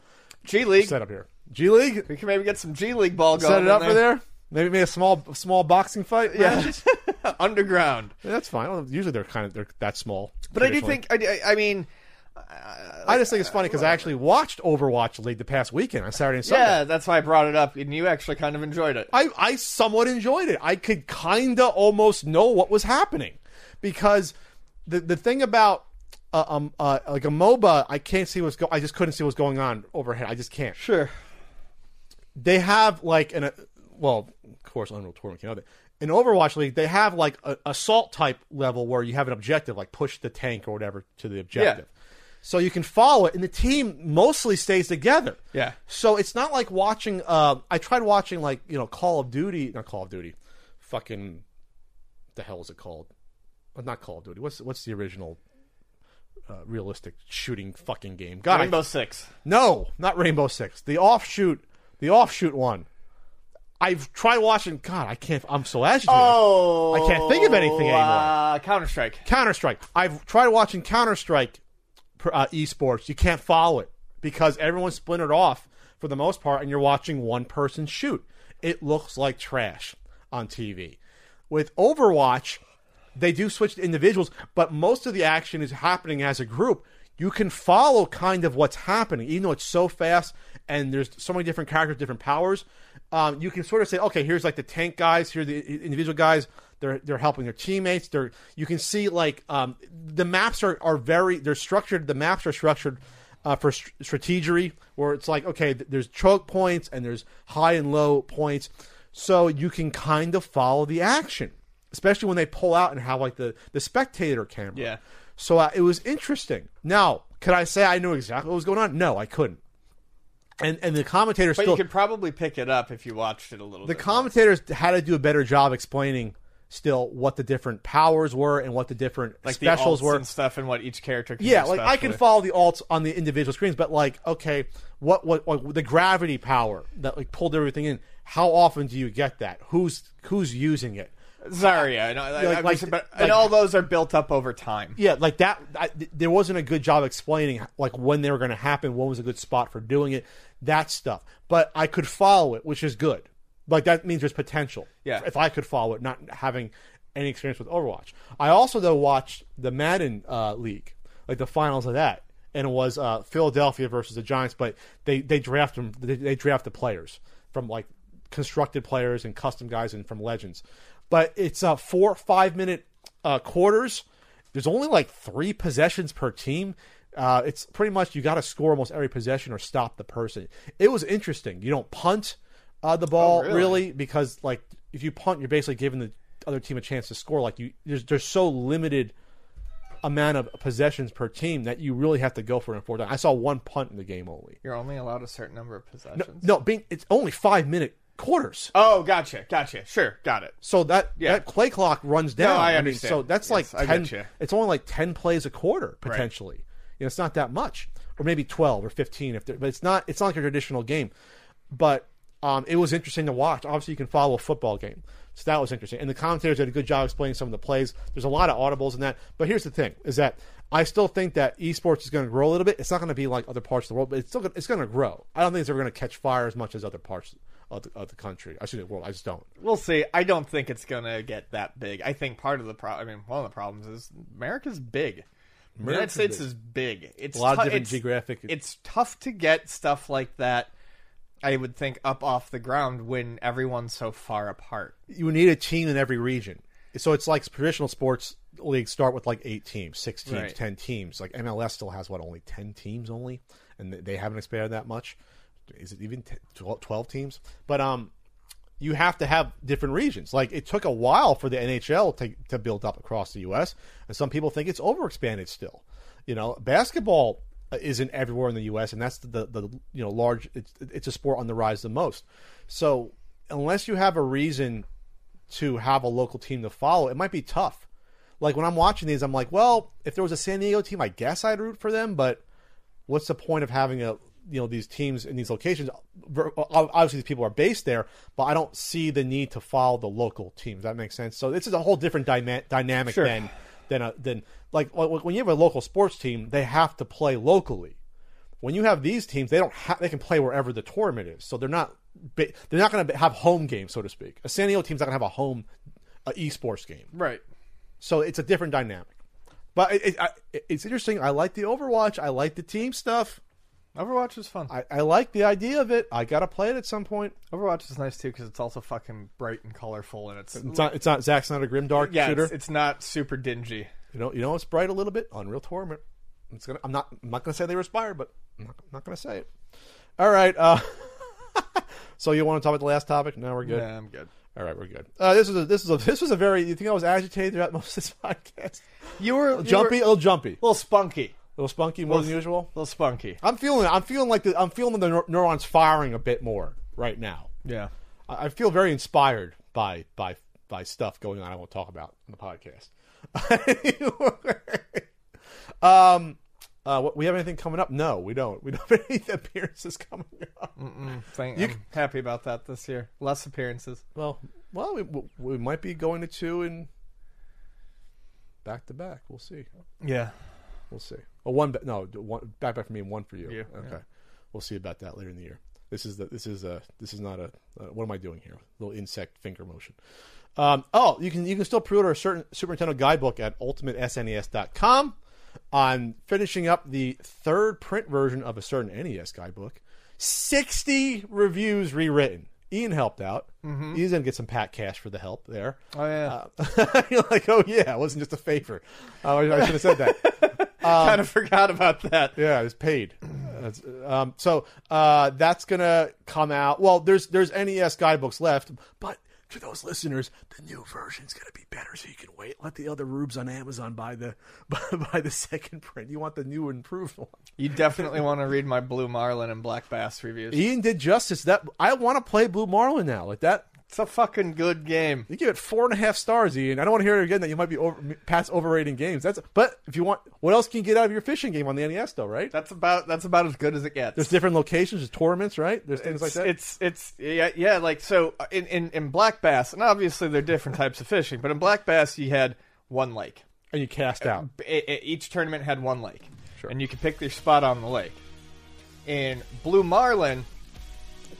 Speaker 2: G League.
Speaker 1: set up here. G League,
Speaker 2: We can maybe get some G League ball going.
Speaker 1: set it
Speaker 2: in
Speaker 1: up for there. Maybe make a small small boxing fight. Yeah,
Speaker 2: underground.
Speaker 1: that's fine. I don't- Usually they're kind of they're that small.
Speaker 2: But I do
Speaker 1: traditionally.
Speaker 2: think. I, do- I mean,
Speaker 1: I just think it's funny because I actually watched Overwatch League the past weekend on Saturday and Sunday.
Speaker 2: yeah, that's why I brought it up, and you actually kind of enjoyed it.
Speaker 1: I, I somewhat enjoyed it. I could kind of almost know what was happening because the the thing about uh, um uh, like a MOBA, I can't see what's go. I just couldn't see what's going on overhead. I just can't.
Speaker 2: Sure.
Speaker 1: They have like an uh, well, of course, Unreal Tournament came out. with it. In Overwatch League, they have like a assault type level where you have an objective, like push the tank or whatever to the objective. So you can follow it, and the team mostly stays together.
Speaker 2: Yeah.
Speaker 1: So it's not like watching. Uh, I tried watching like you know Call of Duty, not Call of Duty, fucking the hell is it called? Well, not Call of Duty. What's what's the original uh, realistic shooting fucking game? God, I-
Speaker 2: Rainbow Six.
Speaker 1: no, not Rainbow Six. The offshoot, the offshoot one. I've tried watching. God, I can't. I'm so agitated.
Speaker 2: Oh,
Speaker 1: I can't think of anything anymore.
Speaker 2: Uh, Counter Strike.
Speaker 1: Counter Strike. I've tried watching Counter Strike uh, esports. You can't follow it because everyone's splintered off for the most part, and you're watching one person shoot. It looks like trash on TV. With Overwatch, they do switch to individuals, but most of the action is happening as a group. You can follow kind of what's happening, even though it's so fast and there's so many different characters, different powers. Um, you can sort of say, okay, here's like the tank guys, here are the i- individual guys. They're they're helping their teammates. They're you can see like um, the maps are are very they're structured. The maps are structured uh, for str strategery, where it's like okay, th- there's choke points and there's high and low points, so you can kind of follow the action, especially when they pull out and have like the the spectator camera.
Speaker 2: Yeah.
Speaker 1: So uh, it was interesting. Now, could I say I knew exactly what was going on? No, I couldn't. And and the commentators
Speaker 2: But
Speaker 1: still
Speaker 2: you could probably pick it up if you watched it a little.
Speaker 1: the
Speaker 2: bit.
Speaker 1: commentators had to do a better job explaining still what the different powers were and what the different
Speaker 2: like
Speaker 1: specials
Speaker 2: the alts
Speaker 1: were
Speaker 2: and stuff, and what each character. Can
Speaker 1: yeah,
Speaker 2: do
Speaker 1: like I can
Speaker 2: specially.
Speaker 1: follow the alts on the individual screens, but like, okay, what, what, what the gravity power that like pulled everything in? How often do you get that? Who's who's using it?
Speaker 2: Zarya, and, I- I-
Speaker 1: Like-
Speaker 2: I'm
Speaker 1: like-
Speaker 2: just about-
Speaker 1: like-
Speaker 2: and all those are built up over time.
Speaker 1: Yeah, like that. I, th- there wasn't a good job explaining like when they were going to happen, what was a good spot for doing it, that stuff. But I could follow it, which is good. Like that means there's potential.
Speaker 2: Yeah.
Speaker 1: If I could follow it, not having any experience with Overwatch, I also though watched the Madden uh, League, like the finals of that, and it was uh, Philadelphia versus the Giants. But they they draft them. They, they draft the players from like constructed players and custom guys and from legends. But it's uh, four five minute uh, quarters. There's only like three possessions per team. Uh, it's pretty much you got to score almost every possession or stop the person. It was interesting. You don't punt uh, the ball
Speaker 2: really?
Speaker 1: really because like if you punt, you're basically giving the other team a chance to score. Like you, there's there's so limited amount of possessions per team that you really have to go for it in four down. I saw one punt in the game only.
Speaker 2: You're only allowed a certain number of possessions.
Speaker 1: No, being, it's only five minute quarters.
Speaker 2: Oh, gotcha, gotcha. Sure, got it.
Speaker 1: So that
Speaker 2: Yeah.
Speaker 1: that play clock runs down.
Speaker 2: I
Speaker 1: mean,
Speaker 2: understand.
Speaker 1: so that's
Speaker 2: Yes, I
Speaker 1: like ten.
Speaker 2: getcha.
Speaker 1: It's only like ten plays a quarter potentially. You know, it's not that much, or maybe twelve or fifteen. If they're- but it's not, it's not like a traditional game. But um, it was interesting to watch. Obviously, you can follow a football game, so that was interesting. And the commentators did a good job explaining some of the plays. There's a lot of audibles in that. But here's the thing: is that I still think that esports is going to grow a little bit. It's not going to be like other parts of the world, but it's still gonna, it's going to grow. I don't think it's ever going to catch fire as much as other parts of the, of the country. I should the world. I just don't.
Speaker 2: We'll see. I don't think it's gonna get that big. I think part of the problem. I mean, one of the problems is America's big. The United
Speaker 1: America's
Speaker 2: States
Speaker 1: big.
Speaker 2: is big. It's
Speaker 1: A lot of
Speaker 2: tou-
Speaker 1: different
Speaker 2: it's-
Speaker 1: geographic-
Speaker 2: It's tough to get stuff like that. I would think up off the ground when everyone's so far apart.
Speaker 1: you need a team in every region. So it's like traditional sports leagues start with like eight teams, six teams,
Speaker 2: Right.
Speaker 1: ten teams. Like MLS still has what only ten teams only, and they- they haven't expanded that much. Is it even 10, 12 12 teams? But um, you have to have different regions. Like it took a while for the NHL to, to build up across the U.S., and some people think it's overexpanded still. You know, basketball uh, isn't everywhere in the U.S., and that's the the, the you know large. It's, it's a sport on the rise the most. So unless you have a reason to have a local team to follow, it might be tough. Like when I'm watching these, I'm like, well, if there was a San Diego team, I guess I'd root for them, but what's the point of having a you know these teams in these locations Ver- obviously these people are based there but i don't see the need to follow the local teams that makes sense so this is a whole different dyna- dynamic
Speaker 2: Sure.
Speaker 1: than than a, than like w- when you have a local sports team they have to play locally when you have these teams they don't have they can play wherever the tournament is so they're not ba- they're not going to have home games so to speak a san diego team's not going to have a home uh, esports game
Speaker 2: Right.
Speaker 1: so it's a different dynamic but it, it, I, it's interesting i like the overwatch i like the team stuff
Speaker 2: Overwatch is fun.
Speaker 1: I, I like the idea of it. I gotta play it at some point.
Speaker 2: Overwatch is nice too because it's also fucking bright and colorful and it's
Speaker 1: It's not. It's not. Zack's not a grim dark
Speaker 2: yeah,
Speaker 1: shooter.
Speaker 2: it's, it's not super dingy.
Speaker 1: you know. You know. It's bright a little bit. Unreal Tournament. It's gonna. I'm not. I'm not gonna say they were inspired, but I'm not, I'm not gonna say it. All right. Uh, so you want to talk about the last topic? No, we're good.
Speaker 2: Yeah, I'm good.
Speaker 1: All right, we're good. Uh, this was a. This was a. This was a very. You think I was agitated throughout most of this podcast?
Speaker 2: You were
Speaker 1: Jumpy,
Speaker 2: you
Speaker 1: a little jumpy,
Speaker 2: were a little spunky,
Speaker 1: a little spunky, more than usual.
Speaker 2: a little spunky.
Speaker 1: I'm feeling. I'm feeling like the. I'm feeling the neur- neurons firing a bit more right now.
Speaker 2: Yeah.
Speaker 1: I I feel very inspired by by by stuff going on. I won't talk about on the podcast. um, uh, what, we have anything coming up? No, we don't. We don't have any appearances coming up.
Speaker 2: Thank, I'm happy about that this year. Less appearances.
Speaker 1: Well, well, we, we might be going to two and back to back. We'll see.
Speaker 2: Yeah.
Speaker 1: We'll see. Oh, one ba- no, one back back for me and one for you.
Speaker 2: You,
Speaker 1: okay,
Speaker 2: yeah.
Speaker 1: we'll see about that later in the year. This is the this is a this is not a uh, what am I doing here? Little insect finger motion. Um, oh, you can you can still pre-order a certain Super Nintendo guidebook at E ultimatesnes.com. I'm finishing up the third print version of a certain NES guidebook. Sixty reviews rewritten. Ian helped out.
Speaker 2: Mm-hmm.
Speaker 1: He's gonna get some pat cash for the help there.
Speaker 2: Oh yeah.
Speaker 1: Uh, You're like, oh yeah, it wasn't just a favor. Uh, I should have said that.
Speaker 2: kind of forgot about that.
Speaker 1: Yeah, it's paid. That's, um, so uh, that's gonna come out. Well, there's there's NES guidebooks left, but to those listeners, the new version's gonna be better, so you can wait. Let the other rubes on Amazon buy the buy, buy the second print. You want the new improved one.
Speaker 2: You definitely want to read my Blue Marlin and Black Bass reviews.
Speaker 1: Ian did justice. That I want to play Blue Marlin now. Like that,
Speaker 2: It's a fucking good game.
Speaker 1: you give it four and a half stars, Ian. I don't want to hear it again that you might be over, past overrating games. That's but if you want, what else can you get out of your fishing game on the NES though, right?
Speaker 2: That's about that's about as good as it gets.
Speaker 1: There's different locations, there's tournaments, right? There's things
Speaker 2: it's,
Speaker 1: like that.
Speaker 2: It's it's yeah yeah like so uh, in, in in black bass and obviously they're different types of fishing, but in black bass you had one lake.
Speaker 1: and you cast out.
Speaker 2: I- I- each tournament had one lake, and you could pick your spot on the lake. In blue marlin,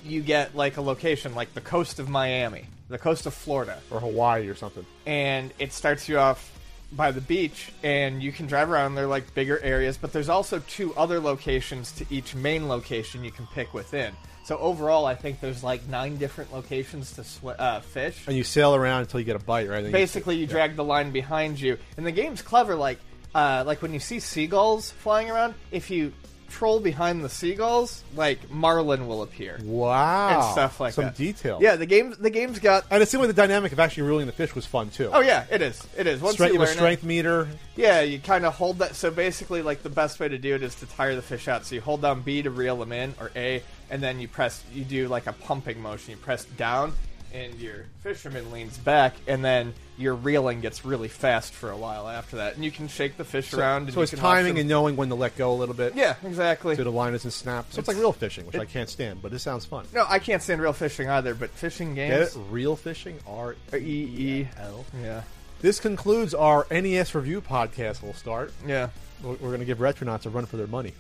Speaker 2: you get like a location like the coast of Miami, the coast of Florida,
Speaker 1: or Hawaii or something.
Speaker 2: and it starts you off by the beach and you can drive around they're like bigger areas but there's also two other locations to each main location you can pick within so overall i think there's like nine different locations to sw- uh, fish
Speaker 1: And you sail around until you get a bite, right? Then you-
Speaker 2: basically you drag the line behind you and the game's clever like uh, like when you see seagulls flying around if you troll behind the seagulls like marlin will appear
Speaker 1: wow,
Speaker 2: and stuff like
Speaker 1: some
Speaker 2: that
Speaker 1: detail.
Speaker 2: yeah the game the game's got
Speaker 1: and it seemed like the dynamic of actually reeling the fish was fun too.
Speaker 2: oh yeah it is it is once
Speaker 1: strength, you
Speaker 2: you
Speaker 1: have
Speaker 2: learn
Speaker 1: a
Speaker 2: it-
Speaker 1: strength meter.
Speaker 2: Yeah, you kind of hold that. So basically, like the best way to do it is to tire the fish out. So you hold down B to reel them in, or A, and then you press. You do like a pumping motion. You press down, and your fisherman leans back, and then your reeling gets really fast for a while after that. And you can shake the fish around. And
Speaker 1: So
Speaker 2: you
Speaker 1: it's
Speaker 2: can watch
Speaker 1: timing
Speaker 2: them-
Speaker 1: and knowing when to let go a little bit.
Speaker 2: yeah, exactly.
Speaker 1: so the line doesn't snap. So it's, like real fishing, which I can't stand, but it sounds fun.
Speaker 2: No, I can't stand real fishing either, but fishing
Speaker 1: Get it?
Speaker 2: games.
Speaker 1: Real fishing. R
Speaker 2: E E.
Speaker 1: L.
Speaker 2: Yeah,
Speaker 1: This concludes our NES review podcast. We'll start.
Speaker 2: yeah.
Speaker 1: We're, we're going to give Retronauts a run for their money.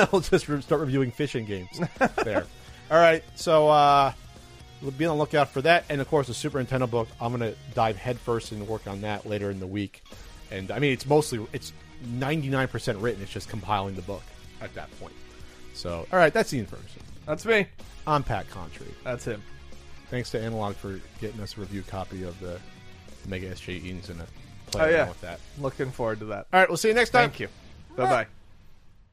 Speaker 1: we'll just re- start reviewing fishing games there. All right, so uh, we'll be on the lookout for that, and of course the Super Nintendo book. I'm going to dive headfirst and work on that later in the week. And I mean, it's mostly it's 99 percent written. It's just compiling the book at that point. So, all right, that's Ian Ferguson.
Speaker 2: That's me.
Speaker 1: I'm Pat Contry.
Speaker 2: That's him.
Speaker 1: Thanks to Analog for getting us a review copy of the Mega SJ Eden's and a play
Speaker 2: Oh
Speaker 1: along
Speaker 2: yeah.
Speaker 1: with that.
Speaker 2: Looking forward to that.
Speaker 1: All right, we'll see you next time.
Speaker 2: Thank you. Bye bye.